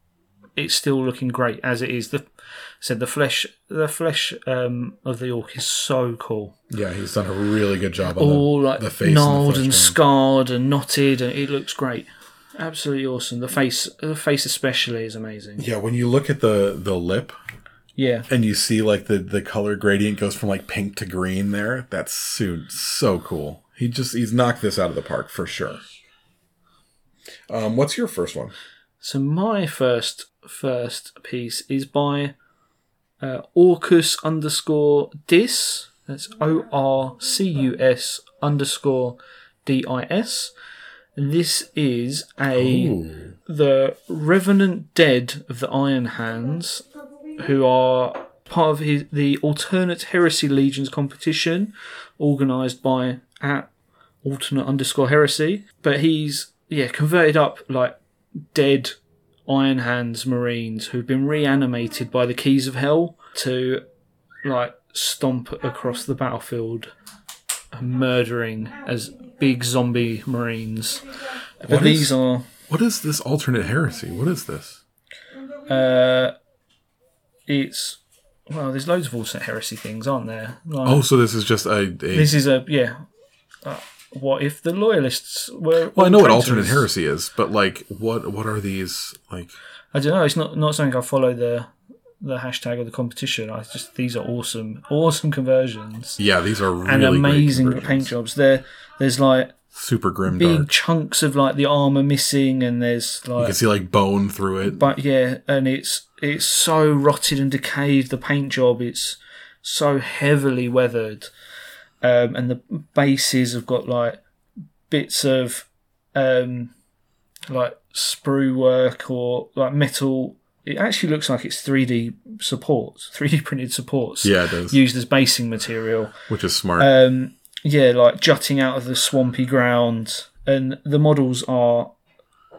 S1: it's still looking great as it is. The said the flesh the flesh um, of the orc is so cool.
S2: Yeah, he's done a really good job on
S1: All
S2: the,
S1: like
S2: the face
S1: gnarled and
S2: and, the flesh tone.
S1: scarred and knotted, and it looks great. Absolutely awesome. The face the face especially is amazing.
S2: Yeah, when you look at the the lip
S1: Yeah,
S2: and you see like the the color gradient goes from like pink to green there, that's soon so cool. He just he's knocked this out of the park for sure. Um, what's your first one?
S1: So my first first piece is by uh, Orcus underscore Dis. That's O R C U S underscore D I S. And This is a the revenant dead of the Iron Hands, who are part of his, the alternate heresy legions competition, organised by at alternate underscore heresy. But he's yeah converted up like dead Iron Hands Marines who've been reanimated by the Keys of Hell to like stomp across the battlefield, murdering as big zombie Marines. But
S2: What is-
S1: these are.
S2: What is this alternate heresy? What is this?
S1: Uh, it's well, there's loads of alternate heresy things, aren't there? Like,
S2: Oh, so this is just a. a
S1: this is a yeah. Uh, what if the loyalists were?
S2: well, I know what alternate
S1: traitors?
S2: heresy is, but like, what what are these like?
S1: I don't know. It's not not something I follow the the hashtag or the competition. I just these are awesome, awesome conversions
S2: Yeah, these are really
S1: and
S2: great
S1: amazing
S2: conversions.
S1: paint jobs. There, there's like
S2: Super grim
S1: big
S2: dark.
S1: chunks of like the armor missing, and there's
S2: You
S1: like
S2: can see like bone through it.
S1: but yeah, and it's it's so rotted and decayed. The paint job it's so heavily weathered, um, and the bases have got like bits of um, like sprue work or like metal. It actually looks like it's three D supports, three D printed supports.
S2: Yeah, it does.
S1: used as basing material
S2: which is smart.
S1: um, yeah, like jutting out of the swampy ground, and the models are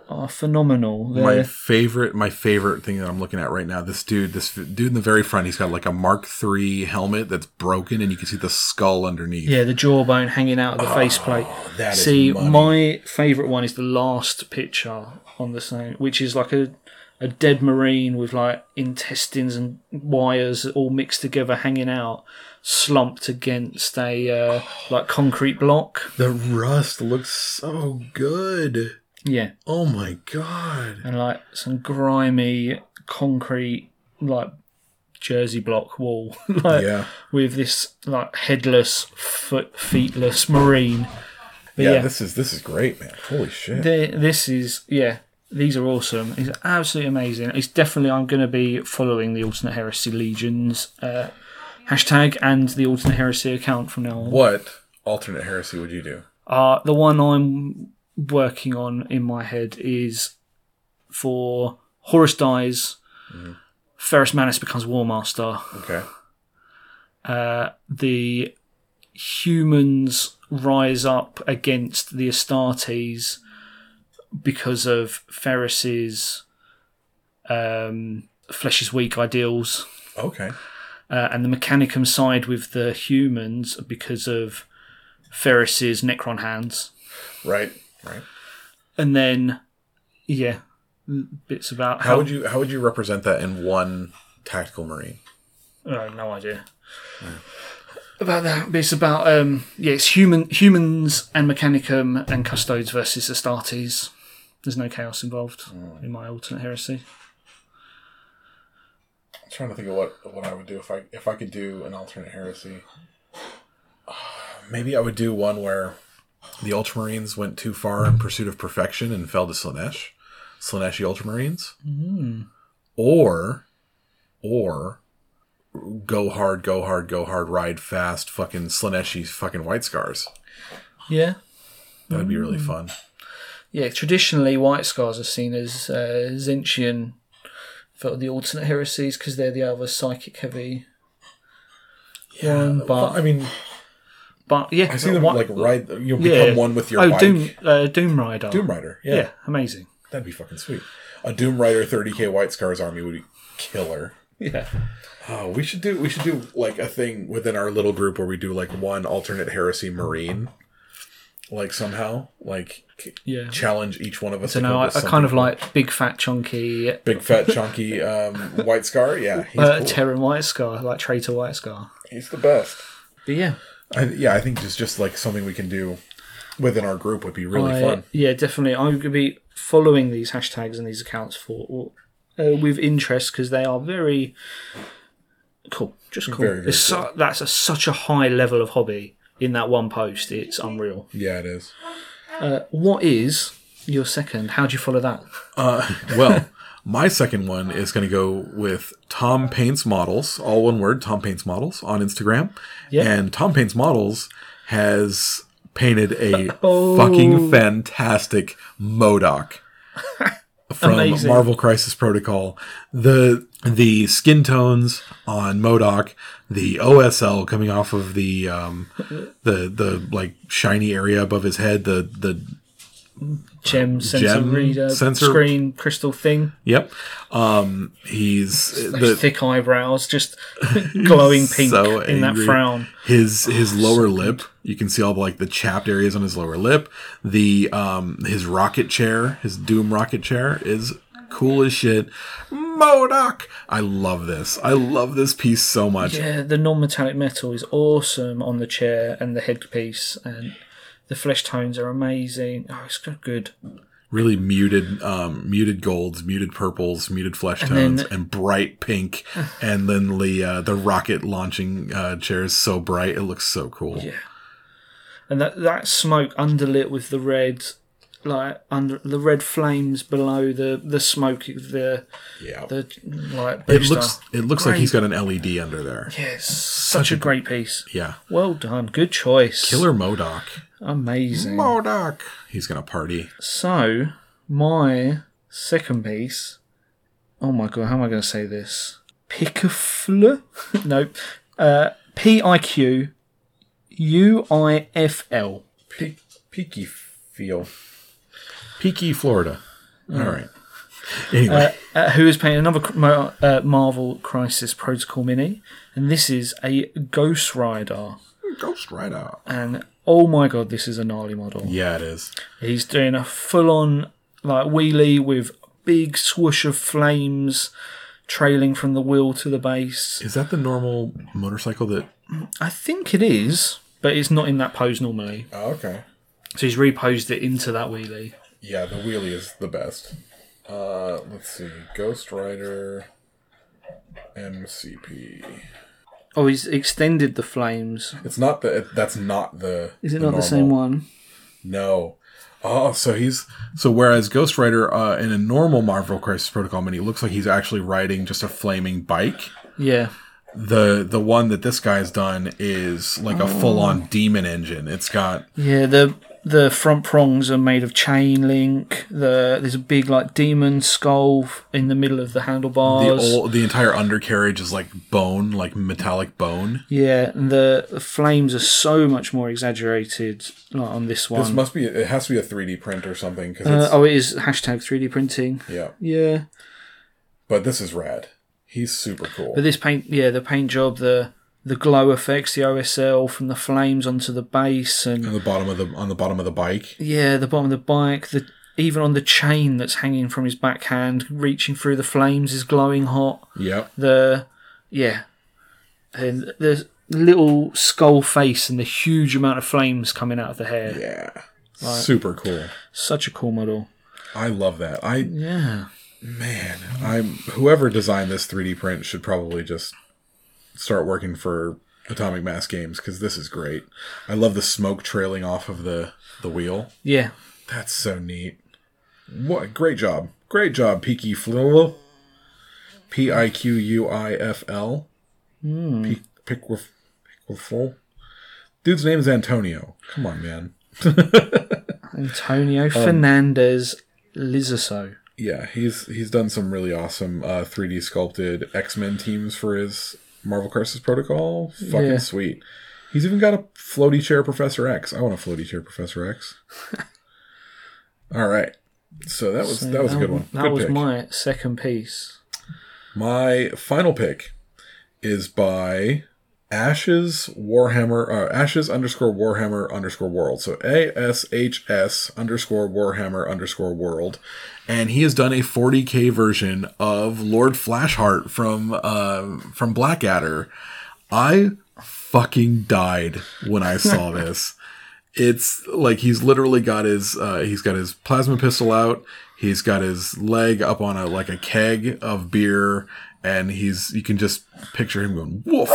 S1: are phenomenal.
S2: My
S1: They're,
S2: favorite, my favorite thing that I'm looking at right now. This dude, this f- dude in the very front, he's got like a Mark III helmet that's broken, and you can see the skull underneath.
S1: yeah, the jawbone hanging out of the faceplate.
S2: Ah, that is
S1: See,
S2: money.
S1: my favourite one is the last picture on the same, which is like a a dead marine with like intestines and wires all mixed together, hanging out, slumped against a uh, like concrete block.
S2: The rust looks so good.
S1: Yeah,
S2: Oh my god.
S1: and like some grimy concrete like jersey block wall like
S2: Yeah.
S1: with this like headless foot feetless marine but yeah,
S2: this is this is great, man. Holy shit.
S1: the- this is yeah these are awesome it's absolutely amazing it's definitely i'm going to be following the alternate heresy legions uh, hashtag and the alternate heresy account from now on
S2: what alternate heresy would you do?
S1: Uh, the one I'm working on in my head is for Horus dies, Ferris Manus becomes War Master.
S2: Okay.
S1: Uh, the humans rise up against the Astartes because of Ferris's um, flesh is weak ideals
S2: Okay.
S1: uh, and the Mechanicum side with the humans because of Ferris's Necron hands.
S2: Right. Right.
S1: and then yeah bits about
S2: How would you how would you represent that in one tactical marine?
S1: oh, no idea about that but it's about um yeah it's human humans and mechanicum and custodes versus astartes there's no chaos involved in my alternate heresy
S2: I'm trying to think of what what I would do if I if I could do an alternate heresy. Maybe I would do one where the Ultramarines went too far in pursuit of perfection and fell to Slanesh, Slaneshi Ultramarines,
S1: Hmm.
S2: or or go hard, go hard, go hard, ride fast, fucking Slaneshi, fucking White Scars.
S1: yeah
S2: That'd be
S1: Hmm.
S2: really fun.
S1: yeah traditionally white scars are seen as uh, Zinchian for the alternate heresies because they're the other psychic heavy
S2: Yeah,
S1: one,
S2: well,
S1: but
S2: I mean,
S1: but yeah
S2: I see them
S1: what-
S2: like ride. You become one with your
S1: oh
S2: bike.
S1: Doom uh, Doom Rider
S2: Doom Rider,
S1: yeah.
S2: yeah.
S1: amazing
S2: That'd be fucking sweet. A Doom Rider 30k White Scars army would be killer.
S1: yeah
S2: Oh, we should do we should do like a thing within our little group where we do like one alternate heresy marine. Like somehow, like c-
S1: Yeah.
S2: challenge each one of us.
S1: So
S2: to
S1: no,
S2: come
S1: I,
S2: up
S1: I
S2: with
S1: kind of
S2: something.
S1: like big fat chunky uh,
S2: big fat chunky um, White Scar. Yeah, he's cool.
S1: Terran White Scar, like traitor White Scar.
S2: he's the best.
S1: But yeah,
S2: I, yeah, I think just just like something we can do within our group would be really
S1: I-
S2: fun.
S1: yeah, definitely. I'm going to be following these hashtags and these accounts for uh, with interest because they are very cool. Just cool.
S2: Very, very
S1: it's su- that's a, such a high level of hobby in that one post. It's unreal.
S2: Yeah, it is.
S1: What is your second? How do you follow that?
S2: well, my second one is going to go with Tom Paints Models, all one word, Tom Paints Models on Instagram.
S1: Yeah.
S2: And Tom Paints Models has painted a
S1: Oh.
S2: fucking fantastic Modoc from
S1: Amazing.
S2: Marvel Crisis Protocol. The the skin tones on Modoc, the OSL coming off of the um, the the like shiny area above his head, the the
S1: Gem sensor
S2: Gem
S1: reader,
S2: sensor-
S1: screen crystal thing,
S2: yep. Um, he's
S1: those
S2: the,
S1: thick eyebrows, just glowing pink
S2: so
S1: in that
S2: angry.
S1: frown. Oh,
S2: His his lower lip, you can see all the, like the chapped areas on his lower lip. The um his rocket chair, his doom rocket chair is cool as shit. Modoc, I love this. I love this piece so much.
S1: Yeah, the non-metallic metal is awesome on the chair and the headpiece, and the flesh tones are amazing. Oh, it's got good.
S2: Really muted um muted golds, muted purples, muted flesh tones,
S1: then-
S2: and bright pink. and then the uh, the rocket launching uh, chair is so bright, it looks so cool.
S1: Yeah, and that that smoke underlit with the red, like under the red flames below the the smoke, the
S2: Yeah.
S1: the like.
S2: It
S1: booster.
S2: looks it looks like he's got an LED under there.
S1: Yeah, it's such a great piece.
S2: Yeah.
S1: Well done, good choice.
S2: Killer Modoc.
S1: Amazing.
S2: Modoc. He's gonna party.
S1: So, my second piece. Oh my god, how am I going to say this? Picafl? nope. Uh, P I Q U I F L.
S2: Peaky feel. Peaky, Florida. All right. Anyway,
S1: uh, who is playing another cr- Mar- uh, Marvel Crisis Protocol mini, and this is a Ghost Rider.
S2: Ghost Rider.
S1: And oh my god, this is a gnarly model.
S2: Yeah, it is.
S1: He's doing a full-on like wheelie with big swoosh of flames trailing from the wheel to the base.
S2: Is that the normal motorcycle that?
S1: I think it is, but it's not in that pose normally.
S2: Oh, okay.
S1: So he's reposed it into that wheelie.
S2: Yeah, the wheelie is the best. Uh, let's see, Ghost Rider, MCP.
S1: Oh, he's extended the flames.
S2: It's not the. That's not the.
S1: Is it not the same
S2: normal-
S1: one?
S2: No. Oh, so he's so whereas Ghost Rider uh, in a normal Marvel Crisis Protocol mini it looks like he's actually riding just a flaming bike.
S1: Yeah.
S2: The the one that this guy's done is like a full
S1: Oh.
S2: on demon engine. It's got
S1: Yeah, the the front prongs are made of chain link. The there's a big like demon skull f- in the middle of the
S2: the
S1: handlebars.
S2: ol- the entire undercarriage is like bone, like metallic bone.
S1: yeah, and the, the flames are so much more exaggerated like, on this one.
S2: must be it has to be a 3D print or something because
S1: uh, oh, it is hashtag 3D printing.
S2: yeah.
S1: Yeah,
S2: But this is rad. He's super cool.
S1: but this paint, yeah, the paint job, the the glow effects, the OSL from the flames onto the base, and
S2: on the bottom of the on the bottom of the bike.
S1: Yeah, the bottom of the bike, the even on the chain that's hanging from his backhand, reaching through the flames is glowing hot.
S2: Yep.
S1: The yeah. And the little skull face and the huge amount of flames coming out of the hair.
S2: Yeah. Super cool.
S1: Such a cool model.
S2: I love that. I
S1: Yeah.
S2: Man, I'm whoever designed this 3D print should probably just start working for Atomic Mass Games because this is great. I love the smoke trailing off of the the wheel.
S1: Yeah.
S2: That's so neat. What great job, great job, Peaky Fluel. P i q u i f l. Pe- Pickwif- Pickwifel. Dude's name is Antonio. Come on, man. Um,
S1: Antonio Fernandez Lizaso.
S2: Yeah, he's he's done some really awesome uh, 3D sculpted X Men teams for his Marvel Crisis Protocol. Fucking
S1: Yeah.
S2: sweet. He's even got a floaty chair Professor X. I want a floaty chair Professor X. All right, so that was that was a good one.
S1: That
S2: good
S1: was
S2: pick.
S1: my second piece.
S2: My final pick is by Ashes Warhammer uh, Ashes underscore Warhammer underscore World. So A S H S underscore Warhammer underscore World, and he has done a 40k version of Lord Flashheart from uh, from Blackadder. I fucking died when I saw this. It's like he's literally got his uh, he's got his plasma pistol out. He's got his leg up on a like a keg of beer, and he's you can just picture him going woof.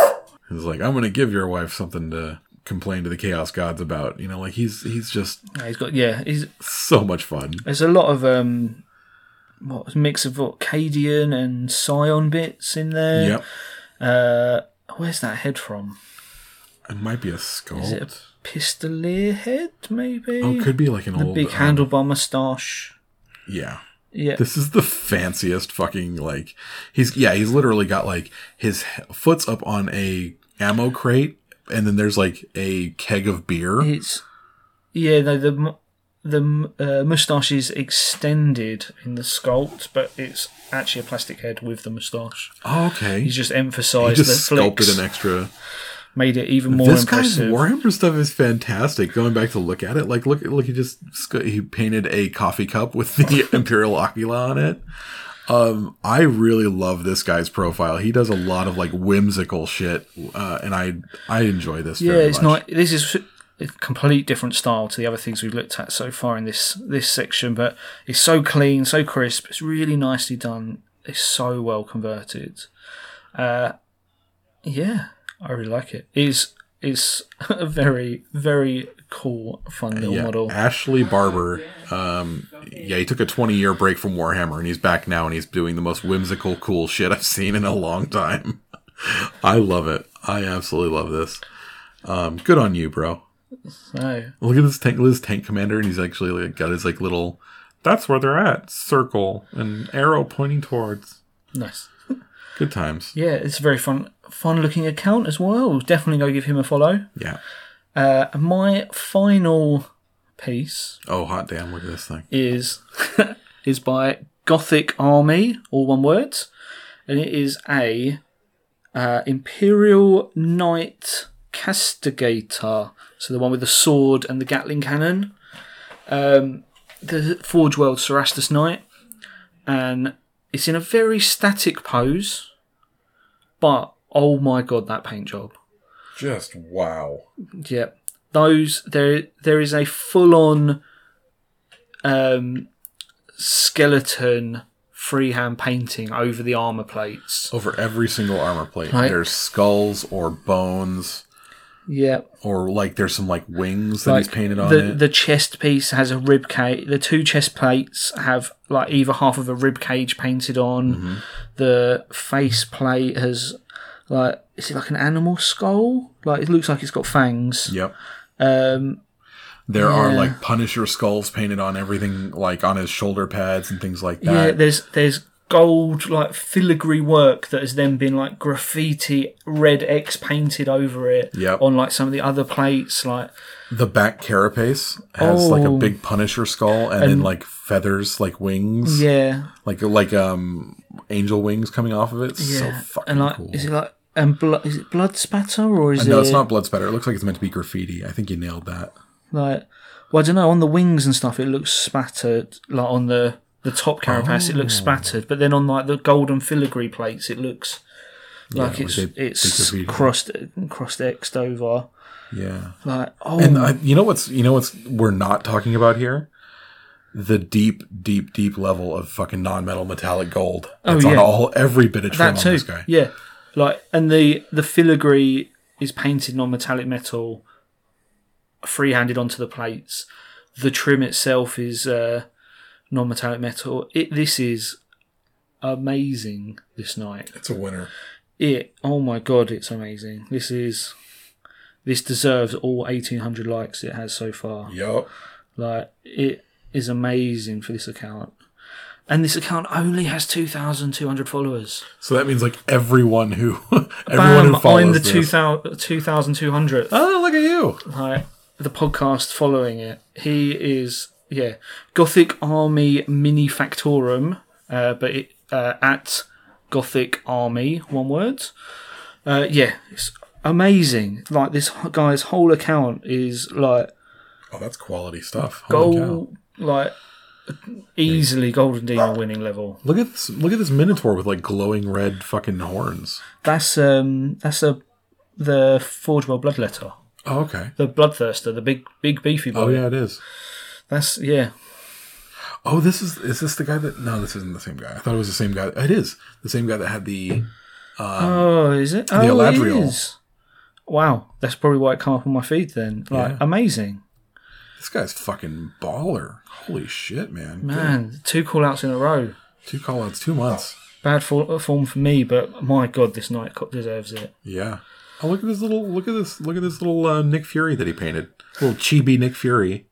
S2: He's like, I'm gonna give your wife something to complain to the chaos gods about. You know, like he's he's just
S1: Yeah, He's got yeah, he's
S2: so much fun.
S1: there's a lot of um what mix of what Cadian and Scion bits in there.
S2: Yep,
S1: Uh, where's that head from?
S2: it might be a sculpt.
S1: Is it a pistolier head, maybe?
S2: oh, could be like an
S1: the
S2: old
S1: big
S2: um,
S1: handlebar moustache.
S2: Yeah.
S1: Yeah,
S2: This is the fanciest fucking like he's yeah, he's literally got like his h- foot's up on a ammo crate and then there's like a keg of beer.
S1: it's yeah. No, the mu- the mu- uh, moustache is extended in the sculpt, but it's actually a plastic head with the moustache.
S2: Oh, okay.
S1: He's just emphasised
S2: he just
S1: the
S2: sculpted
S1: flicks,
S2: an extra.
S1: made it even more
S2: this guy's
S1: impressive.
S2: Warhammer stuff is fantastic. Going back to look at it, like look, look, he just sc- he painted a coffee cup with the Imperial Ocula on it. Um, I really love this guy's profile. He does a lot of like whimsical shit, uh, and I I enjoy this.
S1: yeah,
S2: very
S1: it's not.
S2: much.
S1: This is a complete different style to the other things we've looked at so far in this this section, but it's so clean, so crisp. It's really nicely done. It's so well converted. Uh, yeah, I really like it. It's it's a very very cool, fun little
S2: Yeah,
S1: model.
S2: Ashley Barber. Um, yeah, he took a 20 year break from Warhammer and he's back now and he's doing the most whimsical, cool shit I've seen in a long time. I love it. I absolutely love this. Um, good on you, bro.
S1: So
S2: Look at this tank, this tank commander, and he's actually like, got his like little. That's where they're at. Circle and arrow pointing towards.
S1: nice.
S2: Good times.
S1: Yeah, it's a very fun fun looking account as well. Definitely go give him a follow.
S2: Yeah.
S1: Uh, and my final piece
S2: Oh, hot damn! Look at this thing.
S1: is is by Gothic Army, all one word, and it is a uh, Imperial Knight Castigator, so the one with the sword and the Gatling cannon. Um, the Forge World Serastus Knight, and it's in a very static pose, but oh my god, that paint job!
S2: Just wow.
S1: Yeah, those there there is a full on um, skeleton freehand painting over the armor plates.
S2: Over every single armor plate,
S1: Right.
S2: there's skulls or bones
S1: Yeah,
S2: or like there's some like wings that he's painted on
S1: the
S2: it.
S1: the chest piece has a rib cage. The two chest plates have like either half of a rib cage painted on.
S2: Mm-hmm.
S1: The face plate has like is it like an animal skull? Like it looks like it's got fangs.
S2: yep.
S1: Um,
S2: There are
S1: Yeah.
S2: like Punisher skulls painted on everything, like on his shoulder pads and things like
S1: yeah,
S2: that.
S1: there's there's gold like filigree work that has then been like graffiti red X painted over it.
S2: Yep.
S1: on like some of the other plates, like
S2: The back carapace has like a
S1: Oh.
S2: big Punisher skull and, then like feathers, like wings,
S1: yeah,
S2: like like um angel wings coming off of it. It's
S1: yeah,
S2: So fucking
S1: and like
S2: cool. Uh,
S1: is it like and blood is it blood spatter or is
S2: no,
S1: it
S2: it's not blood spatter. It looks like it's meant to be graffiti. I think you nailed that.
S1: like well I don't know on the wings and stuff it looks spattered like on the the top carapace it looks
S2: Oh.
S1: spattered but then on like the golden filigree plates it looks like
S2: like
S1: it's
S2: they- they
S1: it's
S2: graffitied it.
S1: crossed crossed xed over
S2: Yeah.
S1: like oh
S2: And I, you know what's you know what's we're not talking about here? The deep, deep, deep level of fucking non-metal metallic gold. It's on
S1: Oh, yeah.
S2: all every bit of trim
S1: that
S2: on
S1: too
S2: this guy.
S1: yeah like and the the filigree is painted non-metallic metal free-handed onto the plates the trim itself is uh non-metallic metal it this is amazing this night
S2: It's a winner.
S1: it oh my god it's amazing this is this deserves all 1800 likes it has so far
S2: Yup.
S1: like it is amazing for this account and this account only has 2200 followers
S2: So that means like everyone who everyone
S1: bam
S2: who follows
S1: i'm the
S2: this.
S1: 2000 2200
S2: oh, look at you!
S1: like the podcast following it he is yeah gothic army mini factorum uh, but it, uh, at gothic army one word uh, yeah it's amazing like this h- guy's whole account is like
S2: Oh, that's quality stuff. Holy cow.
S1: gold like easily golden demon winning level
S2: Look at this! Look at this minotaur with like glowing red fucking horns.
S1: that's um that's a the forgewell bloodletter
S2: Oh, okay.
S1: the bloodthirster the big big beefy boy
S2: Oh yeah, it is.
S1: that's yeah
S2: Oh, this is is this the guy that? No, this isn't the same guy. I thought it was the same guy. It is the same guy that had the
S1: Oh, is it? Oh,
S2: Eladriel.
S1: it is. Wow, that's probably why it came up on my feed then. Like,
S2: Yeah.
S1: amazing.
S2: This guy's fucking baller. Holy shit, man.
S1: Man, two call outs in a row.
S2: Two callouts, two months.
S1: Bad for, form for me, but my God, this night co- deserves it.
S2: Yeah. Oh, look at this little, look at this, look at this little uh, Nick Fury that he painted. Little chibi Nick Fury.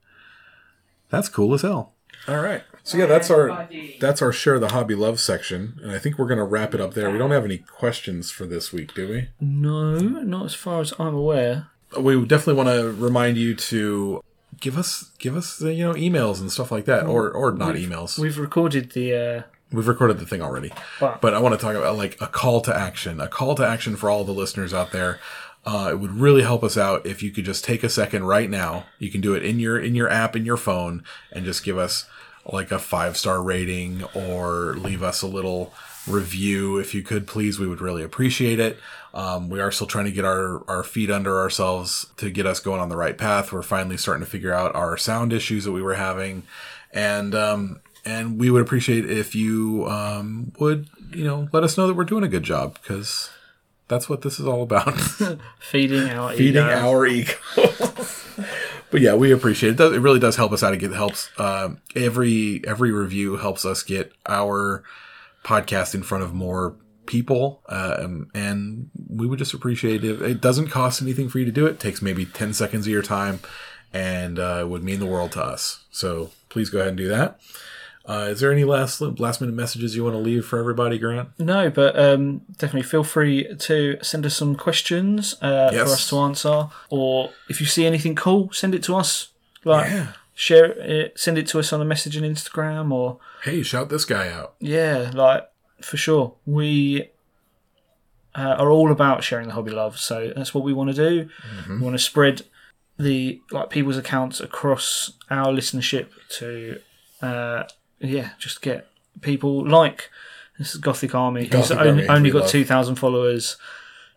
S2: That's cool as hell. All right. So yeah, that's our that's our share of the hobby love section, and I think we're gonna wrap it up there. We don't have any questions for this week, do we?
S1: No, not as far as I'm aware.
S2: we definitely want to remind you to give us give us uh, you know emails and stuff like that or or not emails
S1: We've recorded the. Uh,
S2: we've recorded the thing already
S1: Wow.
S2: but i want to talk about like a call to action a call to action for all the listeners out there uh, it would really help us out if you could just take a second right now you can do it in your in your app in your phone and just give us like a five star rating or leave us a little review if you could please we would really appreciate it um, we are still trying to get our our feet under ourselves to get us going on the right path we're finally starting to figure out our sound issues that we were having and um, and we would appreciate if you um, would you know let us know that we're doing a good job because that's what this is all about
S1: Feeding our
S2: feeding
S1: ego.
S2: our egos. but yeah, we appreciate it. it. does- It really does help us out. It get- helps um, every every review helps us get our podcast in front of more people, um, and we would just appreciate it. It doesn't cost anything for you to do it. it takes maybe ten seconds of your time, and uh, it would mean the world to us. So please go ahead and do that. Uh, is there any last last minute messages you want to leave for everybody, Grant?
S1: No, but um, definitely feel free to send us some questions uh,
S2: Yes.
S1: for us to answer. Or if you see anything cool, send it to us. Like,
S2: Yeah.
S1: share it, send it to us on a message on Instagram or
S2: Hey, shout this guy out.
S1: yeah, like for sure. We uh, are all about sharing the hobby love, so that's what we want to do.
S2: Mm-hmm.
S1: We want to spread the like people's accounts across our listenership to uh, yeah, just get people like this is Gothic Army, who's
S2: Gothic
S1: only,
S2: Army,
S1: only
S2: we
S1: got
S2: love.
S1: two thousand followers,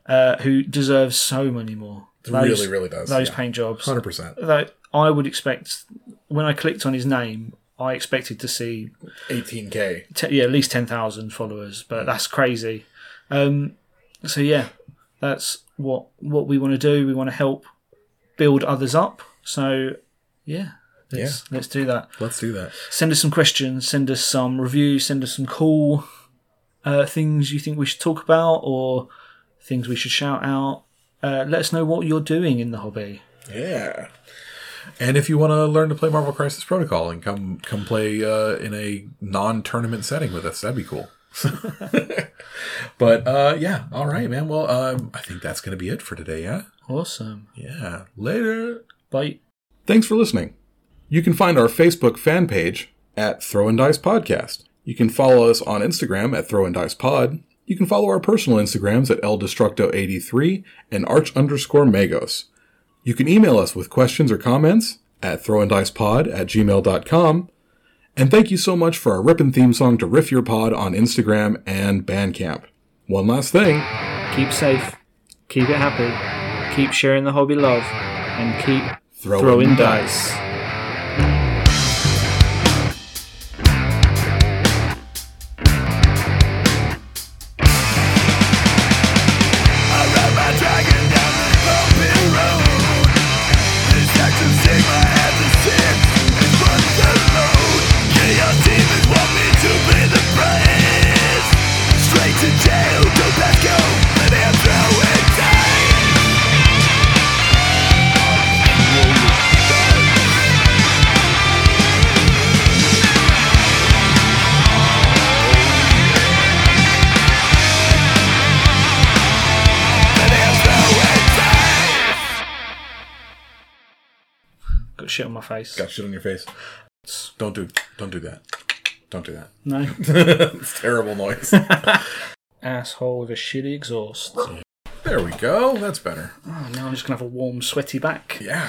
S1: uh, who deserves so many more.
S2: really, really does.
S1: Those
S2: yeah.
S1: paint jobs
S2: 100%.
S1: that I would expect when I clicked on his name, I expected to see
S2: 18K.
S1: te- yeah at least ten thousand followers, but that's crazy. Um, so yeah, that's what what we want to do. We want to help build others up. So yeah. Let's, let's do that.
S2: Let's do that.
S1: Send us some questions, send us some reviews, send us some cool uh, things you think we should talk about or things we should shout out. Uh, let us know what you're doing in the hobby.
S2: Yeah. And if you want to learn to play Marvel Crisis Protocol and come come play uh, in a non tournament setting with us, that'd be cool. but uh, yeah, all right, man. Well, um, I think that's going to be it for today. Yeah,
S1: Awesome.
S2: yeah. Later.
S1: Bye.
S2: Thanks for listening. You can find our Facebook fan page at Throw and Dice Podcast. You can follow us on Instagram at Throw and Dice Pod. You can follow our personal Instagrams at LDestructo83 and Arch underscore Magos. You can email us with questions or comments at throwanddicepod at gmail.com. And thank you so much for our rippin' theme song to Riff Your Pod on Instagram and Bandcamp. One last thing.
S1: keep safe, keep it happy, keep sharing the hobby love, and keep
S2: Throwing
S1: throwing
S2: dice.
S1: dice.
S3: Straight to jail, go back home, and then throw it down.
S1: Got shit on my face.
S2: Got shit on your face. Don't do don't do that. Don't do that.
S1: No.
S2: it's terrible noise.
S1: Asshole with a shitty exhaust.
S2: there we go. That's better.
S1: Oh, now I'm just gonna have a warm, sweaty back.
S2: Yeah.